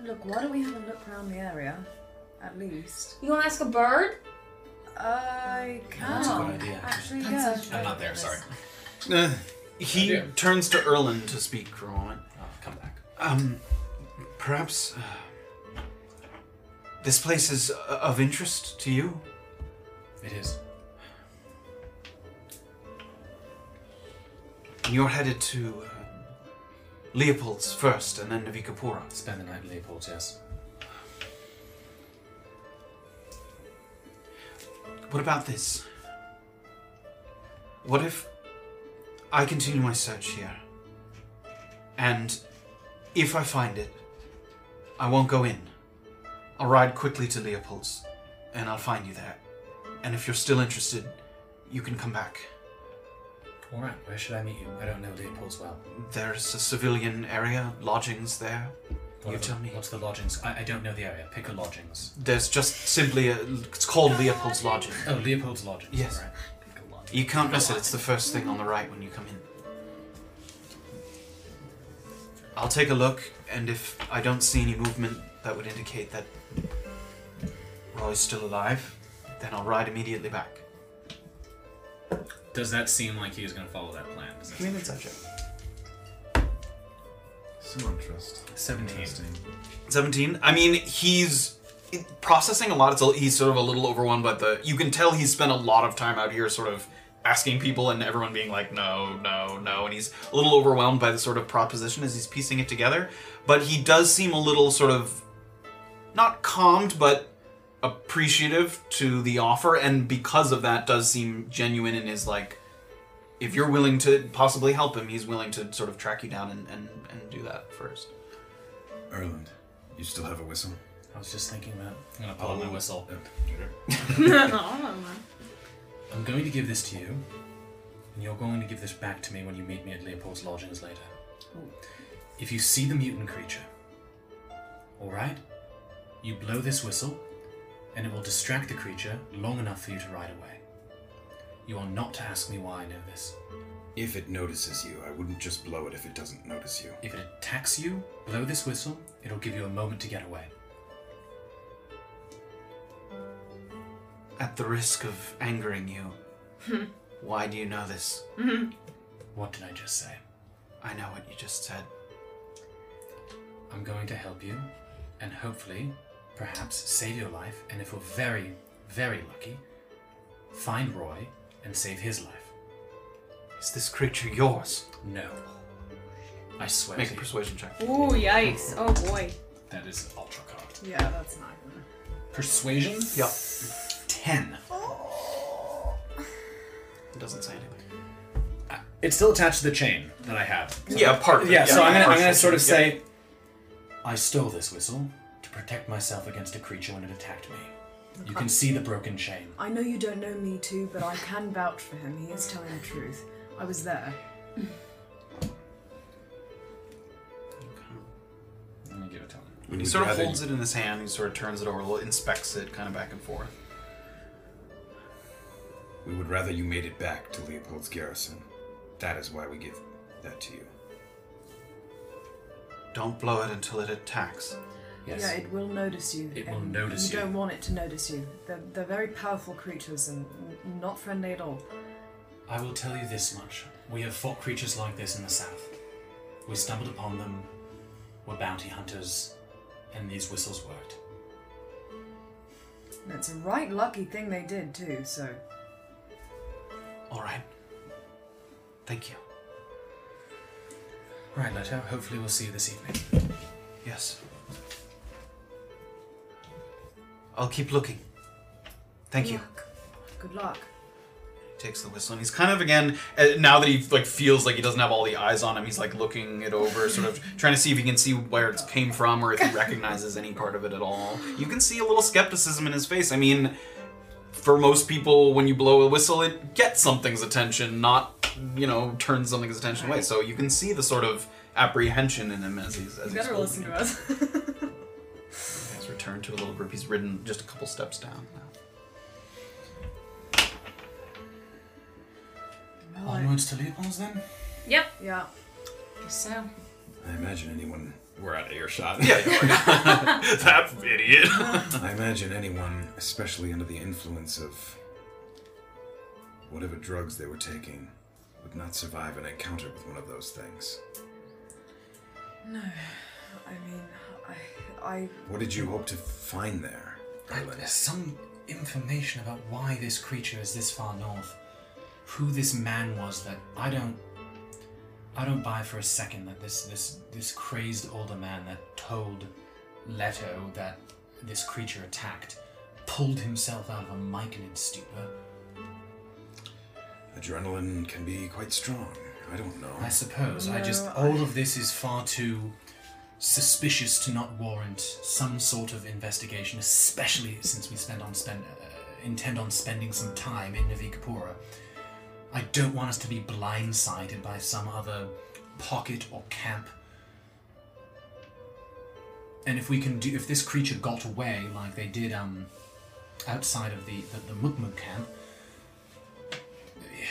S9: Look, why don't we have a look around the area, at least?
S6: You want to ask a bird?
S9: Uh, I can.
S6: That's a good
S3: idea.
S9: Oh, Actually, yeah.
S6: That's a-
S2: I'm not
S9: (laughs)
S2: there, sorry. he turns to Erlin to speak for a moment.
S15: Oh,
S3: come back.
S2: Um, perhaps uh, this place is uh, of interest to you.
S3: It is.
S2: And you're headed to uh, Leopold's first, and then Navikapura.
S3: Spend the night in Leopold's, yes.
S2: What about this? What if I continue my search here? And if I find it, I won't go in. I'll ride quickly to Leopold's, and I'll find you there. And if you're still interested, you can come back.
S3: All right. Where should I meet you? I don't know Leopold's well.
S2: Mm-hmm. There's a civilian area, lodgings there.
S3: What
S2: you
S3: are the-
S2: tell me.
S3: What's the lodgings? I, I don't know the area. Pick a lodgings.
S2: There's just simply a. It's called Leopold's Lodging.
S3: Oh, Leopold's lodgings.
S2: Yes.
S3: All right.
S2: You can't miss it. It's the first thing on the right when you come in. I'll take a look, and if I don't see any movement that would indicate that Roy's still alive, then I'll ride immediately back.
S15: Does that seem like he is going to follow that plan? Does that
S2: Give me an insight check.
S1: Some interest.
S15: 17.
S2: 17. I mean, he's processing a lot. It's a, he's sort of a little overwhelmed by the. You can tell he's spent a lot of time out here, sort of asking people, and everyone being like, "No, no, no," and he's a little overwhelmed by the sort of proposition as he's piecing it together. But he does seem a little sort of not calmed, but appreciative to the offer, and because of that, does seem genuine in his like. If you're willing to possibly help him, he's willing to sort of track you down and, and, and do that first.
S21: Erland, you still have a whistle?
S3: I was just thinking that.
S15: I'm going to pull out my whistle.
S5: Oh,
S15: (laughs)
S3: (laughs) I'm going to give this to you, and you're going to give this back to me when you meet me at Leopold's lodgings later. If you see the mutant creature, alright, you blow this whistle, and it will distract the creature long enough for you to ride away. You are not to ask me why I know this.
S21: If it notices you, I wouldn't just blow it if it doesn't notice you.
S3: If it attacks you, blow this whistle, it'll give you a moment to get away.
S2: At the risk of angering you, why do you know this?
S3: What did I just say?
S2: I know what you just said.
S3: I'm going to help you, and hopefully, perhaps, save your life, and if we're very, very lucky, find Roy and save his life.
S2: Is this creature yours?
S3: No. I swear
S2: Make
S3: to
S2: a
S3: you.
S2: persuasion check.
S5: Ooh, yikes. Oh boy.
S3: That is ultra card.
S5: Yeah, that's not
S3: Persuasion?
S2: Yep.
S3: Ten.
S2: It doesn't say anything.
S3: Uh, It's still attached to the chain that I have.
S2: Yeah, part of it,
S3: Yeah,
S2: yeah.
S3: so I'm gonna, I'm
S2: Partial
S3: gonna sort of
S2: chain,
S3: say,
S2: yep.
S3: I stole this whistle to protect myself against a creature when it attacked me. You can see the broken chain.
S9: I know you don't know me too, but I can vouch for him. He is telling the truth. I was there.
S15: I'm going to give it to him.
S2: He sort of holds it in his hand. He sort of turns it over, a little, inspects it, kind of back and forth.
S21: We would rather you made it back to Leopold's garrison. That is why we give that to you.
S2: Don't blow it until it attacks.
S9: Yeah, it will notice you.
S2: It will
S9: and
S2: notice
S9: You
S2: you.
S9: don't want it to notice you. They're, they're very powerful creatures and n- not friendly at all.
S3: I will tell you this much. We have fought creatures like this in the south. We stumbled upon them, were bounty hunters, and these whistles worked.
S9: And it's a right lucky thing they did too. So
S2: All right. Thank you.
S3: Right, Leto, hopefully we'll see you this evening.
S2: Yes. I'll keep looking. Thank you.
S9: good luck.
S2: takes the whistle and he's kind of again uh, now that he like feels like he doesn't have all the eyes on him he's like looking it over sort
S5: (laughs)
S2: of trying to see if he can see where it came from or if he recognizes any part of it at all you can see a little skepticism in his face i mean for most people when you blow a whistle it gets something's attention not you know turns something's attention away so you can see the sort of apprehension in him as he's as
S5: You
S2: he's
S5: better
S2: holding
S5: listen
S2: it.
S5: to us. (laughs)
S2: He's returned to a little group. He's ridden just a couple steps down.
S3: Onwards to Leopold's then?
S5: Yep.
S9: Yeah.
S6: So.
S21: I imagine anyone. We're out of earshot.
S2: Yeah, you are. That idiot.
S21: I imagine anyone, especially under the influence of whatever drugs they were taking, would not survive an encounter with one of those things.
S9: No, I mean, I, I
S21: What did you hope to find there?
S3: There's some information about why this creature is this far north, who this man was that I don't I don't buy for a second that this this this crazed older man that told Leto that this creature attacked pulled himself out of a myconid stupor.
S21: Adrenaline can be quite strong. I don't know.
S3: I suppose. I just all of this is far too suspicious to not warrant some sort of investigation, especially since we spend on spend uh, intend on spending some time in Navikapura. I don't want us to be blindsided by some other pocket or camp. And if we can do, if this creature got away like they did um, outside of the the, the Mukmuk camp,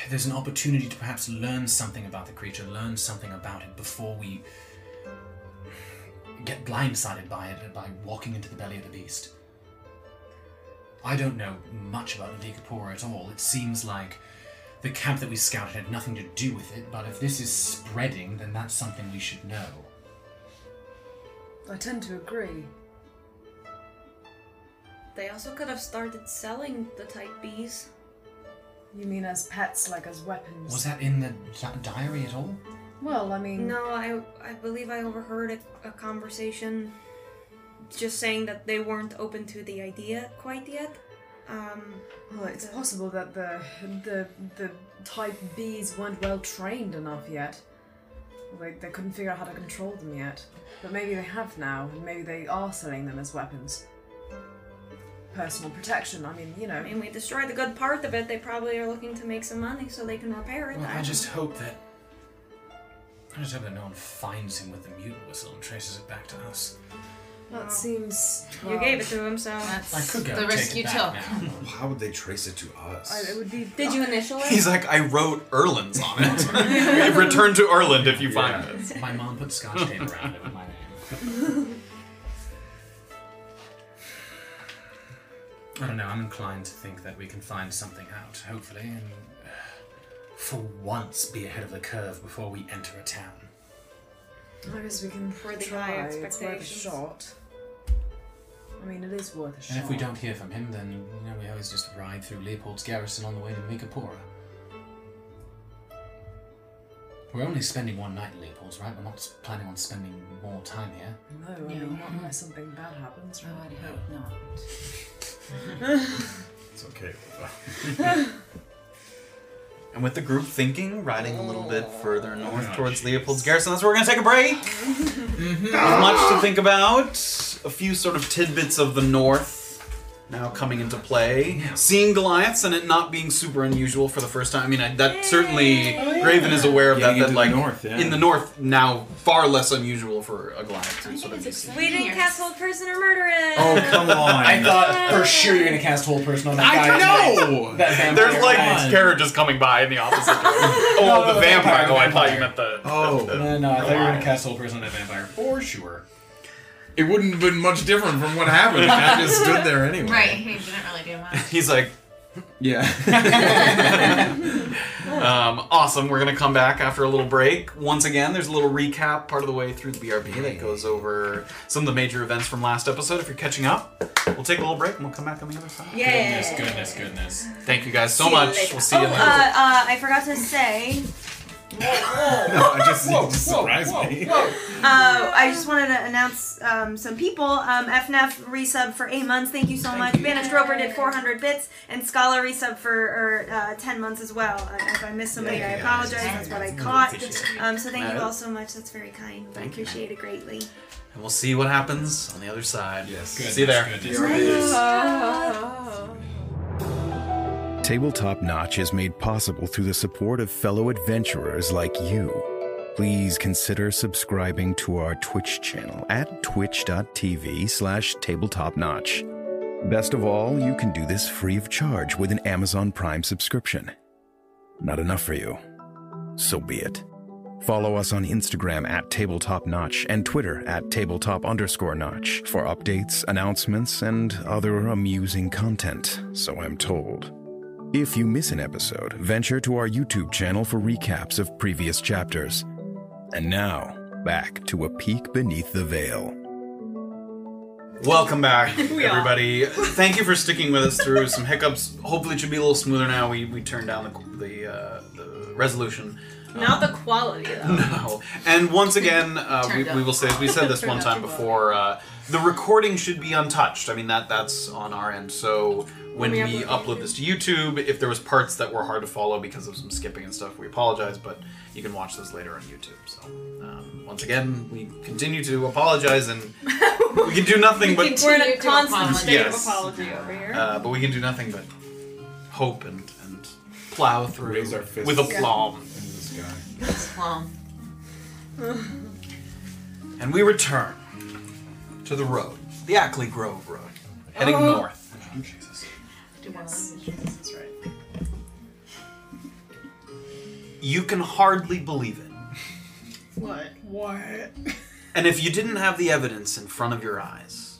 S3: there's an opportunity to perhaps learn something about the creature, learn something about it before we get blindsided by it by walking into the belly of the beast. I don't know much about the Decapora at all. It seems like the camp that we scouted had nothing to do with it, but if this is spreading, then that's something we should know.
S9: I tend to agree.
S7: They also could have started selling the type Bs.
S9: You mean as pets, like as weapons?
S3: Was that in the di- diary at all?
S9: Well, I mean.
S7: No, I I believe I overheard a, a conversation, just saying that they weren't open to the idea quite yet. Um,
S9: Well, it's possible that the the the type Bs weren't well trained enough yet. They, they couldn't figure out how to control them yet. But maybe they have now, and maybe they are selling them as weapons. Personal protection. I mean, you know.
S7: I mean, we destroyed the good part of it. They probably are looking to make some money so they can repair it.
S3: Well, I
S7: don't
S3: just
S7: know.
S3: hope that. I just hope that no one finds him with the mutant whistle and traces it back to us.
S9: That seems.
S7: You gave it to him, so
S3: I could go
S22: the
S3: take
S22: risk
S3: it
S22: you
S3: back
S22: took.
S3: now.
S23: How would they trace it to us?
S9: I, it would be.
S7: Did you initial it?
S2: He's like, I wrote Erland's on it. (laughs) Return to Erland if you find
S3: Yeah.
S2: it.
S3: My mom put scotch tape around it with my name. (laughs) I don't know, I'm inclined to think that we can find something out, hopefully, and uh, for once be ahead of the curve before we enter a town.
S9: I guess we can
S7: For the
S9: try.
S7: high
S9: It's worth a
S7: expectations.
S9: shot. I mean, it is worth a shot.
S3: And if we don't hear from him, then you know, we always just ride through Leopold's garrison on the way to Mikapora. We're only spending one night in Leopold's, right? We're not s- planning on spending more time here.
S9: No, I mean, not unless something bad happens, right?
S22: I hope not.
S23: It's okay.
S2: (laughs)
S9: (laughs)
S2: And with the group thinking, riding a little bit further
S23: Oh,
S2: north towards Leopold's Garrison, that's where we're going to take a break. There's much to think about. A few sort of tidbits of the north now coming into play. Seeing Goliaths and it not being super unusual for the first time. I mean, I, that certainly
S23: Oh, yeah.
S2: Graven is aware of
S23: Getting
S2: that.
S23: into
S2: That
S23: the
S2: like
S23: north, yeah.
S2: in the north now far less unusual for a Goliath to sort of be seen.
S7: We didn't cast hold prisoner murder it.
S6: Oh,
S2: Oh, (laughs)
S3: I thought for sure you're gonna cast whole person on that
S2: I
S3: guy.
S2: know!
S3: (laughs) That vampire
S2: There's like
S3: guy.
S2: carriages coming by in the
S3: (laughs)
S2: opposite direction. Oh, the vampire! Oh, I thought you meant the.
S3: Oh no, no, I thought you were gonna
S2: Goliath.
S3: cast whole person on that vampire for sure.
S6: It wouldn't have been much different from what happened. I just (laughs) stood there anyway.
S22: Right, he didn't really do
S6: (laughs)
S22: much.
S2: (laughs) He's like,
S6: yeah.
S2: (laughs) um, awesome. We're gonna come back after a little break. Once again, there's a little recap part of the way through the BRB that goes over some of the major events from last episode. If you're catching up, we'll take a little break and we'll come back on the other side.
S7: Yay.
S3: Goodness, goodness, goodness.
S2: Thank you guys so
S7: See you
S2: much.
S7: later.
S2: We'll see you
S7: oh, Uh,
S2: later. (laughs)
S7: uh, I forgot to say.
S2: I just-
S23: Whoa, just whoa, surprised whoa, me. whoa.
S7: Uh, I just wanted to announce um, some people. Um, FNAF resub for eight months. Thank you so much. Banished Roper did 400 bits, and Scholar resub for or, uh, 10 months as well. Um, if I missed somebody, I
S22: Yeah, yeah,
S7: apologize.
S22: yeah.
S7: That's what I
S22: Yeah,
S7: caught.
S22: appreciate it.
S7: Um, so thank you
S2: Alright.
S7: all so much. That's very kind. I
S2: Thank you.
S7: appreciate it greatly.
S2: And we'll see what happens on the other side. Yes.
S3: Goodness,
S2: see you there.
S3: goodness,
S1: Tabletop Notch is made possible through the support of fellow adventurers like you. Please consider subscribing to our Twitch channel at twitch.tv slash tabletopnotch. Best of all, you can do this free of charge with an Amazon Prime subscription. Not enough for you. So be it. Follow us on Instagram at Tabletop Notch and Twitter at Tabletop underscore Notch for updates, announcements, and other amusing content, so I'm told. If you miss an episode, venture to our YouTube channel for recaps of previous chapters. And now, back to A Peek Beneath the Veil.
S7: (laughs)
S2: Welcome back,
S1: We are.
S2: everybody. Thank you for sticking with us through some hiccups. Hopefully, it should be a little smoother now. We, we turned down the, the, uh, the resolution.
S5: Not the quality though.
S2: No. And
S5: (laughs)
S2: once again, uh, we,
S5: Turned up.
S2: we will say, we said
S5: (laughs)
S2: this
S5: Turned
S2: one
S5: up
S2: time
S5: too low.
S2: before, uh, the recording should be untouched. I mean, that that's on our end. So when we
S5: We
S2: upload this to YouTube, if there was parts that were hard to follow because of some skipping and stuff, we apologize, but you can watch those later on YouTube. So um, once again, we continue to
S5: (laughs)
S2: apologize and we can do nothing (laughs) but...
S5: We're in a constant state
S2: Yes.
S5: of apology over here.
S7: (laughs)
S2: Uh, but we can do nothing but hope and, and plow through with
S23: fists.
S2: a plum.
S5: (laughs)
S2: And we return to the road, the Ackley Grove Road, heading
S23: Oh.
S2: north.
S23: Jesus.
S22: Yes.
S2: You can hardly believe it.
S5: What? What?
S2: And if you didn't have the evidence in front of your eyes,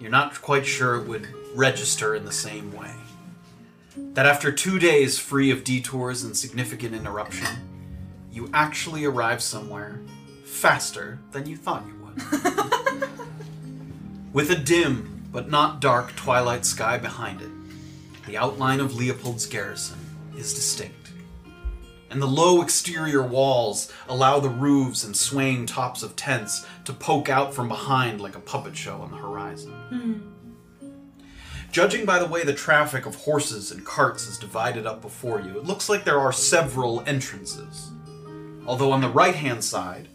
S2: you're not quite sure it would register in the same way. That after two days free of detours and significant interruption, you actually arrive somewhere faster than you thought you would. With a dim but not dark twilight sky behind it, the outline of Leopold's garrison is distinct. And the low exterior walls allow the roofs and swaying tops of tents to poke out from behind like a puppet show on the horizon. Judging by the way the traffic of horses and carts is divided up before you, it looks like there are several entrances. Although on the right hand side,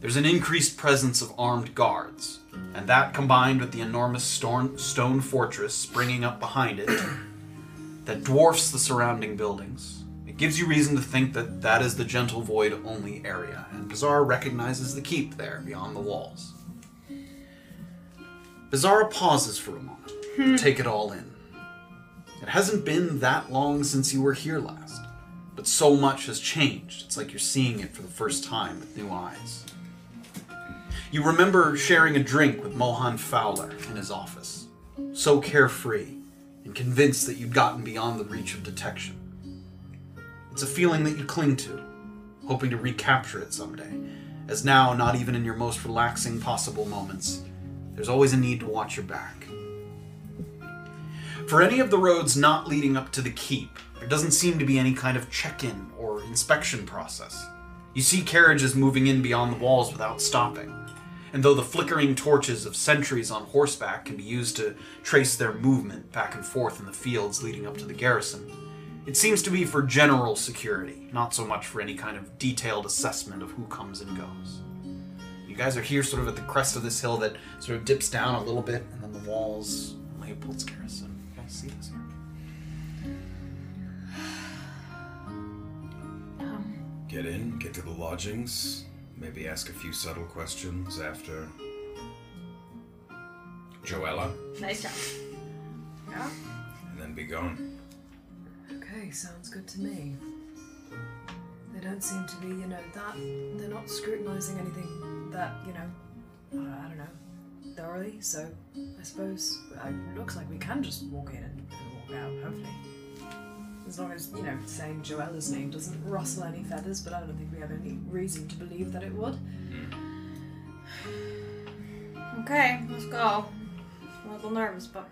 S2: there's an increased presence of armed guards, and that combined with the enormous storm, stone fortress springing up behind it (clears throat) that dwarfs the surrounding buildings. It gives you reason to think that that is the Gentle Void only area, and Bizarre recognizes the keep there beyond the walls. Bizarra pauses for a moment to take it all in. It hasn't been that long since you were here last, but so much has changed. It's like you're seeing it for the first time with new eyes. You remember sharing a drink with Mohan Fowler in his office, so carefree and convinced that you'd gotten beyond the reach of detection. It's a feeling that you cling to, hoping to recapture it someday, as now, not even in your most relaxing possible moments, there's always a need to watch your back. For any of the roads not leading up to the keep, there doesn't seem to be any kind of check in or inspection process. You see carriages moving in beyond the walls without stopping, and though the flickering torches of sentries on horseback can be used to trace their movement back and forth in the fields leading up to the garrison, it seems to be for general security, not so much for any kind of detailed assessment of who comes and goes. You guys are here sort of at the crest of this hill that sort of dips down a little bit, and then the walls, Leopold's garrison. You guys see this here?
S6: Um,
S21: Get in, get to the lodgings, maybe ask a few subtle questions after. Joella,
S5: Nice job.
S9: Yeah?
S21: and then be gone.
S9: Okay, sounds good to me. They don't seem to be, you know, that they're not scrutinizing anything that, you know, Uh, I, I don't know, thoroughly. So I suppose uh, it looks like we can just walk in and, and walk out. Hopefully, as long as you know, saying Joella's name doesn't rustle any feathers. But I don't think we have any reason to believe that it would.
S5: Hmm. Okay, let's go. I'm a little nervous, but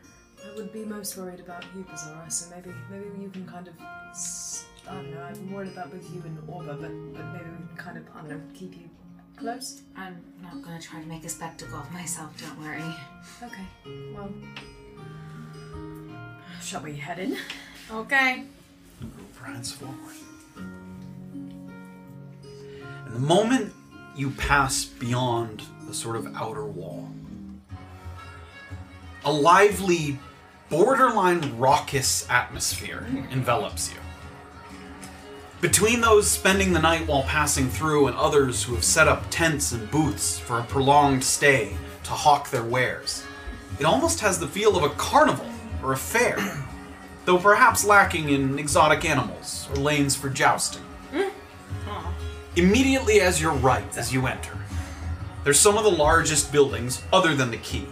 S9: I would be most worried about you, Bizarra, so maybe maybe you can kind of. s- I don't know, I'm worried about both you and Orba, but, but maybe we can kind of, I don't know, keep you close.
S6: I'm not gonna try to make a spectacle of myself, don't worry.
S9: Okay, well. Shall we head in?
S5: okay.
S9: (sighs)
S2: Prance forward. And the moment you pass beyond the sort of outer wall, a lively, borderline raucous atmosphere envelops you. Between those spending the night while passing through and others who have set up tents and booths for a prolonged stay to hawk their wares, it almost has the feel of a carnival or a fair, though perhaps lacking in exotic animals or lanes for jousting.
S5: (laughs)
S2: Immediately as you're right, as you enter, there's some of the largest buildings other than the keep,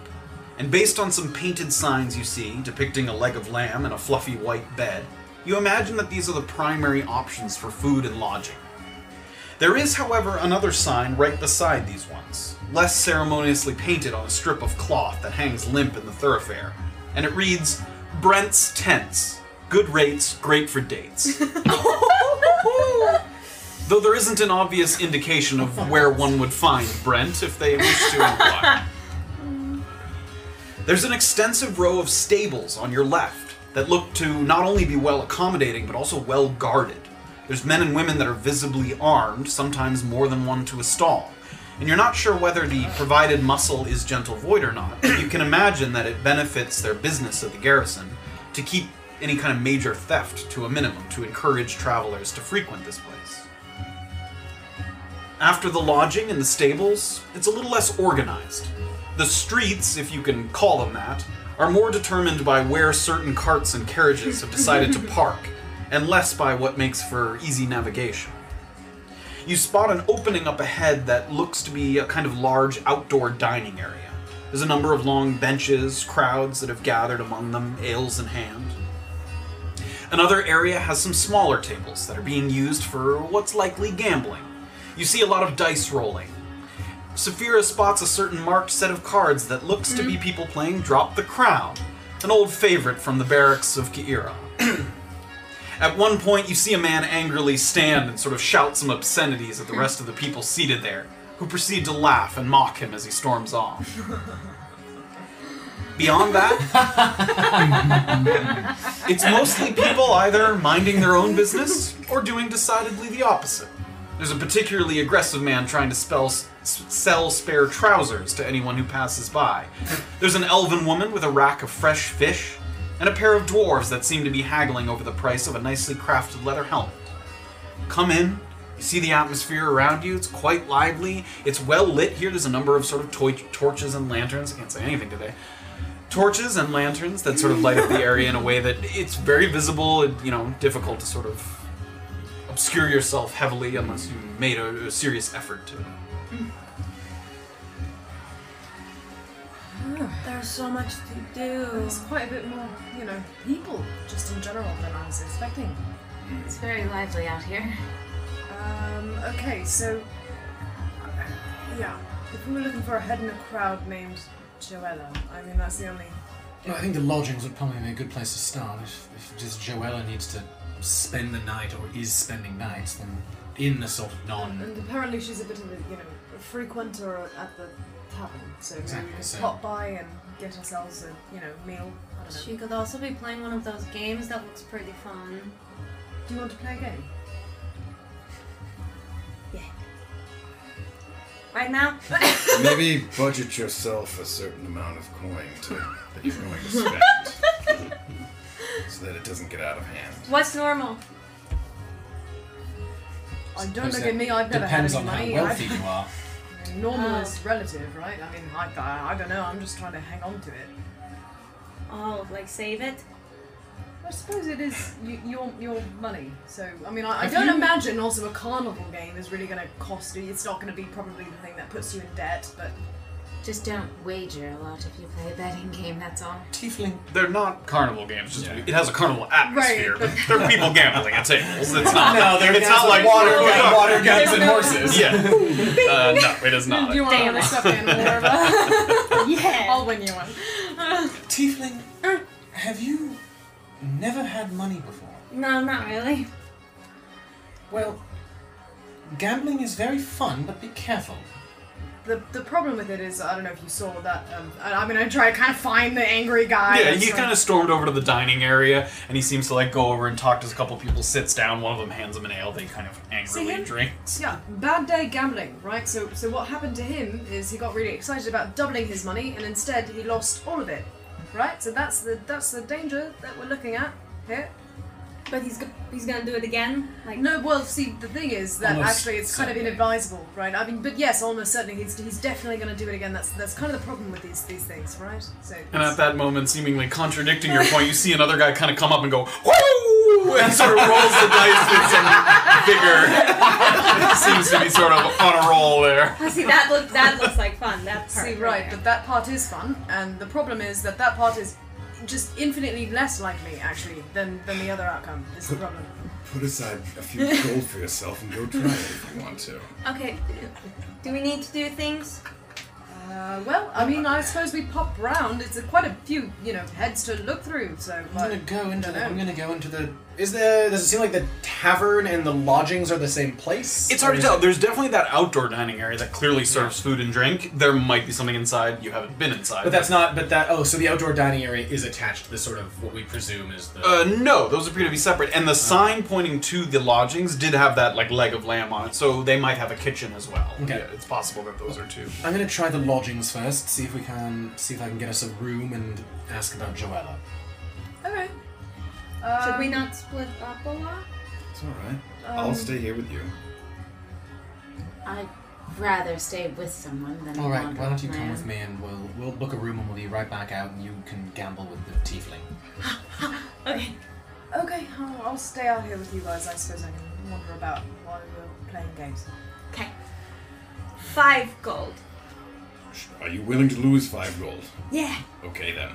S2: and based on some painted signs you see depicting a leg of lamb and a fluffy white bed, you imagine that these are the primary options for food and lodging. There is, however, another sign right beside these ones, less ceremoniously painted on a strip of cloth that hangs limp in the thoroughfare, and it reads Brent's Tents. Good rates, great for dates. Though there isn't an obvious indication of where one would find Brent if they wish to inquire. There's an extensive row of stables on your left that look to not only be well accommodating but also well guarded. There's men and women that are visibly armed, sometimes more than one to a stall. And you're not sure whether the provided muscle is gentle void or not, but you can imagine that it benefits their business of the garrison to keep any kind of major theft to a minimum to encourage travelers to frequent this place. After the lodging and the stables, it's a little less organized. The streets, if you can call them that, are more determined by where certain carts and carriages have decided to park, and less by what makes for easy navigation. you spot an opening up ahead that looks to be a kind of large outdoor dining area. There's a number of long benches, crowds that have gathered among them, ales in hand. Another area has some smaller tables that are being used for what's likely gambling. You see a lot of dice rolling. Saphira spots a certain marked set of cards that looks to be people playing Drop the Crown, an old favorite from the barracks of Kiira. At one point, you see a man angrily stand and sort of shout some obscenities at the rest of the people seated there, who proceed to laugh and mock him as he storms off. Beyond that, it's mostly people either minding their own business or doing decidedly the opposite. There's a particularly aggressive man trying to spell, s- sell spare trousers to anyone who passes by. There's an elven woman with a rack of fresh fish, and a pair of dwarves that seem to be haggling over the price of a nicely crafted leather helmet. Come in, you see the atmosphere around you, it's quite lively, it's well lit here, there's a number of sort of toy- torches and lanterns. I can't say anything today torches and lanterns that sort of light up the area in a way that it's very visible and you know difficult to sort of obscure yourself heavily unless you made a, a serious effort to.
S7: There's so much to do.
S9: There's quite a bit more, you know, people just in general than I was expecting.
S6: It's very lively out here.
S9: Um, okay, so. uh, Yeah. If we were looking for a head in a crowd named Joella, I mean, that's the only.
S3: Well, I think the lodgings would probably be a good place to start. If, if just Joella needs to spend the night or is spending nights, then in the sort of non.
S9: And apparently she's a bit of a, you know, a frequenter at the tavern, so maybe
S3: Exactly,
S9: we
S3: so-
S9: could pop by and get ourselves a, you know, meal. I don't know.
S7: She could also be playing one of those games that looks pretty fun.
S9: Do you want to play a game?
S18: Right
S7: (laughs)
S18: now?
S21: Maybe budget yourself a certain amount of coin to, that you're going to spend so that it doesn't get out of hand.
S18: What's normal?
S9: I don't
S3: Suppose
S9: look
S3: that
S9: at me, I've never
S3: Depends
S9: had any
S3: on
S9: money.
S3: how
S9: I've- (laughs)
S3: wealthy you are.
S9: Normal
S6: Uh,
S7: Oh.
S9: is relative, right? I mean, I, I, I don't know, I'm just trying to hang on to it.
S18: Oh, like save it?
S9: I suppose it is y- your your money. So I mean, I, I
S18: If
S9: don't
S18: you-
S9: imagine also a carnival game is really going to cost you. It's not going to be probably the thing that puts you in debt, but
S6: Just don't wager a lot if you play a betting game, that's all.
S3: Tiefling.
S2: They're not carnival games. Just, It has a carnival atmosphere, but they're people gambling at tables. It's not.
S15: No, they're
S2: it's not
S15: dancing
S2: like
S15: water
S2: Oh,
S15: gun-
S2: yeah.
S15: water guns and horses.
S2: Yeah. Uh, no, it is not.
S9: you want
S15: Damn
S9: to
S15: it.
S9: stuff in more of a- yeah.
S18: (coughs)
S9: I'll win you one.
S3: Tiefling, have you never had money before?
S7: No, not really.
S3: Well, gambling is very fun, but be careful.
S9: The, the problem with it is I don't know if you saw that. Um, I, I'm going to try to kind of find the angry guy.
S2: Yeah,
S9: and
S2: he
S9: sort
S2: kind of stormed over to the dining area, and he seems to like go over and talk to a couple people. Sits down, one of them hands him an ale. They kind of angrily
S9: him?
S2: drink.
S9: Yeah, bad day gambling, right? So, so what happened to him is he got really excited about doubling his money, and instead he lost all of it, right? So that's the that's the danger that we're looking at here.
S7: But he's go- he's gonna do it again. Like
S9: no, well, see, the thing is that
S7: Almost
S9: actually it's kind of
S7: certainly.
S9: inadvisable, right? I mean, but yes, almost certainly he's, he's definitely going to do it again. That's that's kind of the problem with these these things, right? So
S2: And at that moment, seemingly contradicting your point, you see another guy kind of come up and go, whoo! And sort of rolls the dice with some vigor. (laughs) Seems to be sort of on a roll there.
S9: I see that look that looks like fun. That part see right, but that part is fun, and the problem is that that part is just infinitely less likely actually than than the other outcome is the problem.
S21: Put aside a few gold for yourself and go try it if you want to.
S9: Okay,
S18: Do we need to do things?
S9: Uh, well, I mean, I suppose we pop round. It's a, quite a few, you know, heads to look through. So
S3: I'm gonna go into the.
S9: know.
S3: I'm gonna go into the. Is there? Does it seem like the tavern and the lodgings are the same place?
S2: It's
S3: Or
S2: hard to
S3: is
S2: tell.
S3: it-
S2: There's definitely that outdoor dining area that clearly serves food and drink. There might be something inside. You haven't been inside.
S15: But that's not. But that. Oh, so the outdoor dining area is attached to the sort of what we presume is the.
S2: Uh, no, those appear to be separate. And
S3: Oh.
S2: the sign pointing to the lodgings did have that like leg of lamb on it, so they might have a kitchen as well.
S3: Okay.
S2: Yeah, it's possible that those are two.
S3: I'm gonna try the lodgings first. See if we can. See if I can get us a room and ask about Joella.
S9: Okay. Um,
S7: Should we not split up a lot?
S21: It's all right.
S7: Um,
S21: I'll stay here with you.
S6: I'd rather stay with someone than
S3: All right.
S6: wander
S3: Why don't you
S6: on my
S3: come with
S6: own.
S3: me and we'll we'll book a room and we'll be right back out and you can gamble with the tiefling.
S9: Okay, I'll, I'll stay out here with you guys. I suppose I can wander about while we're playing games.
S18: Okay. Five gold.
S21: Are you willing to lose five gold?
S18: Yeah.
S21: Okay
S2: (laughs)
S21: then.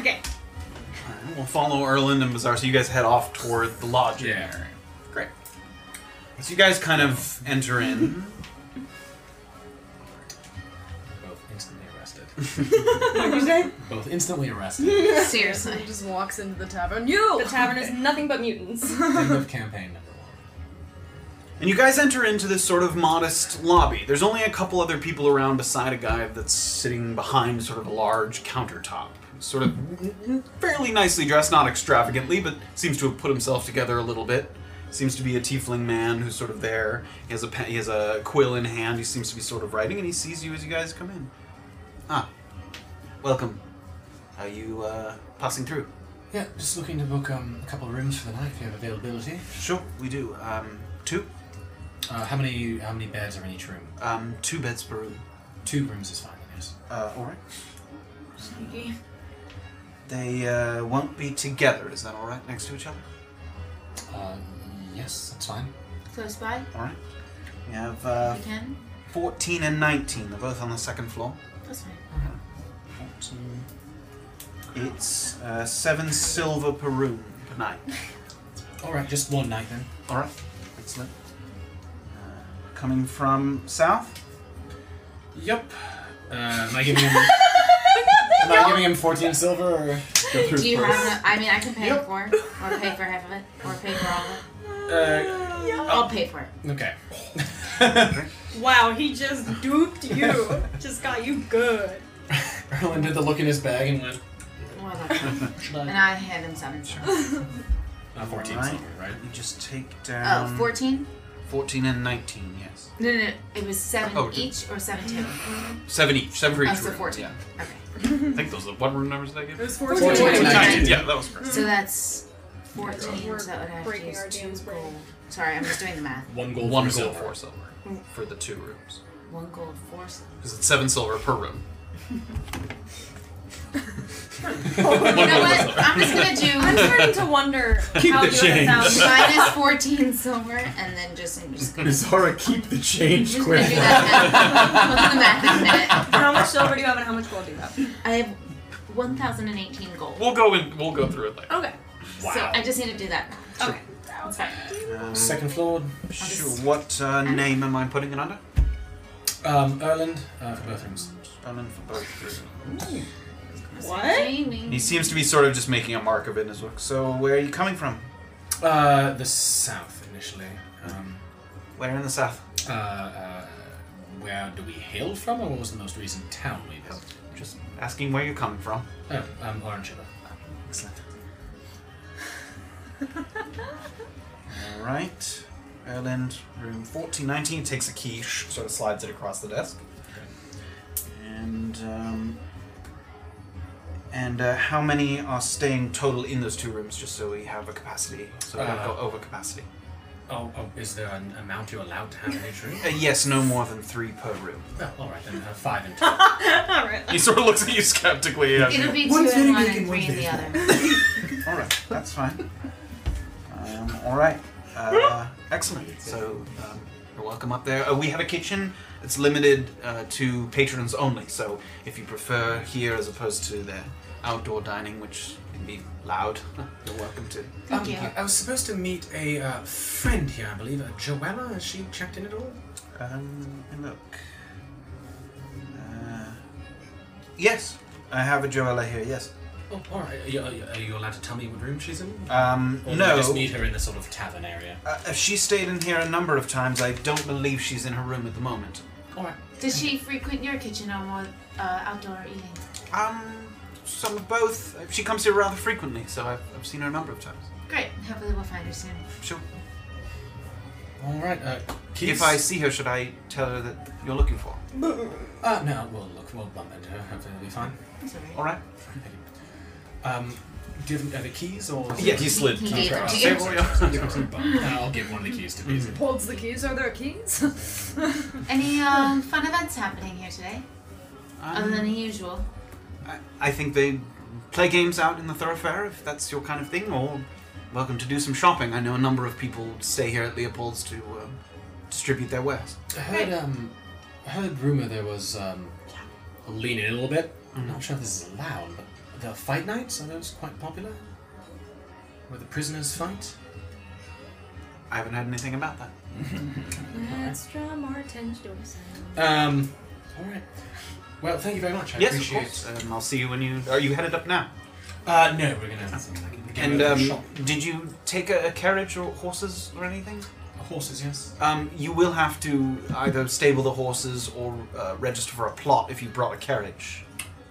S18: Okay.
S2: Alright, We'll follow Erland and Bazaar. So you guys head off toward the lodge. Yeah. Great. So you guys kind of enter in.
S3: Both instantly
S6: (laughs)
S3: arrested.
S9: What'd you say?
S3: Both
S9: (laughs)
S3: instantly arrested.
S9: Seriously. just walks into the tavern. You!
S5: The tavern is nothing
S9: (laughs)
S5: but mutants.
S3: End of campaign number one.
S2: And you guys enter into this sort of modest lobby. There's only a couple other people around beside a guy that's sitting behind sort of a large countertop. Sort of fairly nicely dressed, not extravagantly, but seems to have put himself together a little bit. Seems to be a tiefling man who's sort of there. He has a pen, he has a quill in hand. He seems to be sort of writing, and he sees you as you guys come in. Ah, welcome. Are you uh, passing through?
S3: Yeah, just looking to book um, a couple of rooms for the night if you have availability.
S2: Sure, we do. Um, two.
S3: Uh, how many how many beds are in each room?
S2: Um, two beds per room.
S3: Two rooms is fine, I guess.
S2: Uh, all right. They uh, won't be together. Is that all right? Next to each other.
S3: Uh, yes, that's fine.
S6: Close by.
S2: All right. We have uh,
S6: We can.
S2: 14 and 19. They're both on the second floor.
S6: That's fine.
S2: 14. It's uh, seven silver per room per night.
S3: All right, just one night then.
S2: All right. Excellent. Uh, coming from south.
S15: Yep. Uh, am I
S6: (laughs)
S15: giving him? am I giving him fourteen silver? Or
S6: Do you have? A, I mean, I can pay for, it, or pay for half of it, or pay for all of it.
S15: Uh,
S6: I'll pay for it.
S15: okay.
S5: wow, he just duped you. (laughs) just got you good.
S15: Erlen did the look in his bag and went.
S6: Well, that's- and I hand him seven.
S2: (laughs)
S6: Sure.
S15: Not fourteen
S2: All right.
S15: silver, right?
S2: You just take
S6: Oh,
S2: down.
S6: 14?
S2: 14 and 19, yes.
S6: No, no, no. It was seven
S2: Oh, okay.
S6: each or seven total.
S2: Seven each. Seven for each
S6: Oh, so
S2: room.
S6: 14.
S2: Yeah.
S6: Okay. (laughs)
S2: I think those are what room numbers did I give?
S6: It was
S2: 14.
S6: 14.
S2: 14
S6: Yeah.
S2: 19. Yeah, that was correct.
S6: So that's 14. So
S5: We're
S6: that would have to
S5: breaking
S6: use
S5: our
S6: two
S5: damn brain.
S6: gold. Sorry, I'm just doing the math.
S15: One gold.
S2: One
S15: for
S2: gold,
S15: silver.
S2: four silver for the two rooms.
S6: One gold, four
S2: (laughs)
S6: silver.
S2: Because it's seven silver per room.
S6: You know what? (laughs) I'm just going to do.
S5: I'm starting to wonder
S2: Keep
S5: how
S2: the
S5: you would have
S2: change.
S5: found
S6: minus 14 silver, and then just. I'm
S2: (laughs)
S6: just going to
S1: Zara, keep the change
S6: do
S1: quick.
S6: that math. We'll do the math in a (laughs) minute.
S5: How much silver do you have and how much gold do you have?
S6: I have 1,018 gold.
S2: We'll go and we'll go through it later.
S5: Okay.
S6: So I just need to do that.
S5: Okay.
S6: That's fine.
S2: Um,
S3: Second floor.
S2: Sure. What uh, name am I putting it under?
S3: Um, Erland uh, for both rooms.
S2: Erland for both rooms.
S5: What?
S2: He seems to be sort of just making a mark of it in his work. So where are you coming from?
S15: Uh, the south initially. Um,
S2: Where in the south?
S15: uh, uh, where do we hail from, or what was the most recent town we visited?
S2: Just asking where you're coming from.
S15: oh, um, Orange River.
S2: Excellent. All right. Erland, room 1419, takes a key, sh- sort of slides it across the desk. And, um, and uh, how many are staying total in those two rooms, just so we have a capacity, so we
S15: Uh,
S2: don't go over capacity?
S15: Oh, oh, is there an amount you're allowed to have in each room?
S2: Uh, yes, no more than three per
S6: (laughs)
S2: room.
S15: Oh, all right then, uh, five in total.
S5: Alright.
S2: He sort of looks at you skeptically. yeah.
S6: It'll
S2: (laughs)
S6: be two
S2: One's
S6: in
S2: very
S6: one
S2: big
S6: and three in
S2: one's
S6: the
S2: very
S6: other.
S2: small. All right, that's fine. Um, all right, uh, excellent. So um, you're welcome up there. Uh, we have a kitchen. It's limited uh, to patrons only. So if you prefer here as opposed to the outdoor dining, which can be loud, (laughs) you're welcome to.
S15: Um, I- I was supposed to meet a uh, friend here, I believe. Uh, Joella, has she checked in at all?
S2: Um, and look. Uh, yes, I have a Joella here. Yes.
S15: Oh, all right. Are you, are you- are you allowed to tell me what room she's in?
S2: Um,
S15: or do
S2: no.
S15: I just meet her in the sort of tavern area.
S2: Uh, she stayed in here a number of times. I don't believe she's in her room at the moment.
S15: All right.
S6: Does she frequent your kitchen or more uh, outdoor eating?
S2: Um, some of both. Uh, She comes here rather frequently, so I've, I've seen her a number of times.
S6: Great. Hopefully we'll find
S5: (laughs)
S6: her soon.
S2: Sure.
S15: All right. Uh, keys?
S2: If I see her, should I tell her that you're looking for? her?
S15: Uh, no, we'll look. We'll bump into her. Hopefully, it'll be fine.
S6: That's all right.
S2: All right.
S15: Um, do you have are the keys or?
S2: Yeah, he slid.
S6: He gave them to
S15: Sorry,
S6: you.
S15: sorry, sorry, sorry, sorry, bump. Uh, (laughs) I'll give one of the keys to Beasley.
S9: Holds the keys. Are there
S5: (laughs)
S9: keys?
S6: Any um, fun events happening here today?
S5: Um,
S6: Other than the usual.
S2: I think they play games out in the thoroughfare, if that's your kind of thing, or welcome to do some shopping. I know a number of people stay here at Leopold's to uh, distribute their wares.
S3: I heard, um, I heard rumor there was, um, I'll lean in a little bit. I'm
S2: Mm-hmm.
S3: not sure if this is allowed, but the fight nights, I know it's quite popular. Where the prisoners fight.
S2: I haven't heard anything about that.
S7: Let's draw more attention to ourselves.
S3: (laughs) Um, alright. Well, thank you very much. I
S2: yes,
S3: appreciate
S2: of course. Um, I'll see you when you. Are you headed up now?
S3: Uh, no, we're gonna.
S2: And
S3: go
S2: um,
S3: shop.
S2: did you take a, a carriage or horses or anything?
S3: Horses, yes.
S2: Um, you will have to either stable the horses or uh, register for a plot if you brought a carriage.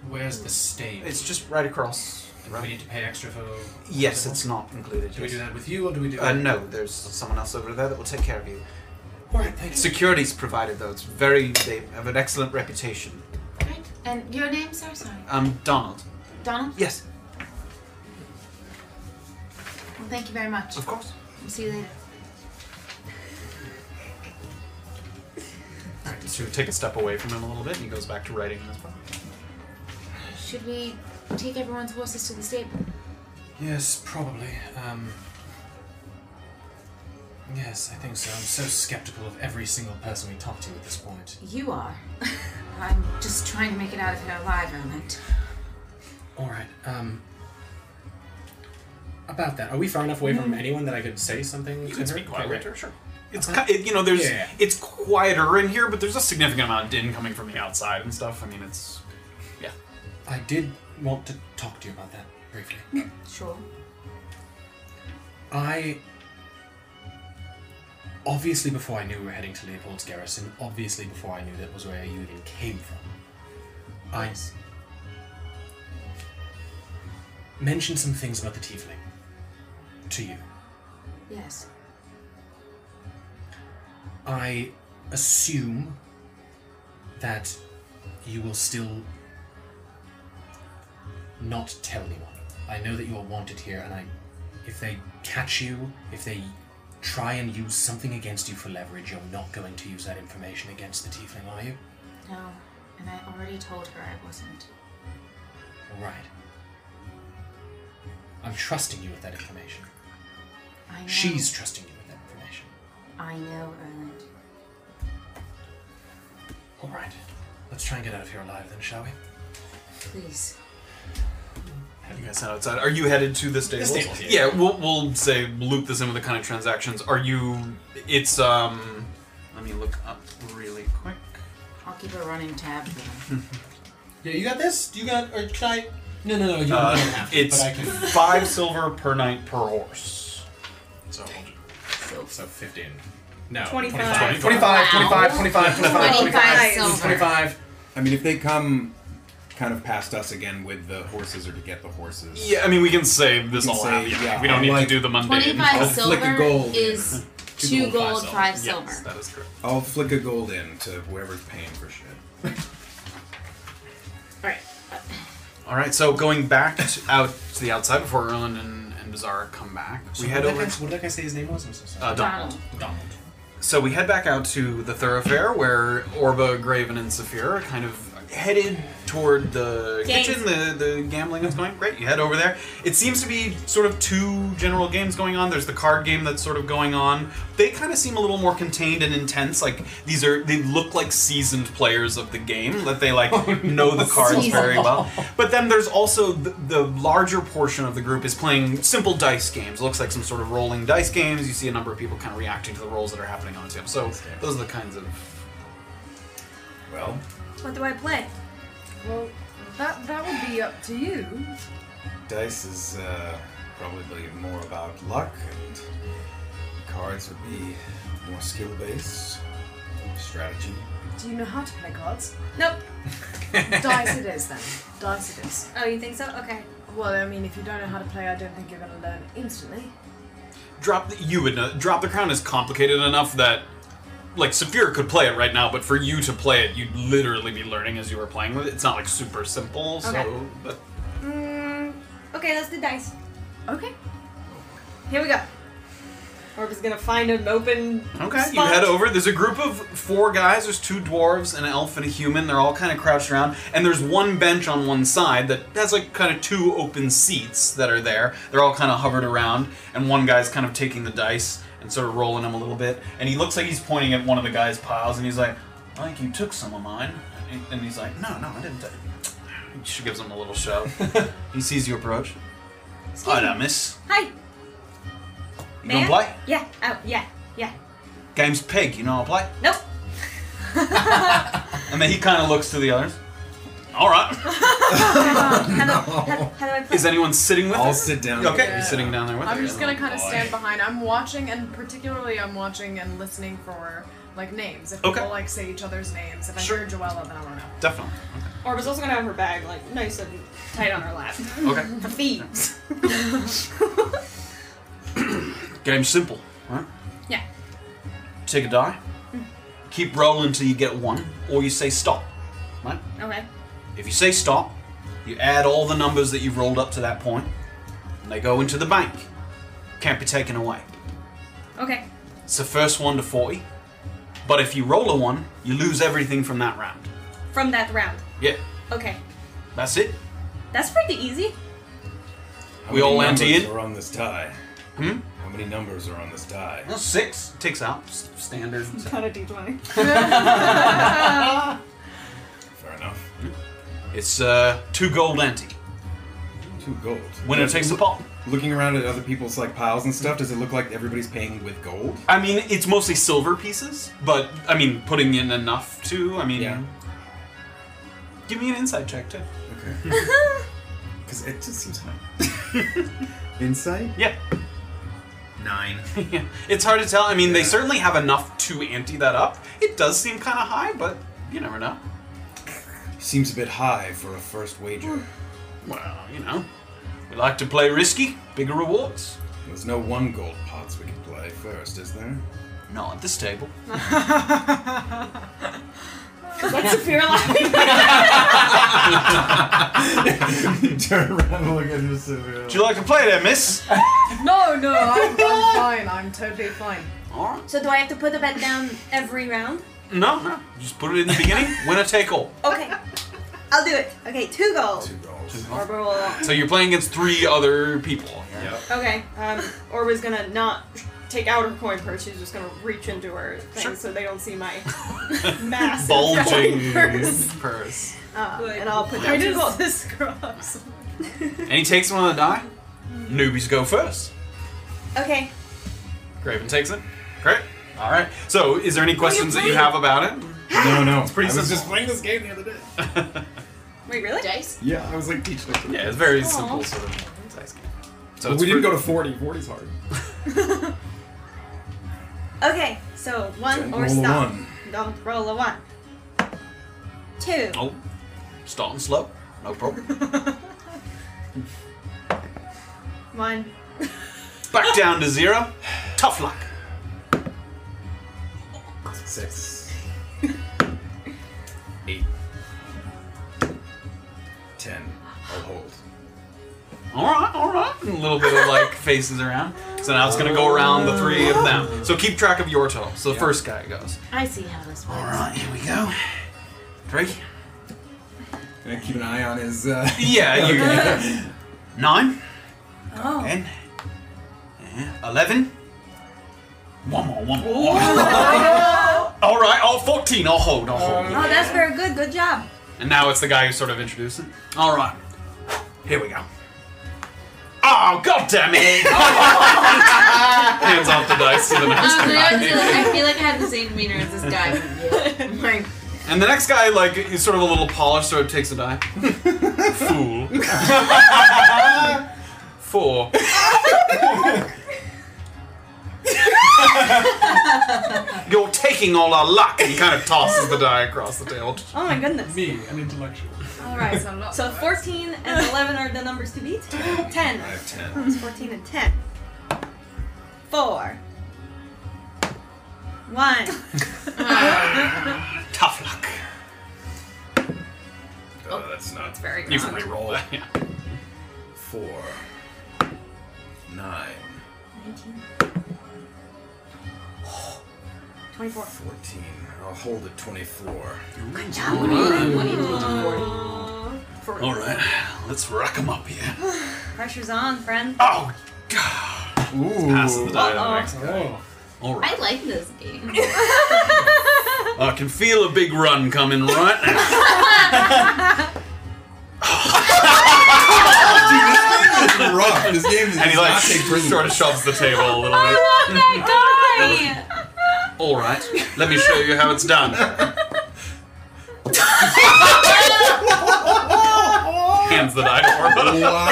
S3: Where's the stable?
S2: It's just right across.
S3: We need to pay extra for.
S2: Yes, it's not included.
S3: Do we
S2: yes.
S3: do that with you, or do we do?
S2: Uh,
S3: it-
S2: no, there's someone else over there that will take care of you.
S3: All right, thank you.
S2: Security's provided though. It's very. They have an excellent reputation.
S6: And your name, sir? Sorry.
S2: Um, Donald.
S6: Donald?
S2: Yes.
S6: Well, thank you very much.
S2: Of course.
S6: We'll see you later.
S2: So you take a step away from him a little bit, and he goes back to writing in his book.
S6: Should we take everyone's horses to the stable?
S3: Yes, probably. Um, yes, I think so. I'm so skeptical of every single person we talk to at this point.
S6: You are. (laughs) I'm just trying to make it out of here alive, Erland.
S3: All right. Um, about that, are we far enough away from anyone that I could say something?
S2: Mm. You
S3: to
S2: can
S3: her?
S2: speak
S3: Okay,
S2: quietly
S3: great. Uh-huh.
S2: to her, sure. It's ki- it, you know there's
S3: Yeah.
S2: it's quieter in here, but there's a significant amount of din coming from the outside and stuff. I mean, it's yeah.
S3: I did want to talk to you about that briefly.
S6: Sure.
S3: I obviously before I knew we were heading to Leopold's Garrison, obviously before I knew that was where you even came from. I mentioned some things about the tiefling to you.
S6: Yes.
S3: I assume that you will still not tell anyone. I know that you are wanted here, and I, if they catch you, if they try and use something against you for leverage, you're not going to use that information against the tiefling, are you?
S6: No. And I already told her I wasn't.
S3: All right. I'm trusting you with that information.
S6: I know.
S3: She's trusting you with that information.
S6: I know, Erland.
S3: All right. Let's try and get out of here alive, then, shall we?
S6: Please.
S2: You guys head outside. Are you headed to the stables?
S3: stables,
S2: yeah, we'll, we'll say loop this in with the kind of transactions. Are you? It's um. Let me look up really quick.
S6: I'll keep a running tab for them.
S3: (laughs) Yeah, you got this. You got, or can I? No, no, no. You
S2: Uh,
S3: don't have to.
S2: it's
S3: but I can.
S2: five silver per night per horse. So we'll ju-
S6: so,
S15: fifteen. No, 25.
S1: 25. 25, 25, 25, 25,
S15: 25,
S1: 25.
S3: silver.
S1: I mean, if they come kind of past us again with the horses or to get the horses.
S2: Yeah, I mean we can save
S1: We
S2: this
S1: can
S2: all
S1: save-
S2: out. Yeah,
S1: yeah,
S2: we don't need
S1: like-
S2: to do the mundane.
S6: 25
S1: I'll flick a
S6: silver
S1: gold.
S6: is
S1: Two
S6: 2
S1: gold, five
S6: gold,
S1: silver.
S6: 5
S1: Yes,
S6: silver.
S2: That is correct.
S1: I'll flick a gold in to whoever's paying for shit.
S3: (laughs)
S6: Alright.
S2: All right, so going back to, out to the outside before Erland and, and Bizarre come back,
S3: So
S2: we
S3: what
S2: head
S3: did
S2: over.
S3: That guy, what did that guy say his name was? I'm so sorry.
S2: Uh, Donald.
S3: Donald.
S2: So we head back out to the thoroughfare where Orba, Graven, and Saphir are kind of headed toward the
S15: Games.
S2: kitchen. The the gambling is going great. You head over there. It seems to be sort of two general games going on. There's the card game that's sort of going on. They kind of seem a little more contained and intense. Like these are they look like seasoned players of the game that they like know the cards very well. But then there's also the, the larger portion of the group is playing simple dice games. It looks like some sort of rolling dice games. You see a number of people kind of reacting to the rolls that are happening on the table. So those are the kinds of. Well,
S18: What do I play?
S9: Well, that that would be up to you.
S21: Dice is uh, probably more about luck, and cards would be more skill based, strategy.
S9: Do you know how to play cards?
S18: Nope.
S9: (laughs) Dice it is then. Dice it is.
S18: Oh, you think so? Okay.
S9: Well, I mean, if you don't know how to play, I don't think you're going to learn instantly.
S2: drop the, you would know. Drop the crown is complicated enough that. Like Saphir could play it right now, but for you to play it, you'd literally be learning as you were playing with it. It's not like super simple, so
S18: Okay.
S2: but
S18: Mm, okay, let's do dice.
S9: Okay.
S18: Here we go.
S5: Orba's gonna find an open.
S2: Okay, you
S5: spot.
S2: head over. There's a group of four guys. There's two dwarves, an elf, and a human. They're all kind of crouched around, and there's one bench on one side that has like kind of two open seats that are there. They're all kind of hovered around, and one guy's kind of taking the dice and sort of rolling them a little bit. And he looks like he's pointing at one of the guys' piles, and he's like, "I think you took some of mine." And he- And he's like, "No, no, I didn't." Take it." She gives him a little
S18: (laughs)
S2: shove. he sees you approach.
S18: Excuse
S2: Hi,
S18: me.
S2: there, miss.
S18: Hi.
S2: You gonna play?
S18: Yeah. Oh, yeah. Yeah.
S2: Game's pig. You know how to play.
S18: Nope.
S2: And then he kind of looks to the others. All right.
S4: How do I
S2: Is anyone sitting with I'll
S1: sit down.
S2: Okay,
S4: Yeah.
S2: you're sitting down there with
S9: I'm
S2: her.
S9: just gonna kind of stand behind. I'm watching, and particularly I'm watching and listening for like names. If
S2: Okay.
S9: people like say each other's names, if I hear Joella, then I don't know.
S2: Definitely.
S5: Orba's also gonna have her bag like nice and tight on (laughs) her lap.
S2: Okay.
S5: For thieves.
S2: Game's simple, right?
S5: yeah.
S2: Take a die.
S5: Mm.
S2: Keep rolling till you get one, or you say stop. Right?
S5: Okay.
S2: If you say stop, you add all the numbers that you've rolled up to that point, and they go into the bank. Can't be taken away.
S5: Okay.
S2: It's the first one to 40. But if you roll a one, you lose everything from that round.
S5: From that round.
S2: Yeah,
S5: Okay.
S2: that's it.
S5: That's pretty easy.
S21: How
S2: We
S21: many
S2: all ante
S21: numbers
S2: in?
S21: Are on this die.
S2: Hmm?
S21: How many numbers are on this die?
S2: Well, six takes out s- standard.
S5: Cut a
S2: (laughs)
S5: d20.
S21: Fair enough.
S2: It's uh, two gold ante.
S21: Two gold.
S2: Winner takes the pot.
S1: Looking around at other people's like piles and stuff, does it look like everybody's paying with gold?
S2: I mean, it's mostly silver pieces, but I mean, putting in enough too. I mean, give me an insight check (laughs) too.
S1: Okay. (laughs) Because it just seems high. Insight?
S2: Yeah.
S1: Nine.
S2: (laughs) yeah. It's hard to tell. I mean, they certainly have enough to ante that up. It does seem kind of high, but you never know.
S21: Seems a bit high for a first wager.
S2: Well, you know, we like to play risky, bigger rewards.
S21: There's no one gold pots we can play first, is there?
S2: Not at this table.
S5: (laughs) What's a fear like?
S21: Turn around and look at him severely.
S2: Would you like to play there, miss?
S9: No, no, I'm, I'm fine. I'm totally fine.
S2: Alright.
S18: So do I have to put the bet down every round?
S2: No, no. Just put it in the beginning. Winner take all.
S18: Okay. I'll do it. Okay, two gold. Two
S21: gold.
S5: Orba will.
S2: So you're playing against three other people. Yeah.
S5: Okay. Um, Orba's gonna not take out her coin purse. She's just gonna reach into her thing so they don't see
S2: (laughs)
S5: my massive
S2: Bulging
S5: coin (laughs) purse.
S2: purse.
S5: Um, and I'll put
S9: why
S5: down two
S9: does
S5: gold.
S9: this
S5: (laughs)
S2: And he takes one of the die. Newbies go first.
S18: Okay.
S2: Graven takes it. Great. All right. So, is there any questions that you have about it?
S1: No, no.
S2: It's pretty
S1: I was
S2: simple.
S1: just playing this game the other day.
S5: (laughs) Wait, really? Dice?
S1: Yeah, I was like teaching. it to
S2: Yeah,
S1: them.
S2: it's very simple sort of dice game.
S1: But
S2: it's
S1: we didn't
S2: pretty-
S1: go to 40. 40's hard.
S18: Okay, so one
S2: Don't
S18: or
S2: roll a
S18: stop.
S2: one.
S18: Don't roll a one. Two.
S2: Oh, starting slow. No problem.
S18: One.
S2: (laughs) Back down to zero. Tough luck.
S1: Six.
S2: Eight.
S21: (laughs) Ten. I'll hold.
S2: All right, all right. And a little bit of (laughs) like faces around. So now it's gonna go around the three of them. So keep track of your total. So the first guy goes.
S6: I see how this works.
S2: Alright, here we
S6: (laughs)
S1: (laughs)
S2: go. Three.
S1: Gonna keep an eye on
S2: (laughs)
S1: his. Uh...
S2: Yeah, you. Nine.
S6: Oh.
S2: Ten. Yeah, Eleven. One more, one more.
S7: Oh,
S2: All right, all 14. I'll hold, I'll hold.
S18: Oh, that's very good. Good job.
S2: And now it's the guy who's sort of introducing. All right, here we go. Oh, god damn (laughs) it! Hands off the dice to the next
S5: Oh,
S6: Um, I, feel like, I
S2: guy.
S6: feel like I have the same demeanor as this guy. (laughs) Like,
S2: And the next guy, like, he's sort of a little polished, sort of takes a (laughs) die. (laughs) Fool. Four. You're taking all our luck! And he kind of tosses the die across the table.
S5: Oh my goodness.
S15: Me, an intellectual.
S5: Alright, so 14 and 11 are the numbers to beat. 10.
S21: I have ten.
S5: It's 14 and 10.
S9: (laughs)
S5: 4. 1.
S9: Ah.
S5: (laughs)
S2: Tough luck.
S21: Oh, that's not.
S5: very
S2: You can re-roll (laughs) that, yeah.
S21: Four. Nine.
S6: (gasps) 19.
S7: 24.
S1: 14. I'll hold at 24.
S7: Good
S2: job, what are you- what are you doing to All right, let's rack them up here.
S7: Pressure's on, friend.
S2: Oh, Ooh. Passing the dynamics.
S7: Uh-oh.
S2: All right.
S6: I like this game.
S2: I can feel a big run coming right now.
S1: (laughs)
S24: Rock. This game
S2: and he like sort of shoves the table a little bit.
S7: that
S2: All right, let me show you how it's done. Hands the die to
S7: You
S24: Wow.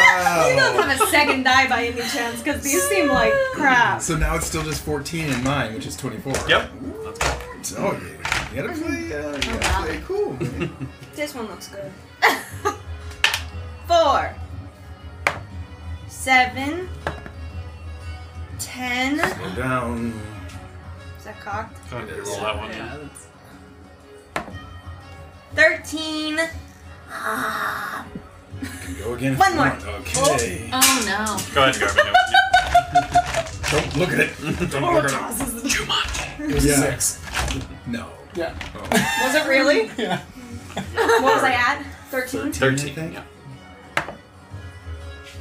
S7: don't have a second die by any chance because these seem like crap.
S24: So now it's still just 14 in mine, which is 24.
S2: Yep.
S24: Oh, yeah. You gotta play, uh, you gotta play cool. man.
S7: (laughs) This one looks good. (laughs) Four. Seven. Ten.
S1: Slow down.
S7: Is that cocked?
S2: Kind of roll that one.
S7: Thirteen. Ah.
S1: Go again. if
S7: One
S1: you
S7: more.
S1: want. Okay.
S6: Oh no.
S2: Go ahead, Garvin.
S1: Don't look at it.
S7: Oh,
S1: Don't look at it.
S6: (laughs)
S24: It
S1: was a
S24: six. No.
S5: Yeah.
S7: Was it
S2: (laughs)
S7: really?
S5: Yeah.
S7: What was I at? Thirteen.
S2: 13, yeah.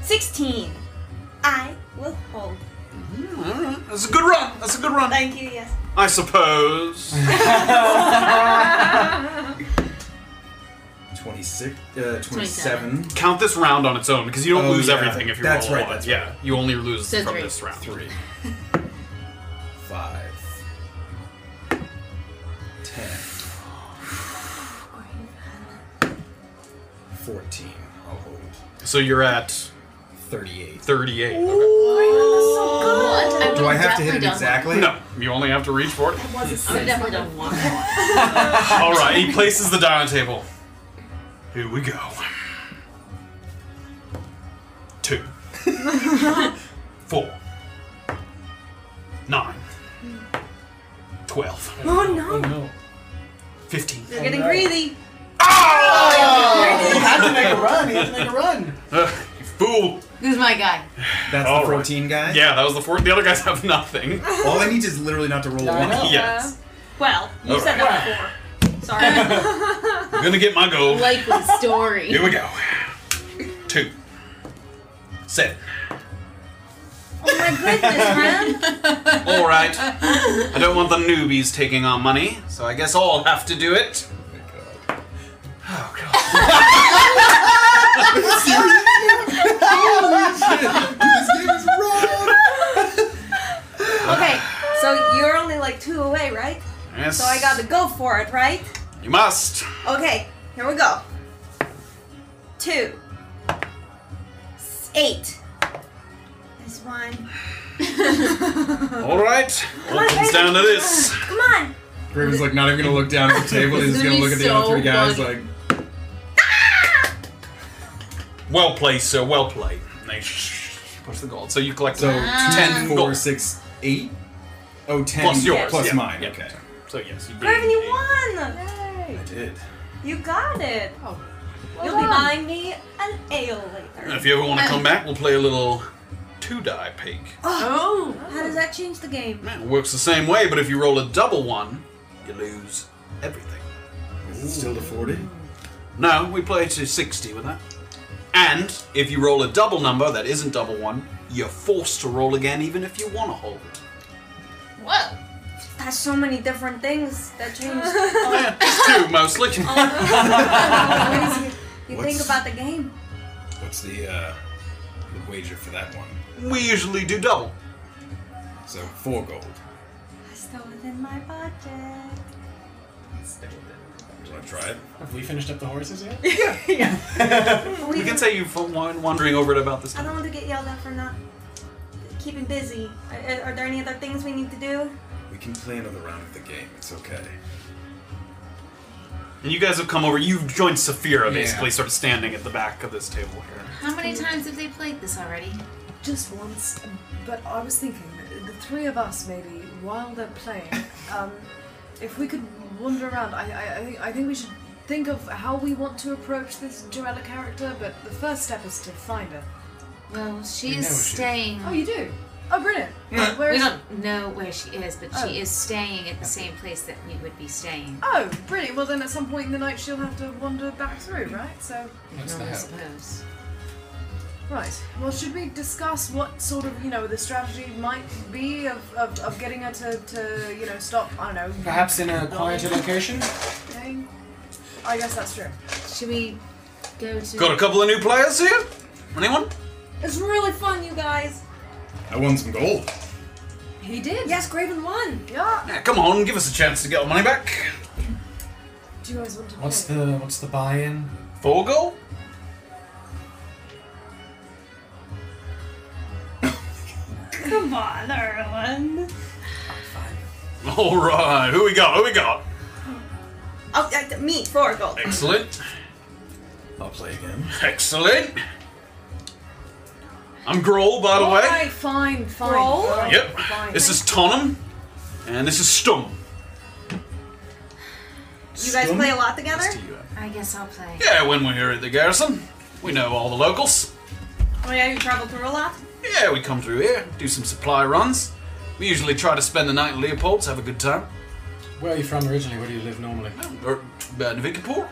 S7: Sixteen. I will hold.
S2: Alright, Mm, that's a good run. That's a good run.
S7: Thank you, yes.
S2: I suppose.
S6: Oh,
S1: 26, uh, 27.
S2: Count this round on its own because you don't
S1: Oh,
S2: lose
S1: yeah.
S2: everything if you
S1: That's
S2: roll
S1: right,
S2: one.
S1: that's
S2: yeah, you only lose
S1: So
S2: from
S1: three.
S2: this round. Three.
S1: Five.
S7: (laughs)
S1: Ten. Fourteen. I'll hold.
S2: So you're at
S1: 38.
S2: 38. Okay.
S24: Do I have to hit it exactly?
S2: No, you only have to reach for it.
S6: I (laughs) definitely don't want one.
S2: All right, he places the die on the table. Here we go.
S7: (laughs)
S2: Two, four, nine, twelve,
S7: Oh no.
S2: fifteen.
S7: They're getting greedy.
S5: Oh! You had to make a run. You had to make a run.
S2: Ugh, (laughs) you fool!
S6: This is my guy.
S24: That's the 14 guy?
S2: Yeah, that was the four. The other guys have nothing.
S24: All I need is literally not to roll
S2: I
S24: one.
S2: know. Yes.
S7: Well, you
S2: All
S7: said
S2: right.
S7: that before.
S2: (laughs)
S7: Sorry.
S2: I'm gonna get my gold.
S6: Likely story.
S2: Here we go. Two, seven.
S7: oh my goodness, man.
S2: All right. I don't want the newbies taking our money, so I guess I'll have to do it.
S7: (laughs) (laughs)
S2: (laughs)
S7: okay, so you're only like two away, right?
S2: Yes.
S7: So I gotta go for it, right?
S2: You must.
S7: Okay, here we go. Two. S- Eight. This one.
S2: (laughs) All right. All comes down to this.
S7: Come on.
S24: Graven's like not even gonna look down at the table. He's
S7: This is
S24: gonna
S7: gonna
S24: look at
S7: be
S24: the other
S7: so
S24: three guys
S7: funny.
S24: like,
S2: Ah! Well played, sir. Well played. They sh- push the gold. So you collect
S24: so
S2: Ah.
S24: ten, four,
S2: gold.
S24: six, eight. Oh, ten
S2: plus yours,
S24: plus
S2: yeah,
S24: mine.
S2: yeah.
S24: Okay.
S2: So yes, you
S7: Graven,
S2: gain.
S7: you won!
S24: I did.
S7: You got it. Oh. You'll
S6: Well
S7: be
S6: done.
S7: buying me an ale later.
S2: And if you ever want to come back, we'll play a little two die pig.
S7: Oh. How does that change the game?
S2: It works the same way, but if you roll a double one, you lose everything.
S1: Is it still to 40?
S2: No, we play to 60 with that. And if you roll a double number that isn't double one, you're forced to roll again even if you want to hold.
S6: Whoa.
S7: That's so many different things that change.
S2: Two mostly.
S7: you
S1: What's-
S7: think about the game.
S1: What's the, uh, the wager for that one?
S2: we usually do double.
S1: So four gold.
S7: Still within my budget.
S1: Do I try it?
S5: Have we finished up the horses yet?
S2: We can say you've been wan- wandering over it about this.
S7: I don't want to get yelled at for not keeping busy. Are, are there any other things we need to do?
S1: We can play another round of the game. It's okay.
S2: And you guys have come over. You've joined Saphira,
S1: Yeah.
S2: basically, sort of standing at the back of this table here.
S6: (laughs) How many times have they played this already?
S9: Just once, but I was thinking, the three of us maybe, while they're
S6: (laughs)
S9: playing, um, if we could wander around, I, I, I, think, I think we should think of how we want to approach this Joella character, but the first step is to find her.
S6: Well,
S9: know
S6: she's
S9: she-
S6: staying.
S9: Oh, you do? Oh, brilliant.
S6: Well,
S9: Where
S6: (laughs) we
S9: is-
S6: don't know where she is, but
S9: Oh.
S6: she is staying at the same place that we would be staying.
S9: Oh, brilliant. Well, then at some point in the night she'll have to wander back through, right? So.
S6: That's the I hope. suppose.
S9: Right. Well, should we discuss what sort of, you know, the strategy might be of, of, of getting her to, to, you know, stop, I don't know.
S3: Perhaps in a quieter location?
S9: thing? I guess that's true.
S6: Should we go to.
S2: Got a couple of new players here? Anyone?
S9: It's really fun, you guys.
S2: I won some gold.
S9: He did. Yes, Graven won. Yeah.
S2: Yeah, come on, give us a chance to get our money back.
S9: Do you guys want to
S3: What's the what's the buy-in?
S2: Four gold?
S7: (laughs) Come on, Erwin.
S2: All right, who we got? Who we got?
S7: Oh, uh, me, four gold.
S2: Excellent.
S1: I'll play again.
S2: Excellent. I'm Grohl, by the
S9: All
S2: way.
S9: right, fine, fine.
S7: Roll?
S9: fine,
S2: Yep.
S9: Fine.
S2: This is Tonum, and this is Stum.
S7: You guys
S2: Stum?
S7: play a lot together?
S6: I guess
S7: (laughs)
S6: I'll play.
S2: Yeah, when we're here at the garrison, we know all the locals.
S7: Oh, yeah, you travel through a lot?
S2: Yeah, we come through here, do some supply runs. We usually try to spend the night in Leopold's, have a good time.
S3: Where are you from originally? Where do you live normally?
S2: Or uh, Navikapur.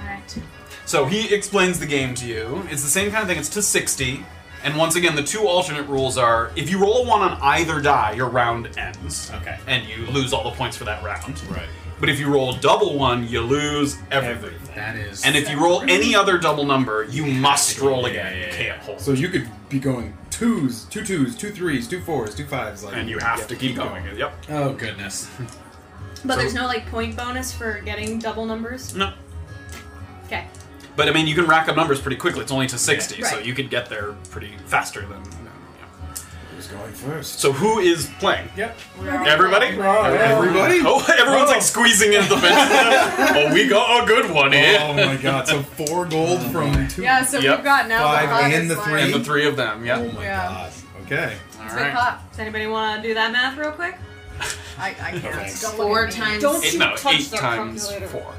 S6: Alright.
S2: So he explains the game to you. It's the same kind of thing. It's to 60. And once again, the two alternate rules are if you roll a 1 on either die, your round ends. Okay. And you lose all the points for that round. Right. But if you roll a double 1, you lose everything.
S3: That is.
S2: And if you roll any other double number, you must roll again. You can't hold.
S25: So you could be going twos, two twos, two threes, two fours, two fives, like,
S2: And you have to keep going. Yep.
S3: Oh goodness.
S7: But
S2: So-
S7: there's no, like, point bonus for getting double numbers?
S2: No.
S7: Okay.
S2: But I mean, you can rack up numbers pretty quickly. It's only to 60,
S7: Yeah.
S2: so
S7: Right.
S2: you could get there pretty faster than.
S1: Who's going first?
S2: So who is playing?
S3: Yep.
S2: Everybody?
S1: Everybody?
S2: Oh, everyone's like squeezing into the bench. (laughs) oh, we got a good one here. Oh my god, so four gold from two.
S9: Yeah, so we've got now the hottest line.
S2: And the three of them, yeah.
S9: yeah.
S2: Okay. All
S9: It's
S2: right.
S9: been hot.
S7: Does anybody want to do that math real quick?
S9: I, I can't.
S2: thanks.
S9: Don't
S6: Four
S9: look at me.
S6: times-
S9: Don't
S2: Eight-
S9: you
S2: no,
S9: touch
S2: eight
S9: that
S2: times
S9: calculator.
S2: four.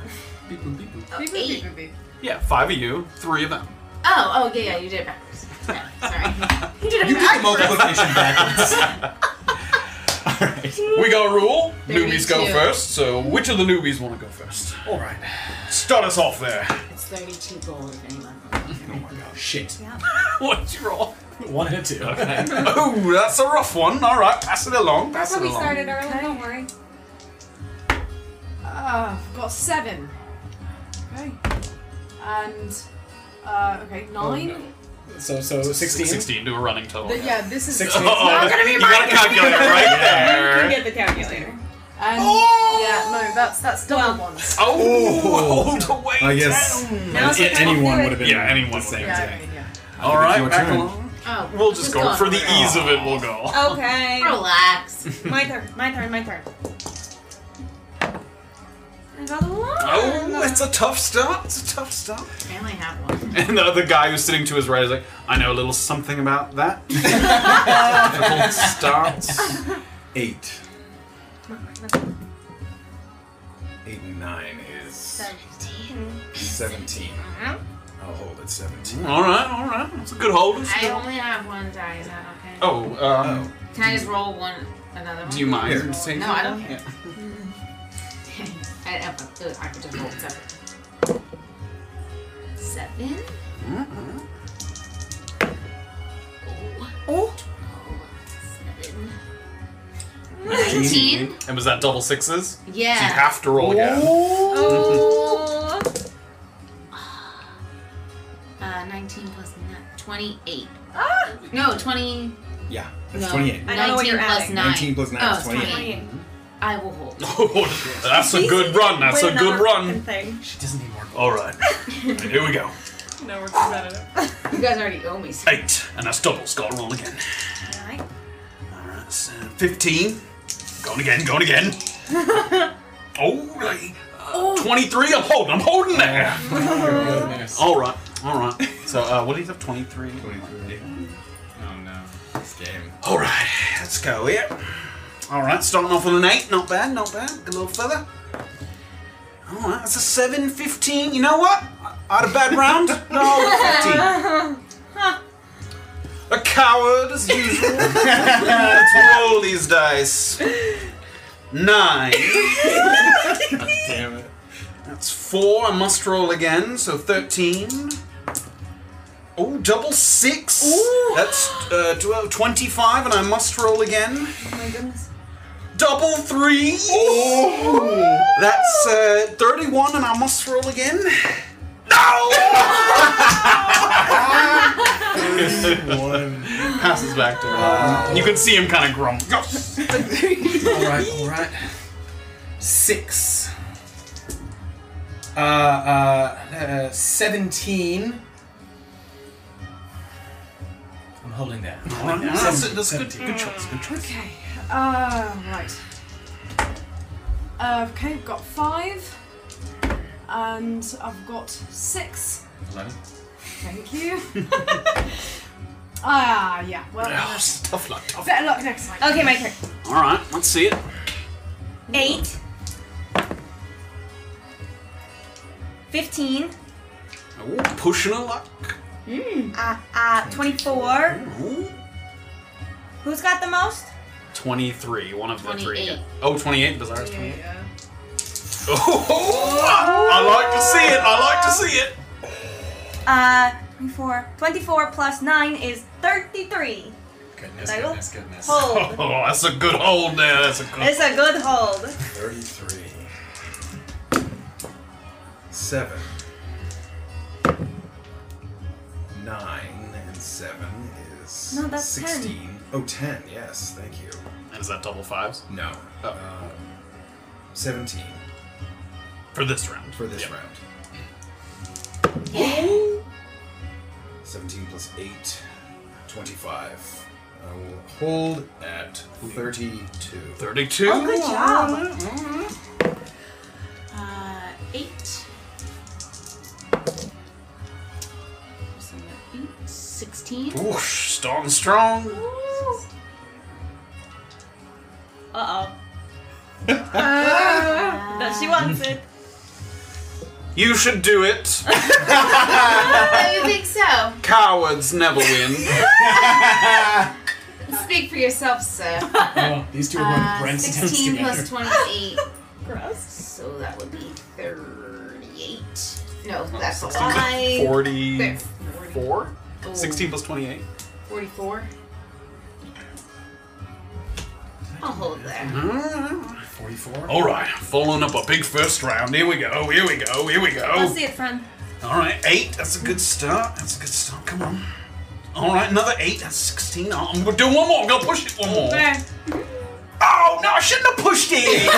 S2: Beep, boop, beep, boop.
S6: Oh,
S9: Beep,
S6: eight.
S9: boop, beep, boop.
S2: Yeah, five of you, three of them.
S6: Oh, oh, yeah, yeah, you did it backwards. Yeah, sorry. you did it
S2: the
S6: backwards.
S2: multiplication backwards.
S9: (laughs)
S2: (laughs) We got a rule. newbies go
S6: 32.
S2: first. So, which of the newbies want to go first?
S3: All right.
S2: Start us off there.
S6: It's 32 gold if anyone.
S3: Shit.
S2: What'd you roll?
S3: One and a two.
S2: Okay. oh, that's a rough one. All right, pass it along. Pass
S7: That's where
S2: it
S7: we
S2: along.
S7: started, Erwin. Don't worry.
S9: Uh, I've got seven. Okay. And uh, okay,
S2: Oh,
S9: nine.
S3: So so sixteen.
S2: Sixteen. Do a running total.
S9: The- yeah, this is.
S3: Sixteen.
S9: It's not gonna be
S2: you
S9: mine.
S2: got a
S9: (laughs)
S2: calculator right
S7: You can
S2: there.
S7: get the calculator.
S9: And yeah, no, that's that's double ones.
S2: Oh, hold away.
S25: I guess
S9: Now's the time to do it.
S2: would've been. Yeah, anyone would have
S9: Yeah,
S2: been.
S9: okay, yeah.
S2: All
S25: I
S2: right,
S25: think it's your
S2: back
S25: turn.
S2: along.
S6: Oh,
S2: We'll just go
S6: gone.
S2: for the ease of it. We'll go.
S6: Oh.
S7: Okay.
S6: Relax.
S7: My turn. My turn. My turn. I got a lot.
S2: Oh, it's a tough start. It's a tough start.
S6: I only have
S2: (laughs)
S6: one.
S2: And the other guy who's sitting to his right is like, I know a little something about that. (laughs) Difficult starts.
S1: Eight. Eight and nine is 17. I'll hold at 17.
S2: All right, all right. It's a good hold. It's a
S6: I
S2: good-
S6: only have one die, is that okay?
S2: Oh, um,
S6: Can I just roll one, another one?
S2: do you mind?
S6: Roll.
S2: taking
S6: No, I don't
S2: that?
S6: care. (laughs) I, I, I could just roll seven. Seven?
S7: Oh.
S6: Seven.
S2: Nineteen. And was that double sixes?
S6: Yeah.
S2: So you have to roll again. (laughs)
S7: Oh.
S6: Uh, 19 plus nine, 28. No, 20.
S25: Yeah, that's
S6: no,
S25: 28.
S6: 19
S7: know what you're
S6: plus
S7: adding.
S6: 9.
S25: 19 plus nine
S6: oh,
S25: is
S6: it's
S25: 28.
S6: 28. I will hold.
S2: Oh, That's a good run. That's a good run.
S7: Thing.
S3: She doesn't need more.
S2: All right. Here we go.
S7: (laughs) No,
S6: (laughs)
S7: we're competitive.
S6: You guys already owe me. some.
S2: Eight, and that's doubles. Got to roll again.
S7: Alright.
S2: All right, so fifteen. Going again. Going again. All right. Uh, Twenty-three. I'm holding. I'm holding there.
S26: (laughs)
S2: All right. All right. So uh, what do you have? Twenty-three. Twenty-three.
S26: Oh no. This game.
S2: All right. Let's go. Yeah. All right. Starting off with an eight. Not bad. Not bad. Good little feather. All right. That's a seven. Fifteen.
S25: Oh,
S2: You know what? I I had a bad round. No. Fifteen. A coward as usual. (laughs) Let's roll these dice. Nine.
S9: (laughs)
S2: God damn it. That's four. I must roll again, so 13. Oh, double six. That's uh, tw- 25, and I must roll again.
S27: Oh my goodness.
S2: Double three. Oh. That's uh, 31, and I must roll again.
S3: One
S2: passes back to him. You can see him kind of grumble.
S3: alright, alright. Six. Uh, uh, uh, 17. I'm holding there. I'm holding there.
S2: That's-
S3: Seven-
S2: that's good-
S3: 17.
S2: good choice, good choice.
S9: Okay. Uh, right. Uh, okay, I've got five. And I've got six.
S3: Eleven.
S9: Thank you. Ah, yeah. Well,
S2: tough luck.
S9: better luck next time.
S7: Okay, my turn.
S2: All right, let's see it.
S7: Eight. Fifteen.
S2: Ooh, pushing a luck.
S7: Uh, uh, 24. Who's got the most?
S2: 23, one of the three.
S7: 28.
S2: Again. Oh, 28, bizarre. is 28. Oh, (laughs) I like to see it. I like to see it.
S7: Uh, 24. 24 plus 9 is 33.
S3: Goodness,
S7: I will
S3: goodness, goodness.
S7: hold.
S2: (laughs) Oh, that's a good hold there. That's a good.
S7: It's a good hold.
S1: 33. 7. 9 and 7 is.
S7: No, that's
S1: 16. Oh, 10, yes, thank you.
S2: And is that double fives?
S1: No.
S2: Oh.
S1: Um, 17.
S2: For this round.
S1: For this round. 17 plus 8, 25. I will hold at 32.
S2: 32?
S7: Oh, good job.
S6: Uh, eight. Just on the eight. Sixteen.
S7: (laughs)
S2: Whoosh, starting strong.
S7: Uh oh.
S9: Ah.
S7: No, she wants it.
S2: You should do it.
S6: oh, you think so?
S2: Cowards never win.
S6: Speak for yourself, sir.
S3: Oh, these two are going
S6: Uh,
S3: Brent's tents
S6: 16
S3: together.
S2: (laughs)
S6: plus 28.
S7: Gross.
S6: So that would be 38. No, that's a
S2: 16
S6: lie. There.
S2: 44?
S6: Oh.
S2: 16 plus 28.
S6: 44. I'll hold there.
S3: Forty-four.
S2: All right, following up a big first round. Here we go, here we go, here we
S7: I'll
S2: go.
S7: see it, friend.
S2: All right, eight. That's a good start. That's a good start. Come on. All right, another eight. That's 16. Oh, I'm going to do one more. I'm going to push it one more. Oh, no, I shouldn't have pushed
S28: (laughs)
S2: it.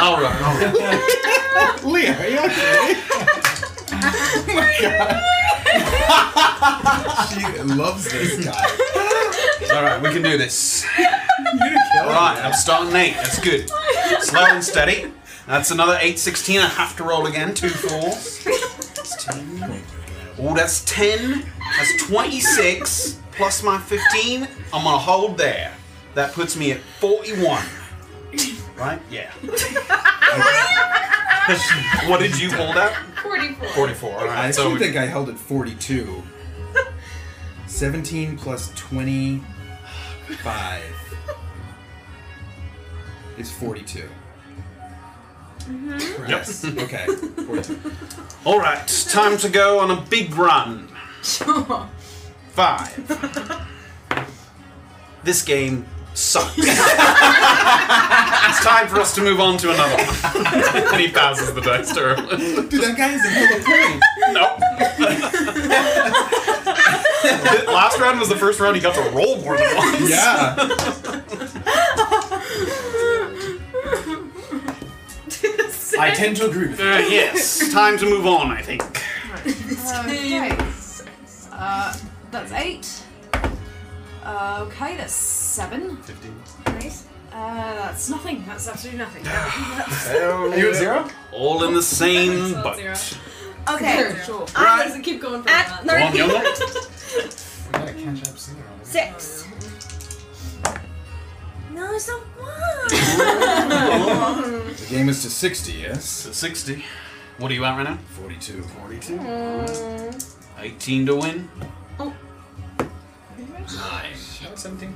S2: all right, all
S1: (laughs)
S2: right.
S28: Leah, are you okay? Oh (laughs)
S2: she loves this guy. All right, we can do this. All right, I'm starting eight. That's good. Slow and steady. That's another eight sixteen. I have to roll again. Two fours. That's ten. Oh, that's ten. That's twenty six plus my fifteen. I'm gonna hold there. That puts me at forty one. Right? Yeah. what did you hold at?
S6: 44.
S2: 44. All right.
S28: I
S2: so
S28: actually think I held it 42. 17 plus 25 is 42.
S2: (laughs) Yes.
S28: okay.
S2: All right, time to go on a big run.
S6: Sure.
S2: Five. this game sucks. it's time for us to move on to another one. and he passes the dice to her.
S28: Dude, that guy is a hell of a point.
S2: (laughs) Last round was the first round he got to roll more than once.
S28: Yeah.
S2: I tend to agree with you. yes, time to move on, I think.
S9: (laughs) Okay. Uh, that's eight. Uh, okay, that's seven.
S2: Fifteen.
S9: Nice. Uh, that's nothing. That's absolutely nothing. (laughs)
S14: (laughs)
S2: Are
S3: you at zero?
S2: All in the same boat.
S7: Okay.
S9: Sure.
S7: Right.
S9: Doesn't keep going for
S7: At
S9: that.
S2: Come on, Yola.
S3: We gotta catch up sooner.
S7: Six. (laughs) No, it's not (laughs)
S28: The game is to 60, yes?
S2: To 60. What are you at right now?
S28: 42.
S2: 42. 18 to win.
S6: Oh,
S15: Nine. Seventeen.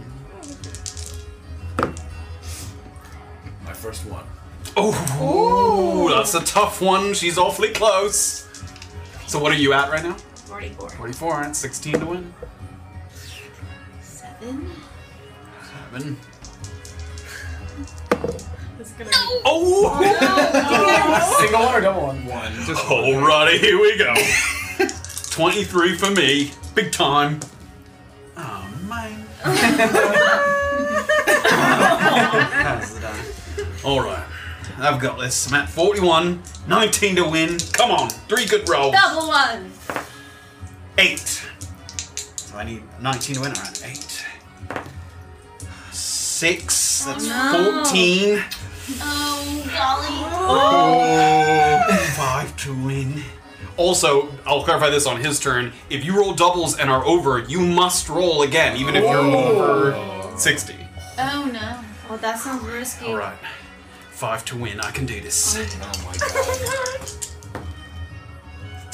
S21: My first one.
S2: Oh, that's a tough one. She's awfully close. So what are you at right now?
S6: 44.
S2: 44, that's 16 to win.
S6: Seven.
S2: Seven.
S5: It's gonna
S2: Oh! (laughs)
S15: Single one or double one?
S2: One. Alrighty, here we go. 23 for me. Big time. Oh, mine. Alright. I've got this. I'm at 41. 19 to win. Come on. Three good rolls.
S6: Double one.
S2: Oh. Eight. So I need 19 to win. All right, eight. Six. That's
S6: no.
S2: 14.
S6: Oh, golly.
S2: Oh, five to win. Also, I'll clarify this on his turn. If you roll doubles and are over, you must roll again, even if
S1: Oh.
S2: you're over 60.
S6: (laughs) Oh, no.
S18: Well, that sounds risky.
S2: All right. Five to win. I can do this. Oh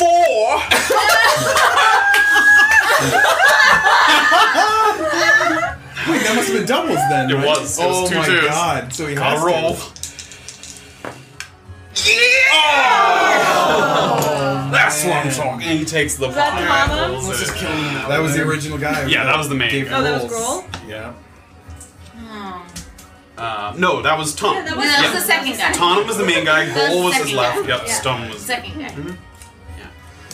S1: (laughs)
S2: my Four.
S6: (laughs)
S1: Wait, that must have been doubles then.
S2: It
S1: right?
S2: was. It
S1: oh
S2: was two
S1: my
S2: twos.
S1: god! So he
S2: Gotta
S1: has
S2: roll.
S1: To.
S2: Oh.
S1: Oh,
S2: That's what I'm talking. And he takes the
S5: Is that the
S2: five.
S5: mama?
S2: Rolls
S5: Let's
S2: it.
S5: just
S1: kill him now. That was the original guy.
S2: Yeah, that was the main
S1: Gave
S2: guy.
S5: Oh, that was Grohl?
S2: Yeah. Uh, no, that was Tom.
S6: Yeah, that was- No, that was the second guy.
S2: Tom was the main guy.
S6: That was
S2: Grohl
S6: the
S2: was his
S6: second
S2: left.
S6: guy.
S2: Yep,
S6: Yeah.
S2: Stone was.
S6: Second guy.
S2: Mhm.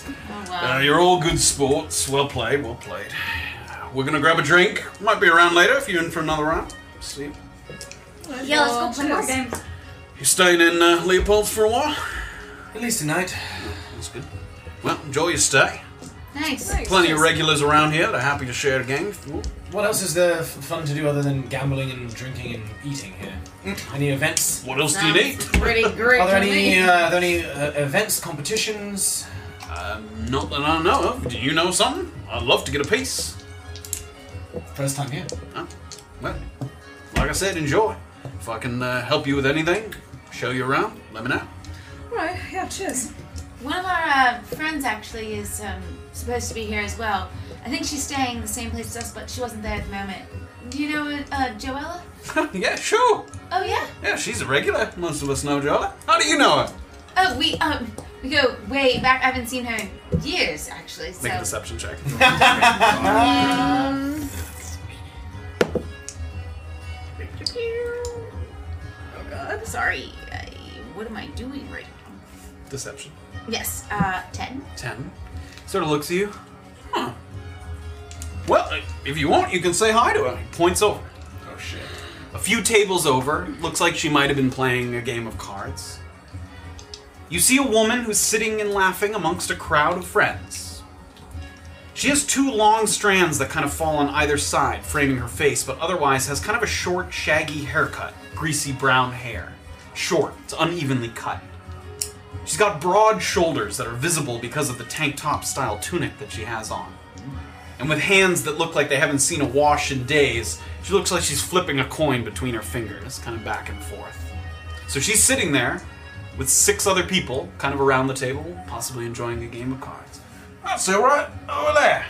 S6: Oh, wow.
S2: Uh, you're all good sports. Well played. Well played. We're gonna grab a drink. Might be around later if you're in for another round. See.
S6: yeah, let's go play more games.
S2: You staying in uh, Leopold's for a while?
S3: At least tonight.
S2: That's good. Well, enjoy your stay.
S6: Nice.
S2: Plenty of regulars around here. They're happy to share a game. if you want.
S3: What else is there f- fun to do other than gambling and drinking and eating here? Any events?
S2: What else do you need? (laughs)
S6: Pretty great.
S3: Are there
S6: to
S3: any,
S6: me.
S3: uh, are there any uh, events, competitions?
S2: Um, not that I know of. Do you know something? I'd love to get a piece.
S3: First time here.
S2: Huh? Well, like I said, enjoy. If I can uh, help you with anything, show you around, let me know.
S6: Right, yeah, cheers. One of our uh, friends actually is um, supposed to be here as well. I think she's staying in the same place as us, but she wasn't there at the moment. Do you know uh, Joella?
S2: (laughs) yeah, sure.
S6: Oh, yeah?
S2: Yeah, she's a regular. Most of us know Jola. How do you know her?
S6: Oh, we um, we go way back. I haven't seen her in years, actually. So.
S2: Make a deception check.
S6: Um, oh god, sorry. I, what am I doing right
S2: deception.
S6: now? Yes, uh, 10.
S2: Ten. Sort of looks at you. Huh. Well, uh, if you want, you can say hi to her. He Points over. Oh shit. A few tables over, looks like she might have been playing a game of cards. You see a woman who's sitting and laughing amongst a crowd of friends. She has two long strands that kind of fall on either side, framing her face, but otherwise has kind of a short, shaggy haircut, greasy brown hair. Short, it's unevenly cut. She's got broad shoulders that are visible because of the tank top style tunic that she has on. And with hands that look like they haven't seen a wash in days, she looks like she's flipping a coin between her fingers, kind of back and forth. So she's sitting there with six other people, kind of around the table, possibly enjoying a game of cards. That's all right, over there.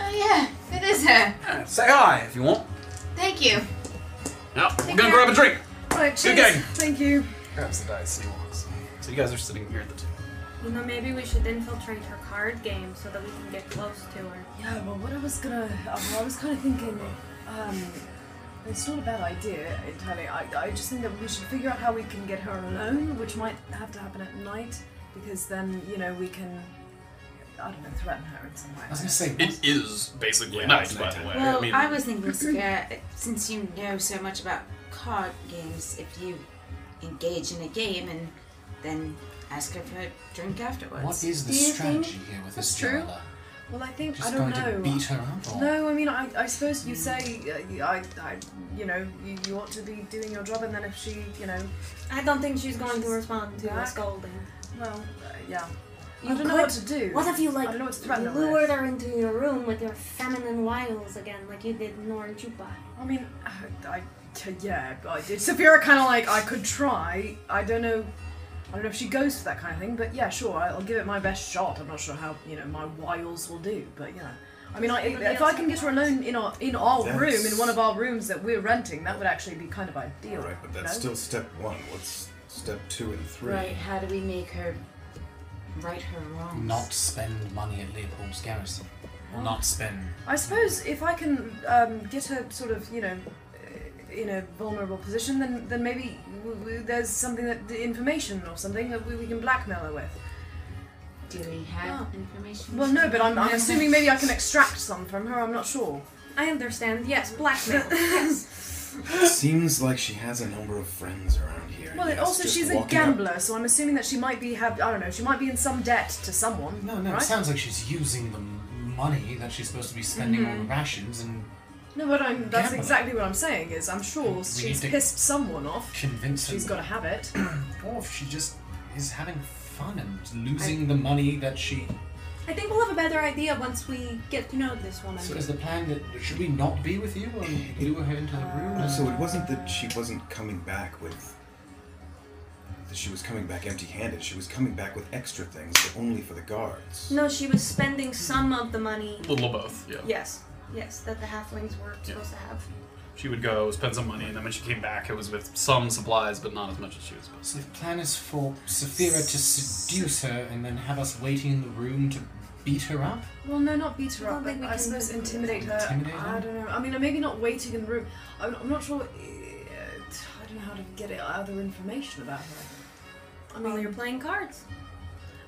S6: Oh, yeah, it is
S4: uh,
S6: her.
S2: Yeah, Say hi if you want.
S6: Thank you.
S2: Now, we're gonna grab a drink.
S6: Oh,
S5: Right, cheers.
S2: Good game.
S5: Thank you.
S2: Grabs the dice and he walks. So you guys are sitting here at the table.
S18: You know, maybe we should infiltrate her card game so that we can get close to her.
S9: Yeah, well, what I was gonna, uh, I was kind of thinking, um, it's not a bad idea entirely. I, I just think that we should figure out how we can get her alone, which might have to happen at night, because then you know we can, I don't know, threaten her in some way.
S2: it is basically
S3: Yeah,
S2: nice,
S3: it's
S2: by the way.
S6: Well, I,
S2: I mean,
S6: was thinking, Jessica, since you know so much about card games, if you engage in a game and then ask her for a drink afterwards.
S3: What is the
S9: Do you
S3: strategy
S9: think
S3: here with
S9: that's
S3: this
S9: true?
S3: Jarla?
S9: Well, I think
S3: Just
S9: I don't
S3: going
S9: know.
S3: to beat her up? Or?
S9: No, I mean, I, I suppose you say, uh, I, I, you know, you, you ought to be doing your job, and then if she, you know,
S18: I don't think she's going to
S9: She's
S18: respond to
S9: back.
S18: a scolding.
S9: well, uh, yeah.
S7: You
S9: I don't know what to
S7: could-
S9: do.
S7: What if you like
S9: I don't know what to threaten her with.
S7: lured her into your room with your feminine wiles again, like you did in Norinchupa?
S9: I mean, I, I yeah, I did. Severa kind of like I could try. I don't know. I don't know if she goes for that kind of thing, but yeah, sure, I'll give it my best shot. I'm not sure how you know my wiles will do, but you know, I mean, I,
S29: Everybody
S9: if I
S29: else
S9: can get her alone in our in our
S1: That's-
S9: room, in one of our rooms that we're renting, that would actually be kind of ideal.
S1: Alright, but that's
S9: no?
S1: still step one. What's step two and three?
S4: Right, how do we make her right her wrongs?
S3: Not spend money at Leopold's garrison. Or not spend.
S9: I suppose if I can um, get her sort of, you know, uh, in a vulnerable position, then then maybe w- w- there's something that the information or something that we, we can blackmail her with. Oh.
S4: Do we have information?
S9: Well, no, but I'm, I'm assuming maybe I can extract some from her. I'm not sure.
S29: I understand. Yes,
S9: (laughs)
S29: blackmail. yes.
S1: It seems like she has a number of friends around here.
S9: Well, it
S1: Yes,
S9: also
S1: just
S9: she's a
S1: walking up-
S9: gambler, so I'm assuming that she might be have I don't know she might be in some debt to someone.
S3: No, no,
S9: right?
S3: it sounds like she's using the m- money that she's supposed to be spending on
S9: Mhm.
S3: rations and
S9: No, but I'm, that's
S3: Gambling.
S9: exactly what I'm saying is I'm sure she's
S3: need to-
S9: pissed someone off.
S3: convincing.
S9: She's got to have
S3: (clears throat)
S9: it.
S3: or if she just is having fun and losing the money that she.
S7: I think we'll have a better idea once we get to know this woman.
S3: So is the plan that should we not be with you (laughs) and lure her into the room?
S1: No, so it wasn't that she wasn't coming back with. That she was coming back empty handed. She was coming back with extra things, but only for the guards.
S7: No, she was spending some of the money.
S2: Little of both, yeah.
S7: Yes, yes, that the halflings were
S2: Yeah.
S7: supposed to have.
S2: She would go spend some money, and then when she came back, it was with some supplies, but not as much as she was supposed
S3: So the plan is for Saphira to seduce her and then have us waiting in the room to beat her up?
S9: Well, no, not beat her
S29: I
S9: up,
S29: don't
S9: but
S29: think we
S9: I
S29: can
S9: suppose intimidate her.
S3: Intimidate
S9: I
S3: her?
S9: don't know. I mean, maybe not waiting in the room. I'm, I'm not sure. uh, I don't know how to get it, other information about her. I mean, you're
S7: playing cards.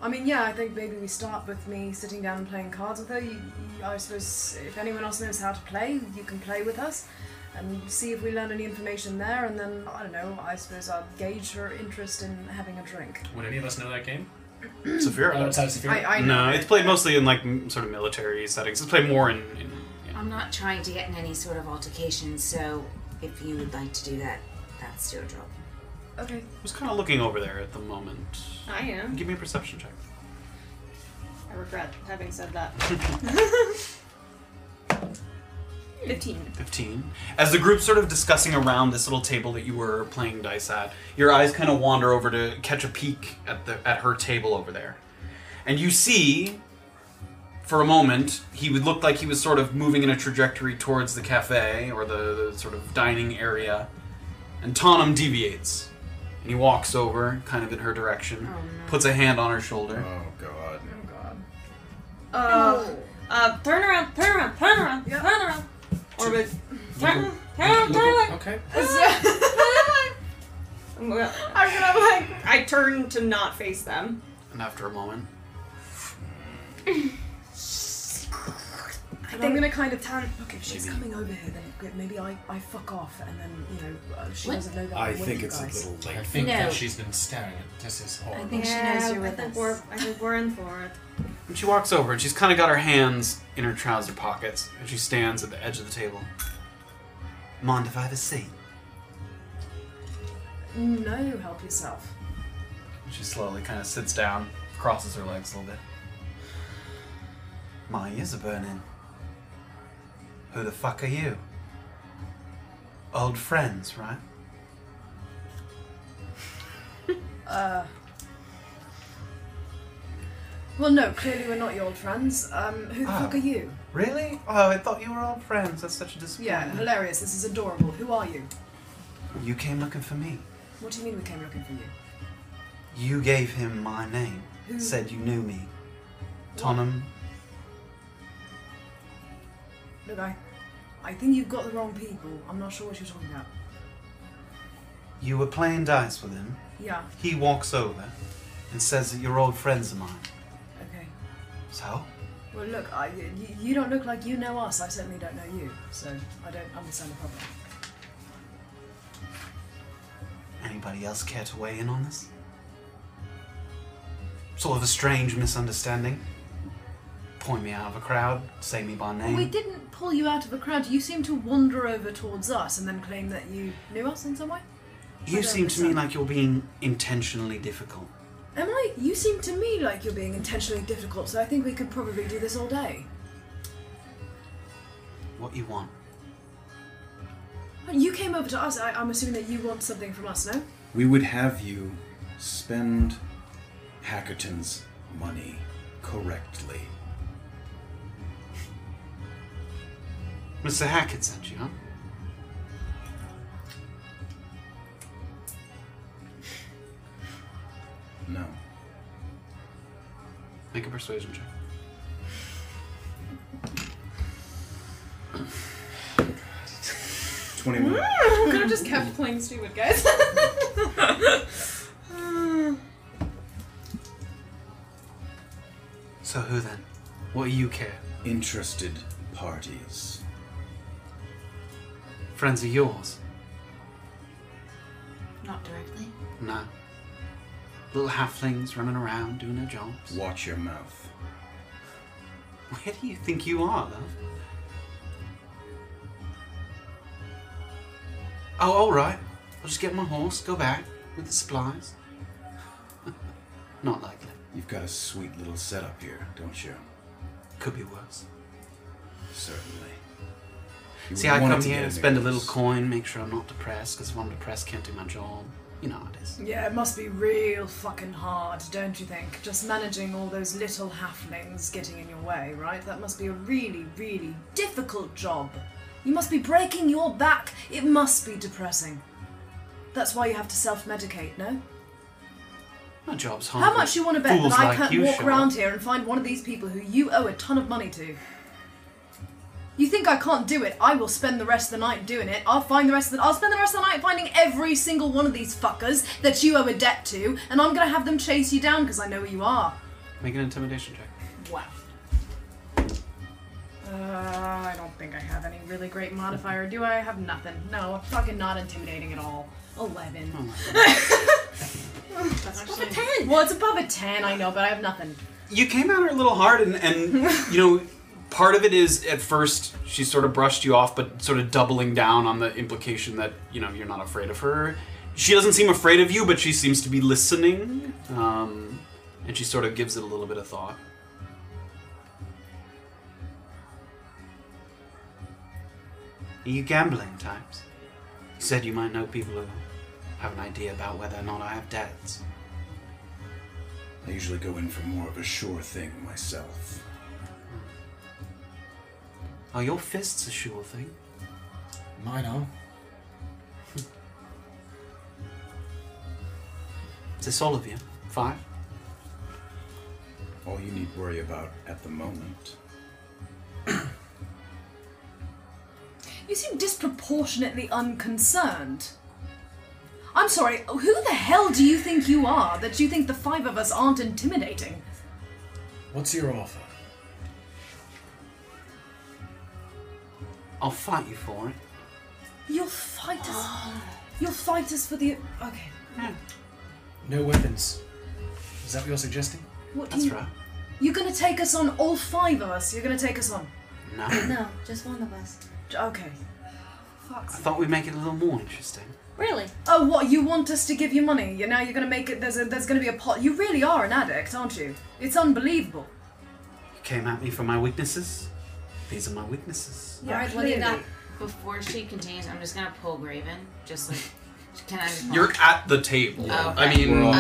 S9: I mean, yeah, I think maybe we start with me sitting down and playing cards with her. You, you, I suppose if anyone else knows how to play, you can play with us and see if we learn any information there. And then, I don't know, I suppose I'll gauge her interest in having a drink.
S2: to. Would any of us know that game? Saphira.
S3: Oh, it's out of Saphira? I- I
S2: no,
S3: know.
S2: it's played mostly in like m- sort of military settings. It's played more in. in
S4: I'm not trying to get in any sort of altercation, so if you would like to do that, that's your job.
S9: Okay.
S2: who's kind of looking over there at the moment?
S5: I am.
S2: Give me a perception check.
S5: I regret having said that. 15.
S2: 15. As the group's sort of discussing around this little table that you were playing dice at, your eyes kind of wander over to catch a peek at the at her table over there. And you see for a moment he would look like he was sort of moving in a trajectory towards the cafe or the, the sort of dining area. And Tonham deviates. And he walks over kind of in her direction,
S7: Oh, no.
S2: puts a hand on her shoulder.
S1: Oh god.
S2: Oh
S9: god.
S7: Uh, uh, turn around, turn around, turn around, turn around. Or with
S5: (laughs)
S7: turn, around, turn around, turn around.
S3: Okay.
S5: I'm gonna, I'm gonna like I turn to not face (laughs) them.
S2: And after a moment,
S9: I am gonna kind of tan. Look, if she's coming over here, then good, maybe I, I fuck off, and then you know uh, she
S4: What?
S9: doesn't know that
S3: I
S9: I'm with
S3: think
S9: you
S3: it's a
S9: guys.
S3: little late. I think
S4: No.
S3: that she's been staring at Tess's horror.
S4: think she
S5: Yeah,
S4: knows you're
S5: I
S4: with
S5: think
S4: us.
S5: We're, I think we're in for it.
S2: And she walks over and she's kind of got her hands in her trouser pockets and she stands at the edge of the table. Mind if I have a seat?
S9: No, help yourself.
S2: She slowly kind of sits down, crosses her legs a little bit. My ears are burning. Who the fuck are you? Old friends, right?
S9: Uh. Well, no, clearly we're not your old friends. Um, who the
S2: Oh.
S3: Ah,
S9: fuck are you?
S2: Really? Oh, I thought you were old friends. That's such a disappointment.
S9: Yeah, hilarious. This is adorable. Who are you?
S2: You came looking for me.
S9: What do you mean we came looking for you?
S2: You gave him my name.
S9: Who-
S2: Said you knew me. Tonham.
S9: Look, I, I think you've got the wrong people. I'm not sure what you're talking about.
S2: You were playing dice with him.
S9: Yeah.
S2: He walks over and says that you're old friends of mine.
S9: Okay.
S2: So?
S9: Well, look, I, you, you don't look like you know us. I certainly don't know you, so I don't understand the problem.
S2: Anybody else care to weigh in on this? Sort of a strange misunderstanding. Point me out of a crowd, say me by name.
S9: Well, we didn't pull you out of a crowd. You seem to wander over towards us and then claim that you knew us in some way. I
S2: you
S9: don't
S2: seem to me like you're being intentionally difficult.
S9: Am I? You seem to me like you're being intentionally difficult, so I think we could probably do this all day.
S2: What you want?
S9: Well, You came over to us. I, I'm assuming that you want something from us, no?
S1: We would have you spend Hackerton's money correctly.
S2: Mr. Hackett sent you, huh?
S1: No.
S2: Make a persuasion check.
S30: Twenty-one.
S31: I Mm. (laughs) could have just kept playing stupid, (laughs)
S9: (laughs)
S31: guys.
S2: So who then? What do you care?
S1: Interested parties.
S2: Friends of yours?
S4: Not directly.
S2: No. Little halflings running around doing their jobs.
S1: Watch your mouth.
S2: Where do you think you are, love? Oh, all right. I'll just get my horse, go back with the supplies. Not likely.
S1: You've got a sweet little setup here, don't you?
S2: Could be worse.
S1: Certainly. You
S2: See, I
S1: wanted
S2: come
S1: to get
S2: here,
S1: in
S2: spend a
S1: there.
S2: little coin, make sure I'm not depressed, because if I'm depressed, can't do my job. You know how it is.
S9: Yeah, it must be real fucking hard, don't you think? Just managing all those little halflings getting in your way, right? That must be a really, really difficult job. You must be breaking your back. It must be depressing. That's why you have to self-medicate, no?
S2: My job's hard.
S9: How much you want to bet that
S2: Fools
S9: I
S2: like
S9: can't
S2: you
S9: walk
S2: show
S9: around
S2: up.
S9: here and find one of these people who you owe a ton of money to? You think I can't do it? I will spend the rest of the night doing it. I'll find the rest of the I'll spend the rest of the night finding every single one of these fuckers that you owe a debt to, and I'm gonna have them chase you down because I know where you are.
S2: Make an intimidation check.
S9: Wow.
S6: Uh, I don't think I have any really great modifier, do I? I have nothing. No, I'm fucking not intimidating at all. Eleven.
S9: Oh
S6: (laughs)
S9: That's
S6: above a ten. Well, it's above a ten, I know, but I have nothing.
S2: You came at her a little hard, and, and you know, part of it is at first she sort of brushed you off, but sort of doubling down on the implication that, you know, you're not afraid of her. She doesn't seem afraid of you, but she seems to be listening, um, and she sort of gives it a little bit of thought. Are you gambling types? You said you might know people who have an idea about whether or not I have debts.
S1: I usually go in for more of a sure thing myself.
S2: Are your fists a sure thing?
S3: Mine are.
S2: Is this all of you? Five?
S1: All you need worry about at the moment.
S9: You seem disproportionately unconcerned. I'm sorry, who the hell do you think you are that you think the five of us aren't intimidating?
S3: What's your offer?
S2: I'll fight you for it.
S9: You'll fight us. You'll fight us for the. Okay.
S3: No weapons. Is that what you're suggesting?
S9: What do
S3: That's
S9: you-
S3: right.
S9: You're gonna take us on, all five of us. You're gonna take us on.
S2: No.
S9: No, just one of us. Okay.
S2: I thought we'd make it a little more interesting.
S9: Really? Oh, what? You want us to give you money? You now you're gonna make it. There's a. There's gonna be a pot. You really are an addict, aren't you? It's unbelievable.
S2: You came at me for my weaknesses. These are my weaknesses.
S4: All right, well, you
S9: clearly.
S4: got. Before she continues, I'm just gonna pull Graven. Just like, can I? Just pull-
S2: You're at the table.
S4: Yeah.
S2: I mean,
S4: We're all-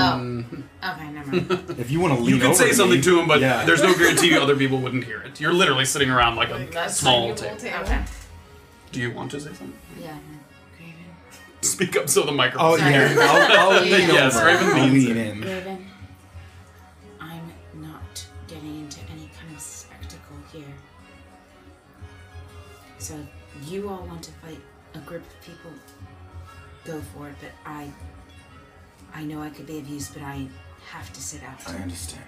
S4: Oh. okay, never
S2: (laughs)
S4: mind.
S1: if you want
S4: to
S2: you
S1: lean
S2: could
S1: over
S2: say
S1: to
S2: something
S1: me-
S2: to him, but
S1: Yeah.
S2: there's no guarantee other people wouldn't hear it. You're literally sitting around like a small table.
S4: Okay.
S2: Do you want to say something? (laughs)
S5: (laughs)
S4: Yeah.
S2: Speak up so the
S1: Oh,
S2: microphone.
S4: Sorry.
S2: (laughs)
S4: Yeah.
S2: yes, Raven leans in.
S4: Raven, I'm not getting into any kind of spectacle here. So you all want to fight a group of people, go for it. But I, I know I could be of use, but I have to sit out.
S1: I understand.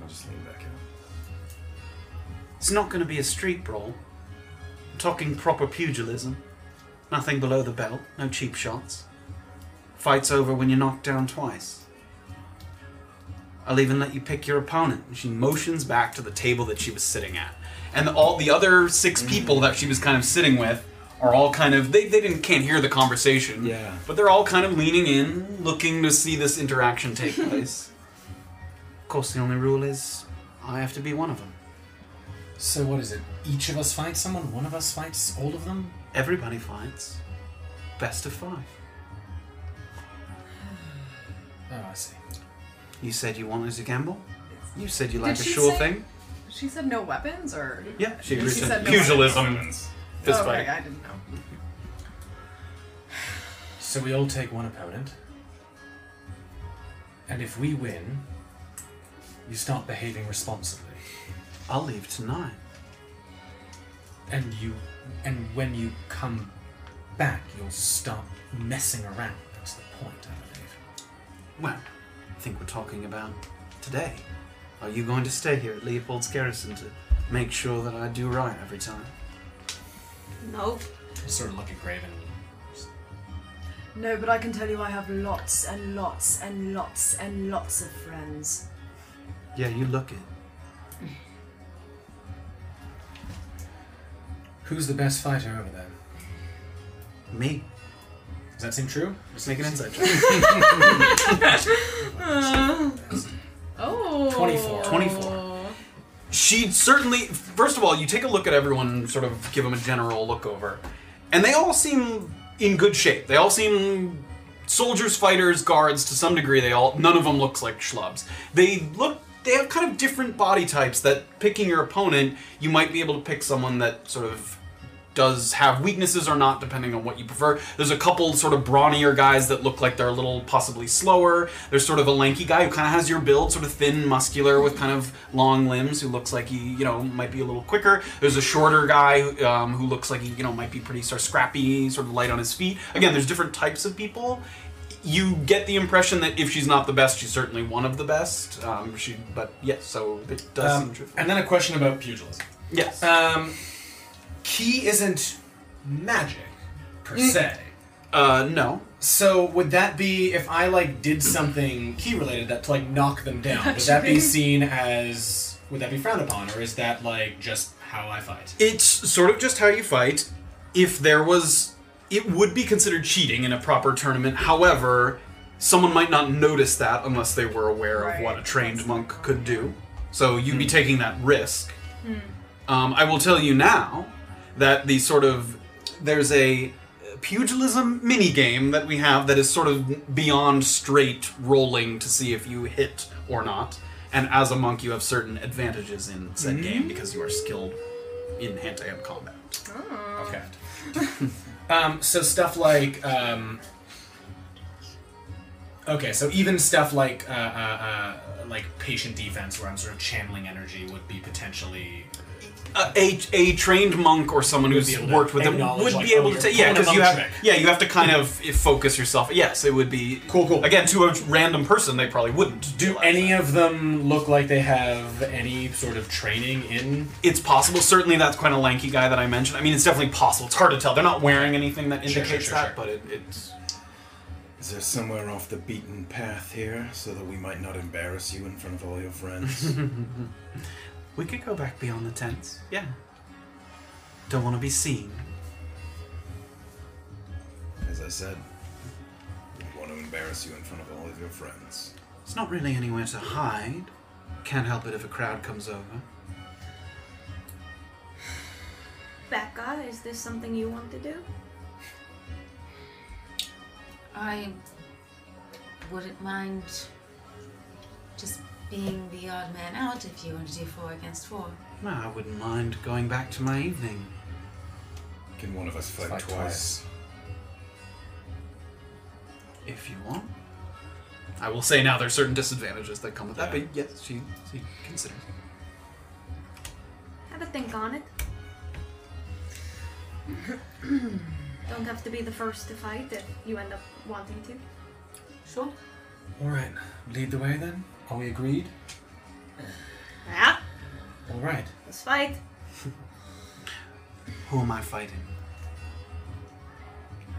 S1: I'll just lean back out.
S2: It's not going to be a street brawl. I'm talking proper pugilism. Nothing below the belt, no cheap shots. Fight's over when you're knocked down twice. I'll even let you pick your opponent. And she motions back to the table that she was sitting at. And all the other six
S1: Mm.
S2: people that she was kind of sitting with are all kind of they, they didn't can't hear the conversation. Yeah. But they're all kind of leaning in, looking to see this interaction take place. of course the only rule is I have to be one of them.
S3: So what is it? Each of us fights someone? One of us fights all of them?
S2: Everybody fights. Best of five.
S3: Oh, I see. Oh,
S2: You said you wanted to gamble? You said you
S3: Did
S2: like a
S3: she
S2: sure
S3: say-
S2: thing?
S4: She said no weapons, or
S2: Yeah, she agreed to
S4: said no
S2: pugilism.
S4: weapons.
S2: Fist
S4: oh,
S2: fight.
S4: Okay, I didn't know.
S3: So we all take one opponent. And if we win, you start behaving responsibly.
S2: I'll leave tonight.
S3: And you and when you come back, you'll start messing around. That's the point, I believe.
S2: Well, I think we're talking about today. Are you going to stay here at Leopold's Garrison to make sure that I do right every time?
S18: Nope.
S15: Sort of look at Graven.
S9: No, but I can tell you I have lots and lots and lots and lots of friends.
S2: Yeah, you look it.
S3: Who's the best fighter over there?
S2: Me.
S3: Does that seem true?
S2: Let's make an insight
S5: Uh,
S4: oh.
S2: 24.
S5: oh.
S2: 24. She certainly. First of all, you take a look at everyone and sort of give them a general look over. And they all seem in good shape. They all seem soldiers, fighters, guards to some degree. They all. None of them looks like schlubs. They look. They have kind of different body types that picking your opponent, you might be able to pick someone that sort of does have weaknesses or not, depending on what you prefer. There's a couple sort of brawnier guys that look like they're a little possibly slower. There's sort of a lanky guy who kind of has your build, sort of thin, muscular, with kind of long limbs, who looks like he, you know, might be a little quicker. There's a shorter guy um, who looks like he, you know, might be pretty sort of scrappy, sort of light on his feet. Again, there's different types of people. You get the impression that if she's not the best, she's certainly one of the best. Um, she, but yes, so it (laughs) does
S15: Um,
S2: seem true.
S15: and then a question about pugilism.
S2: Yes.
S15: Um, key isn't magic per
S2: Mm.
S15: se.
S2: Uh, no.
S15: So would that be if I like did something key related that to like knock them down? Would that be
S2: Actually.
S15: seen as would that be frowned upon, or is that like just how I fight?
S2: It's sort of just how you fight. If there was, it would be considered cheating in a proper tournament. However, someone might not notice that unless they were aware of what a trained monk could do. So you'd
S15: Hmm.
S2: be taking that risk. Um, I will tell you now that the sort of there's a pugilism mini game that we have that is sort of beyond straight rolling to see if you hit or not. And as a monk, you have certain advantages in said game because you are skilled in hand-to-hand combat.
S15: Okay. um, so stuff like um, okay, so even stuff like uh, uh, uh, like patient defense, where I'm sort of channeling energy, would be potentially
S2: A, a, a trained monk or someone
S15: Would be
S2: who's
S15: able to
S2: worked with them
S15: acknowledge,
S2: would
S15: like,
S2: be able
S15: oh,
S2: to
S15: you're
S2: yeah
S15: pulling a
S2: because you
S15: monk
S2: have
S15: trick.
S2: yeah you have to kind of focus yourself. Yes, it would be cool cool again to a random person they probably wouldn't do
S15: any of them look like they have any sort of training in
S2: It's possible. Certainly, that's quite a lanky guy that I mentioned. I mean, it's definitely possible. It's hard to tell. They're not wearing anything that
S21: Sure,
S2: indicates
S21: sure, sure, sure.
S2: that, but it, it's
S21: Is there somewhere off the beaten path here so that we might not embarrass you in front of all your friends?
S2: (laughs) we could go back beyond the tents. Yeah. Don't want to be seen.
S21: As I said, we want to embarrass you in front of all of your friends.
S2: It's not really anywhere to hide. Can't help it if a crowd comes over.
S18: Becca, is this something you want to do?
S6: I wouldn't mind just being the odd man out if you want to do four against four.
S2: No, I wouldn't mind going back to my evening.
S21: Can one of us fight,
S2: Fight
S21: twice?
S2: If you want. I will say now there's certain disadvantages that come with that, but yes, she, she considers.
S18: Have a think
S6: (coughs)
S18: on it. Don't have to be the first to fight if you end up wanting to.
S6: Sure.
S3: All right, lead the way then. Are we agreed?
S18: Yeah,
S3: All right.
S18: let's fight.
S2: Who am I fighting?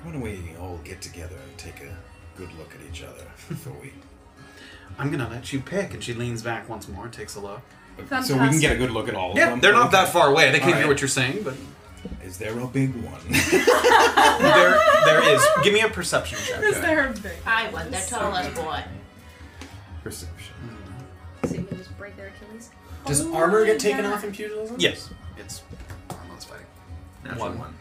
S21: Why don't we all get together and take a good look at each other before we.
S2: I'm gonna let you pick, and she leans back once more, takes a look.
S21: So we can get a good look at all
S2: yeah,
S21: of them?
S2: they're not that
S21: Okay.
S2: far away. They can
S21: All
S2: hear
S21: right.
S2: what you're saying, but
S21: Is there a big one?
S2: there, there is. Give me a perception check.
S6: Is
S4: there a big
S6: I was the tallest boy.
S21: Perception.
S2: Hmm.
S18: So you can just break their Achilles. Oh,
S15: Does armor get taken off in pugilism?
S2: Yes, it's armless fighting. One one.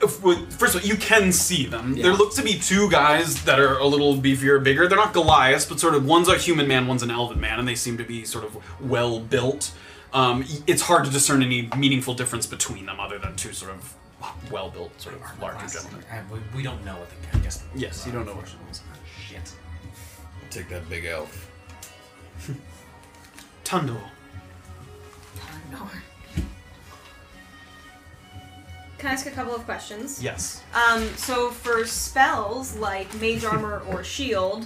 S2: If- well, First of all, you can see them. There looks to be two guys that are a little beefier, bigger. They're not Goliaths, but sort of one's a human man, one's an elven man, and they seem to be sort of well built. Um, y- it's hard to discern any meaningful difference between them, other than two sort of well-built, sort of larger gentlemen.
S3: we, we don't know what the I guess.
S2: Yes, you don't know.
S3: Shit.
S21: Take that big elf.
S2: (laughs) Tundor.
S5: Can I ask a couple of questions?
S2: Yes.
S5: Um, so for spells like mage armor
S2: (laughs)
S5: or shield,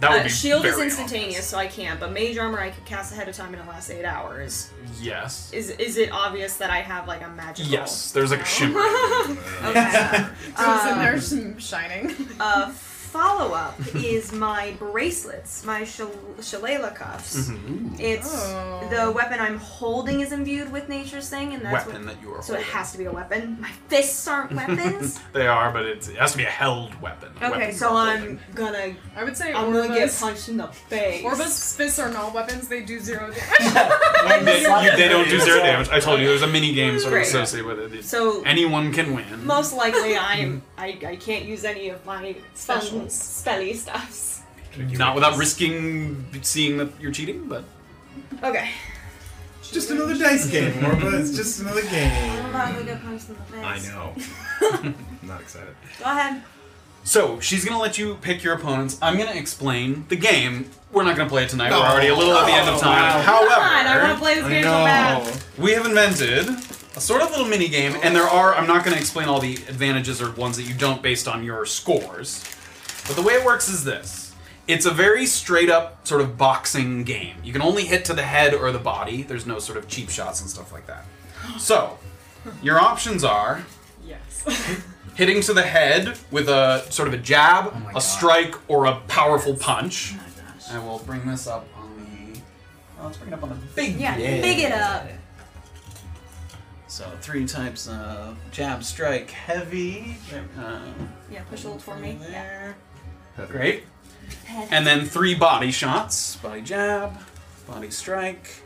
S2: That would
S5: uh,
S2: be
S5: shield is
S2: very
S5: instantaneous, so I can't. But mage armor, I could cast ahead of time and it lasts eight hours.
S2: Yes.
S5: Is is it obvious that I have like a magical?
S2: Yes. There's like a shimmer.
S5: (laughs) okay.
S4: So
S5: Um,
S4: there's some shining.
S5: uh, follow up is my bracelets, my shal- shillelagh cuffs.
S15: Mm-hmm.
S2: Mhm.
S5: It's the weapon I'm holding is imbued with nature's thing, and that's
S2: Weapon
S5: what,
S2: that you are
S5: So it
S2: holding.
S5: has to be a weapon. My fists
S2: (laughs)
S5: aren't weapons.
S2: they are, but it's, it has to be a held weapon. a
S5: okay,
S2: weapon
S5: so I'm gonna.
S4: I would say
S5: I'm gonna get
S4: Orba's-
S5: punched in the face.
S4: Orba's fists are not weapons, they do
S5: (laughs)
S4: zero
S2: They,
S4: damage.
S2: (laughs) you- they don't do zero damage. I told you there's a mini game sort of
S5: Great.
S2: associated with it. It's-
S5: So-
S2: anyone can win.
S5: Most likely, I'm. I, I can't use any of my fun spelly stuffs.
S2: Not without risking seeing that you're cheating, but
S5: Okay.
S1: Just another dice game, Morba. It's just another
S15: (laughs)
S1: game.
S5: Probably get punched in the face. (laughs)
S2: I know.
S1: I'm not excited.
S5: Go ahead.
S2: So she's gonna let you pick your opponents. I'm gonna explain the game. We're not gonna play it tonight.
S15: No.
S2: We're already a little at the end of time.
S15: No.
S2: However,
S15: Come on, Oh, I wanna play this game so I bad. know.
S2: We have invented a sort of little mini game, and there are. I'm not gonna explain all the advantages or ones that you don't based on your scores. But the way it works is this. It's a very straight up sort of boxing game. You can only hit to the head or the body. There's no sort of cheap shots and stuff like that. So, your options are
S4: Yes.
S2: (laughs) hitting to the head with a sort of a jab, a strike, or a powerful punch. I will bring this up on the. Oh, let's bring it up on the big.
S5: Yeah, big it up.
S2: So three types of jab, strike, heavy.
S5: Yeah, push a little for me. Yeah.
S2: Great. And then three body shots: body jab, body strike,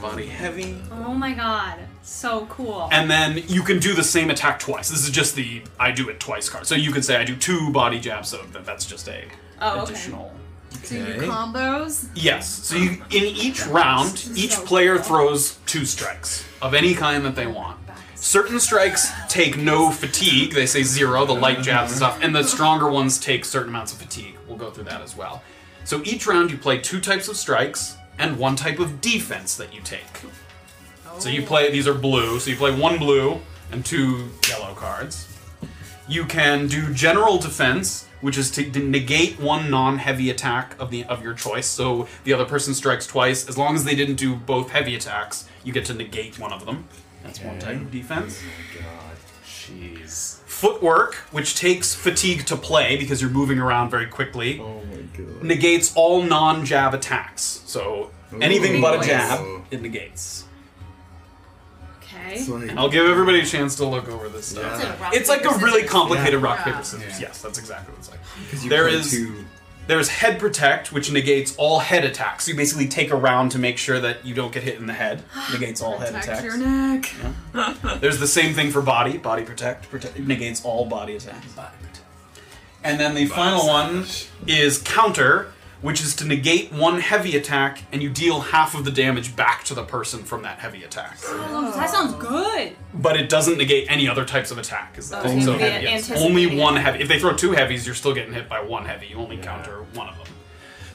S2: body heavy.
S5: Oh my god, so cool.
S2: And then you can do the same attack twice. This is just the I do it twice card. So you could say I do two body jabs, so that, that's just a
S4: Oh, okay.
S2: additional.
S4: Do you do
S5: (laughs)
S4: combos?
S2: Yes. So you, in each round, each player throws two strikes of any kind that they want. Certain strikes take no fatigue. They say zero, the light jabs and stuff, and the stronger ones take certain amounts of fatigue. We'll go through that as well. So each round, you play two types of strikes and one type of defense that you take. So you play, these are blue, so you play one blue and two yellow cards. You can do general defense, which is to de- negate one non-heavy attack of the of your choice. So the other person strikes twice. As long as they didn't do both heavy attacks, you get to negate one of them. That's one type of defense.
S3: God, jeez.
S2: Footwork, which takes fatigue to play because you're moving around very quickly. Oh my god. Negates all non-jab attacks. So anything
S5: Ooh.
S2: but a
S5: Nice.
S2: jab, it negates.
S5: Okay.
S2: And I'll give everybody a chance to look over this stuff.
S5: It's like rock,
S2: It's like a
S5: paper,
S2: really
S5: scissors.
S2: complicated
S5: Yeah.
S2: rock,
S5: Yeah.
S2: paper, scissors. Yes, that's exactly what it's like.
S1: 'Cause you
S2: There
S1: play
S2: is
S1: two-
S2: there's head protect, which negates all head attacks. So you basically take a round to make sure that you don't get hit in the
S5: (gasps)
S2: head. Negates all head
S4: Protect
S2: attacks.
S4: your neck.
S2: There's the same thing for body. Body protect, protect negates all body attacks. Body protect. And then the final one is counter, which is to negate one heavy attack, and you deal half of the damage back to the person from that heavy attack.
S5: Oh, That sounds good.
S2: But it doesn't negate any other types of attack. Is that
S5: Oh, so
S2: so
S5: you'd be
S2: heavy? It's
S5: anticipating
S2: only
S5: it.
S2: one heavy. If they throw two heavies, you're still getting hit by one heavy. You only counter one of them.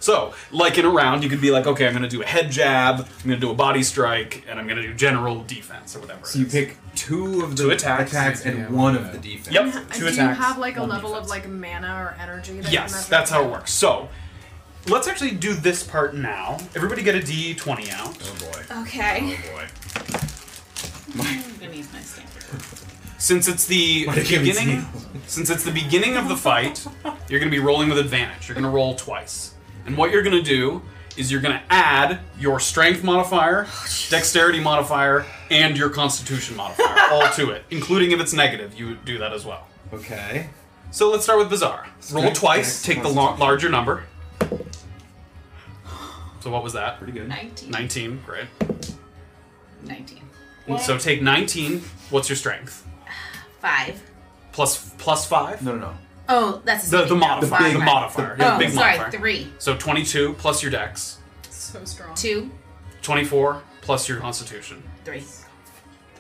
S2: So, like in a round, you could be like, okay, I'm going to do a head jab, I'm going to do a body strike, and I'm going to do general defense or whatever.
S1: So you pick two of the
S2: Two attacks.
S1: and one of the defense.
S2: Yep, two
S4: Do you
S2: attacks.
S4: have like a
S2: one
S4: level of like mana or energy? That
S2: Yes, that's how it works. So, let's actually do this part now. Everybody get a d20 out. Oh boy.
S5: Okay.
S2: boy. (laughs)
S6: I'm gonna use my standard.
S2: Since it's (laughs) the
S1: Why did you give it to
S2: beginning, since it's the beginning of the fight, you're going to be rolling with advantage. You're going to roll twice, and what you're going to do is you're going to add your strength modifier, dexterity modifier, and your constitution modifier (laughs) all to it, including if it's negative. You would do that as well.
S1: Okay.
S2: So let's start with bizarre. Roll
S1: Strength,
S2: twice.
S1: dex,
S2: Take the la- larger number. So what was that? Pretty good.
S6: Nineteen.
S2: Nineteen. Great.
S6: 19.
S2: So take nineteen. What's your strength?
S6: Five.
S2: Plus plus five. No, no, no.
S6: Oh, that's
S2: The,
S6: saving
S2: the
S6: throw.
S2: modifier.
S6: Five.
S2: The modifier.
S6: Oh,
S2: yeah, big
S6: sorry,
S2: modifier.
S6: three.
S2: So 22 plus your dex.
S4: So strong.
S6: Two.
S2: 24 plus your constitution.
S6: Three.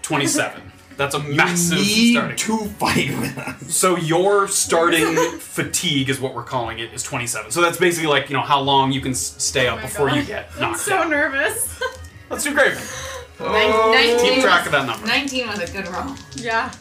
S2: 27.
S1: (laughs)
S2: That's a massive starting.
S1: to fight with us.
S2: So your
S1: (laughs)
S2: starting fatigue is what we're calling it is 27. So that's basically like, you know, how long you can s- stay
S1: Oh
S2: up before you get
S5: I'm
S2: knocked
S5: so
S2: out.
S5: nervous.
S2: Let's do Graven.
S6: (laughs) Nine-
S2: Keep track
S6: was-
S2: of that number.
S6: 19 was a good roll.
S5: Yeah.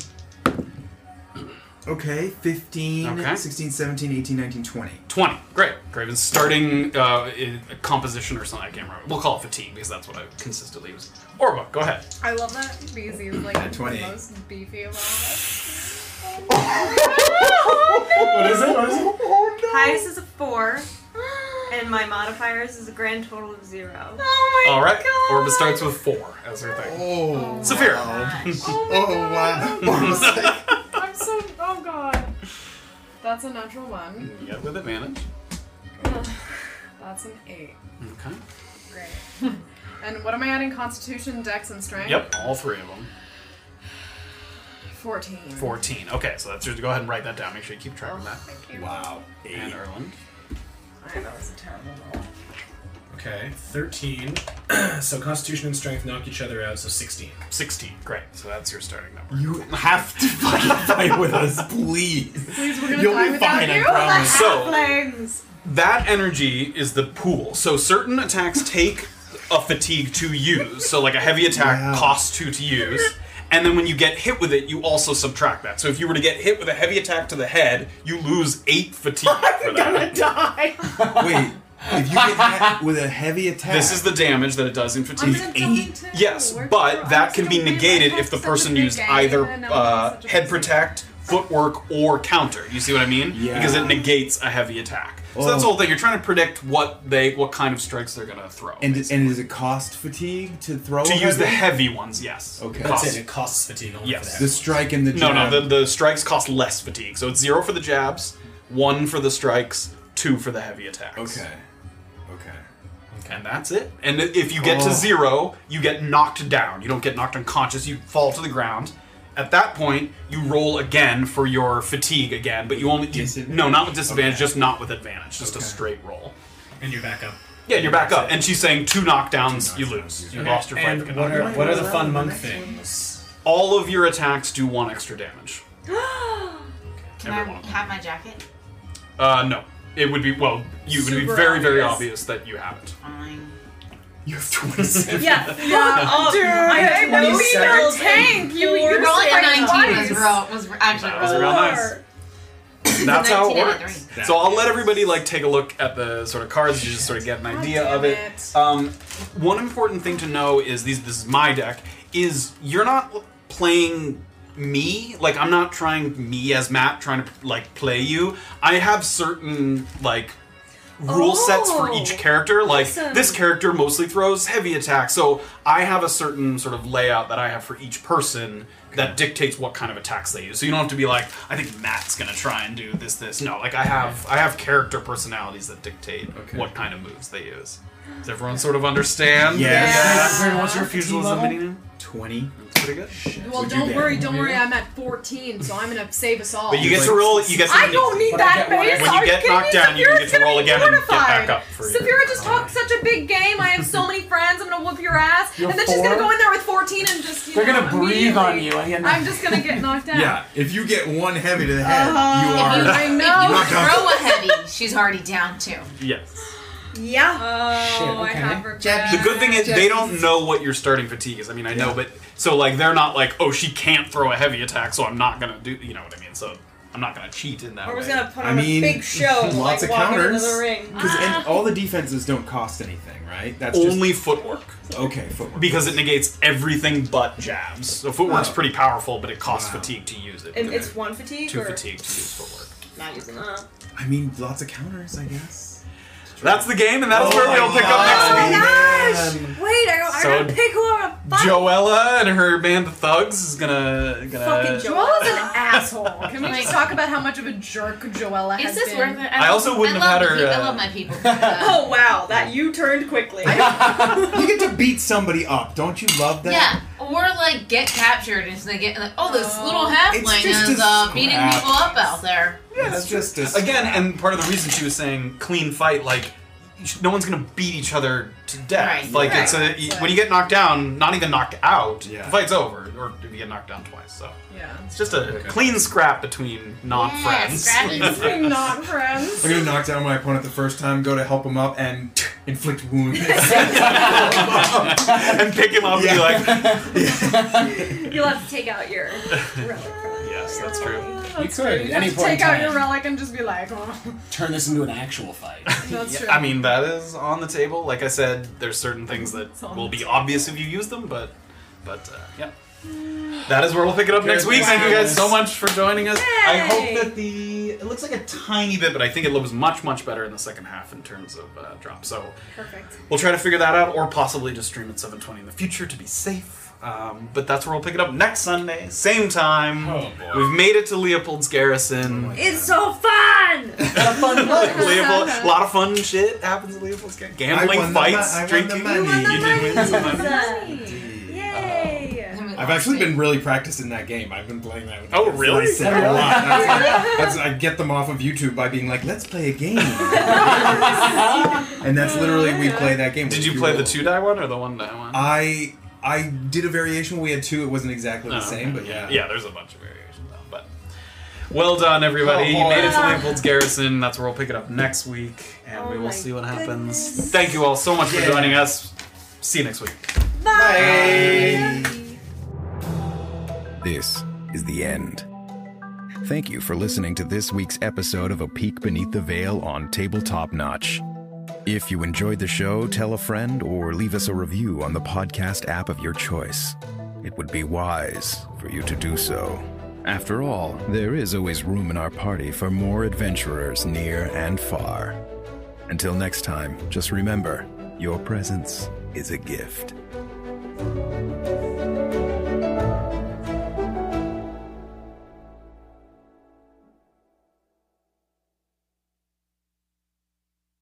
S32: Okay, 15,
S2: Okay.
S32: 16, 17, 18, 19, 20.
S2: 20. Great. Graven's starting uh, in a composition or something. I can't remember. We'll call it fatigue because that's what I consistently use. Orba, go ahead.
S9: I love that because he was
S2: At
S9: like the
S2: 20.
S9: most beefy of all of us. (laughs)
S5: what
S9: is it? What is
S5: it? Highest is a four, and my modifiers is a grand total of zero. Oh
S2: All right. Orba starts with four as her thing. Oh, Saphira. (laughs)
S1: Oh,
S2: wow.
S9: I'm so. Oh god. That's a natural one.
S2: yeah, with advantage.
S9: That's an eight.
S2: Okay.
S9: Great. (laughs) and what am I adding? Constitution, Dex, and Strength?
S2: Yep, all three of them.
S9: 14.
S2: 14. Okay, so that's just go ahead and write that down. Make sure you keep track of that.
S9: Oh, Thank you.
S2: Wow. And (laughs) Erland.
S9: I know, that was a terrible roll.
S3: Okay, 13. (clears throat) so Constitution and Strength knock each other out, so 16.
S2: 16, great. So that's your starting number.
S1: You have
S2: (laughs)
S1: to fucking fight with us, please.
S9: Please, we're gonna
S1: You'll
S9: die
S1: be
S9: without
S1: fine, I
S9: you.
S1: promise.
S2: So-
S9: Halflings.
S2: That energy is the pool. So certain attacks take a fatigue to use. So like a heavy attack costs two to use. And then when you get hit with it, you also subtract that. So if you were to get hit with a heavy attack to the head, you lose eight
S9: (laughs)
S2: fatigue for that.
S9: die.
S2: Wait,
S1: if you get
S2: (laughs)
S1: hit with a heavy attack,
S2: This is the damage that it does in fatigue.
S1: eight.
S2: Yes, but that can be negated if the person used either uh, head protect, footwork, or counter. You see what I mean?
S1: Yeah.
S2: Because it negates a heavy attack. So that's the
S1: Oh.
S2: whole thing. You're trying to predict what they, what kind of strikes they're gonna throw.
S1: And, and is it cost fatigue to throw?
S2: to
S1: a
S2: use the heavy ones, yes.
S1: Oh, Okay.
S3: That's it, it costs fatigue only
S2: Yes.
S1: The strike and the
S2: no,
S1: jab.
S2: no. The, the strikes cost less fatigue, so it's zero for the jabs, one for the strikes, two for the heavy attacks. Okay.
S33: Okay.
S2: And that's it. And i- if you get to
S1: Oh.
S2: zero, you get knocked down. You don't get knocked unconscious. You fall to the ground. At that point, you roll again for your fatigue again, but you only you- no, not with disadvantage, just not with advantage, just a straight roll.
S3: And you're back up.
S2: Yeah, you're back up. And she's saying two knockdowns, you lose. You
S3: Okay,
S2: lost your fight.
S3: and
S2: for getting
S3: what
S2: knocked
S3: are-
S2: down.
S3: what are the fun monk things?
S2: All of your attacks do one extra damage.
S6: Can
S2: Every one
S6: I have my jacket?
S2: Uh, no, it would be well. You would be
S6: Super
S2: very, very
S6: obvious.
S2: obvious that you haven't.
S6: Fine.
S2: You have twenty-seven. (laughs)
S5: Yeah, yeah, oh,
S6: Dude,
S5: I
S6: no,
S5: know we
S6: seven.
S5: built tank. You, you
S6: Rolling for
S5: said
S6: 19 was
S5: twice.
S6: real, was actually
S2: That
S6: real.
S2: was real nice. That's how it
S6: 19 out of
S2: works. So I'll let everybody like take a look at the sort of cards, you just sort of get an idea of it. Um, one important thing to know is these. This is my deck. Is you're not playing me. Like I'm not trying me as Matt, trying to like play you. I have certain like rule sets for
S6: Oh.
S2: each character. Like
S1: Awesome.
S2: this character mostly throws heavy attacks, so I have a certain sort of layout that I have for each person that dictates what kind of attacks they use. So you don't have to be like, I think Matt's gonna try and do this, this. No, like I have I have character personalities that dictate what kind of moves they use. Does everyone sort of understand?
S1: Yes.
S2: Yeah. What's your
S1: Fatigue
S2: refusal
S1: level?
S2: as Twenty. That's pretty good.
S9: Well,
S2: Would you
S9: don't
S2: be-
S9: worry, don't worry. I'm at 14, so I'm gonna save us all.
S2: But you get to roll. You get. To,
S9: I don't need that
S2: When
S9: many.
S2: you get knocked down, you get to roll again and get back up for your.
S9: Sapphira just talked such a big game. I have so many
S1: (laughs)
S9: friends. I'm gonna whoop your ass,
S1: Oh. You're
S9: and then she's
S1: four?
S9: gonna go in there with 14 and just. You
S1: They're
S9: know,
S1: gonna breathe on
S9: immediately-
S1: you, I get knocked-
S9: I'm just gonna get knocked out.
S32: Yeah, if you get one heavy to the head,
S5: Uh-huh.
S32: you
S6: Uh-huh.
S32: are.
S6: if
S1: (laughs)
S6: you,
S32: You're
S6: if you
S32: knocked out.
S6: throw a heavy, she's already down too.
S2: Yes.
S5: Yeah.
S9: Oh, I have regrets.
S2: The good thing is they don't know what your starting fatigue is. I mean, I know, but so like they're not like, oh, she can't throw a heavy attack, so I'm not gonna do. You know what I mean? So I'm not gonna cheat in that.
S5: Or was
S2: way.
S5: gonna put on a big show,
S1: (laughs) lots
S5: like
S1: of
S5: walking
S1: counters.
S5: into the ring. Ah.
S1: 'Cause- and all the defenses don't cost anything, right? That's (laughs)
S2: only
S1: just,
S2: footwork
S1: okay. Footwork.
S2: because it negates everything but jabs. So footwork's
S1: Oh.
S2: pretty powerful, but it costs fatigue to use it.
S5: And it's one fatigue.
S2: Two
S5: or?
S2: fatigue to use footwork.
S5: Not using that.
S1: I mean, lots of counters, I guess.
S2: That's the game, and that's
S1: Oh
S2: where
S1: my
S2: we'll pick
S1: God.
S2: up
S5: Oh
S2: next week.
S1: gosh!
S5: Wait, I,
S2: I So- gotta
S5: pick who I'm
S2: Joella and her band of thugs is gonna gonna
S9: Fucking Joella's (laughs) an asshole. Can we just talk about how much of a jerk Joella
S6: Is
S9: has
S6: this
S9: been?
S6: worth it?
S2: I also wouldn't
S6: I
S2: have
S6: love the
S2: had her,
S6: peop-
S2: uh,
S6: I love my people.
S5: oh wow, that you turned quickly.
S1: you get to beat somebody up. Don't you love that?
S6: Yeah, or like get captured and so they get like, oh, this
S5: Oh.
S6: little
S1: It's
S6: halfling
S1: just
S6: is
S1: a
S6: uh, beating
S2: scrap.
S6: people up out there.
S2: Yeah, that's just again, and part of the reason she was saying clean fight, like no one's gonna beat each other to death.
S14: Right,
S2: Like
S14: right.
S2: it's a
S14: Right.
S2: when you get knocked down, not even knocked out,
S14: Yeah.
S2: the fight's over. Or if you get knocked down twice, so
S34: Yeah.
S2: it's just a clean scrap between non-friends.
S5: not friends.
S35: I'm gonna knock down my opponent the first time, go to help him up,
S1: (laughs)
S35: and inflict
S5: (laughs)
S35: wounds.
S2: (laughs) and pick him up and be like,
S5: You'll have to take out your relic.
S2: yes, that's true.
S36: You
S5: That's
S36: could,
S5: true.
S36: at
S5: You
S36: any
S5: have to
S36: point in
S5: take out
S36: time.
S5: your relic and just be like, oh.
S2: (laughs)
S36: Turn this into an actual fight.
S5: (laughs) That's true.
S2: I mean, that is on the table. Like I said, there's certain things that will be obvious if you use them, but but uh, yeah. That is where we'll pick it up next week. Thank you guys so much for joining us. I
S14: Yay!
S2: hope that the it looks like a tiny bit, but I think it looks much much better in the second half in terms of uh, drop. So
S5: Perfect.
S2: we'll try to figure that out, or possibly just stream at 7:20 in the future to be safe. Um, but that's where we'll pick it up next Sunday, same time.
S36: Oh,
S2: We've made it to Leopold's Garrison.
S5: It's so fun!
S2: a fun place. Leopold, a lot of fun shit happens at Leopold's Garrison. Gambling,
S9: I won the
S2: fights,
S9: mo- I won the
S2: drinking.
S9: money.
S2: (laughs) You did win some money.
S5: Yay!
S9: I've actually been really practicing that game. I've been playing that. With
S2: Oh,
S9: that's
S2: really?
S9: what I said (laughs) a lot. I, was
S5: Yeah.
S9: like, that's- I get them off of YouTube by being like, "Let's play a (laughs) game,"
S2: uh,
S9: and that's literally we play that game.
S2: Did you play the two die one or the one die one?
S9: I I did a variation. where We had two. It wasn't exactly the
S2: Oh,
S9: same,
S2: okay.
S9: but yeah.
S2: Yeah, there's a bunch of variations though. But well done, everybody. you made it to Leopold's Garrison. That's where we'll pick it up next week, and we will see what happens. Thank you all so much
S9: Yeah.
S2: for joining us. See you next week.
S1: This is the end. Thank you for listening to this week's episode of A Peek Beneath the Veil on Tabletop Notch. If you enjoyed the show, tell a friend or leave us a review on the podcast app of your choice. It would be wise for you to do so. After all, there is always room in our party for more adventurers near and far. Until next time, just remember your presence is a gift.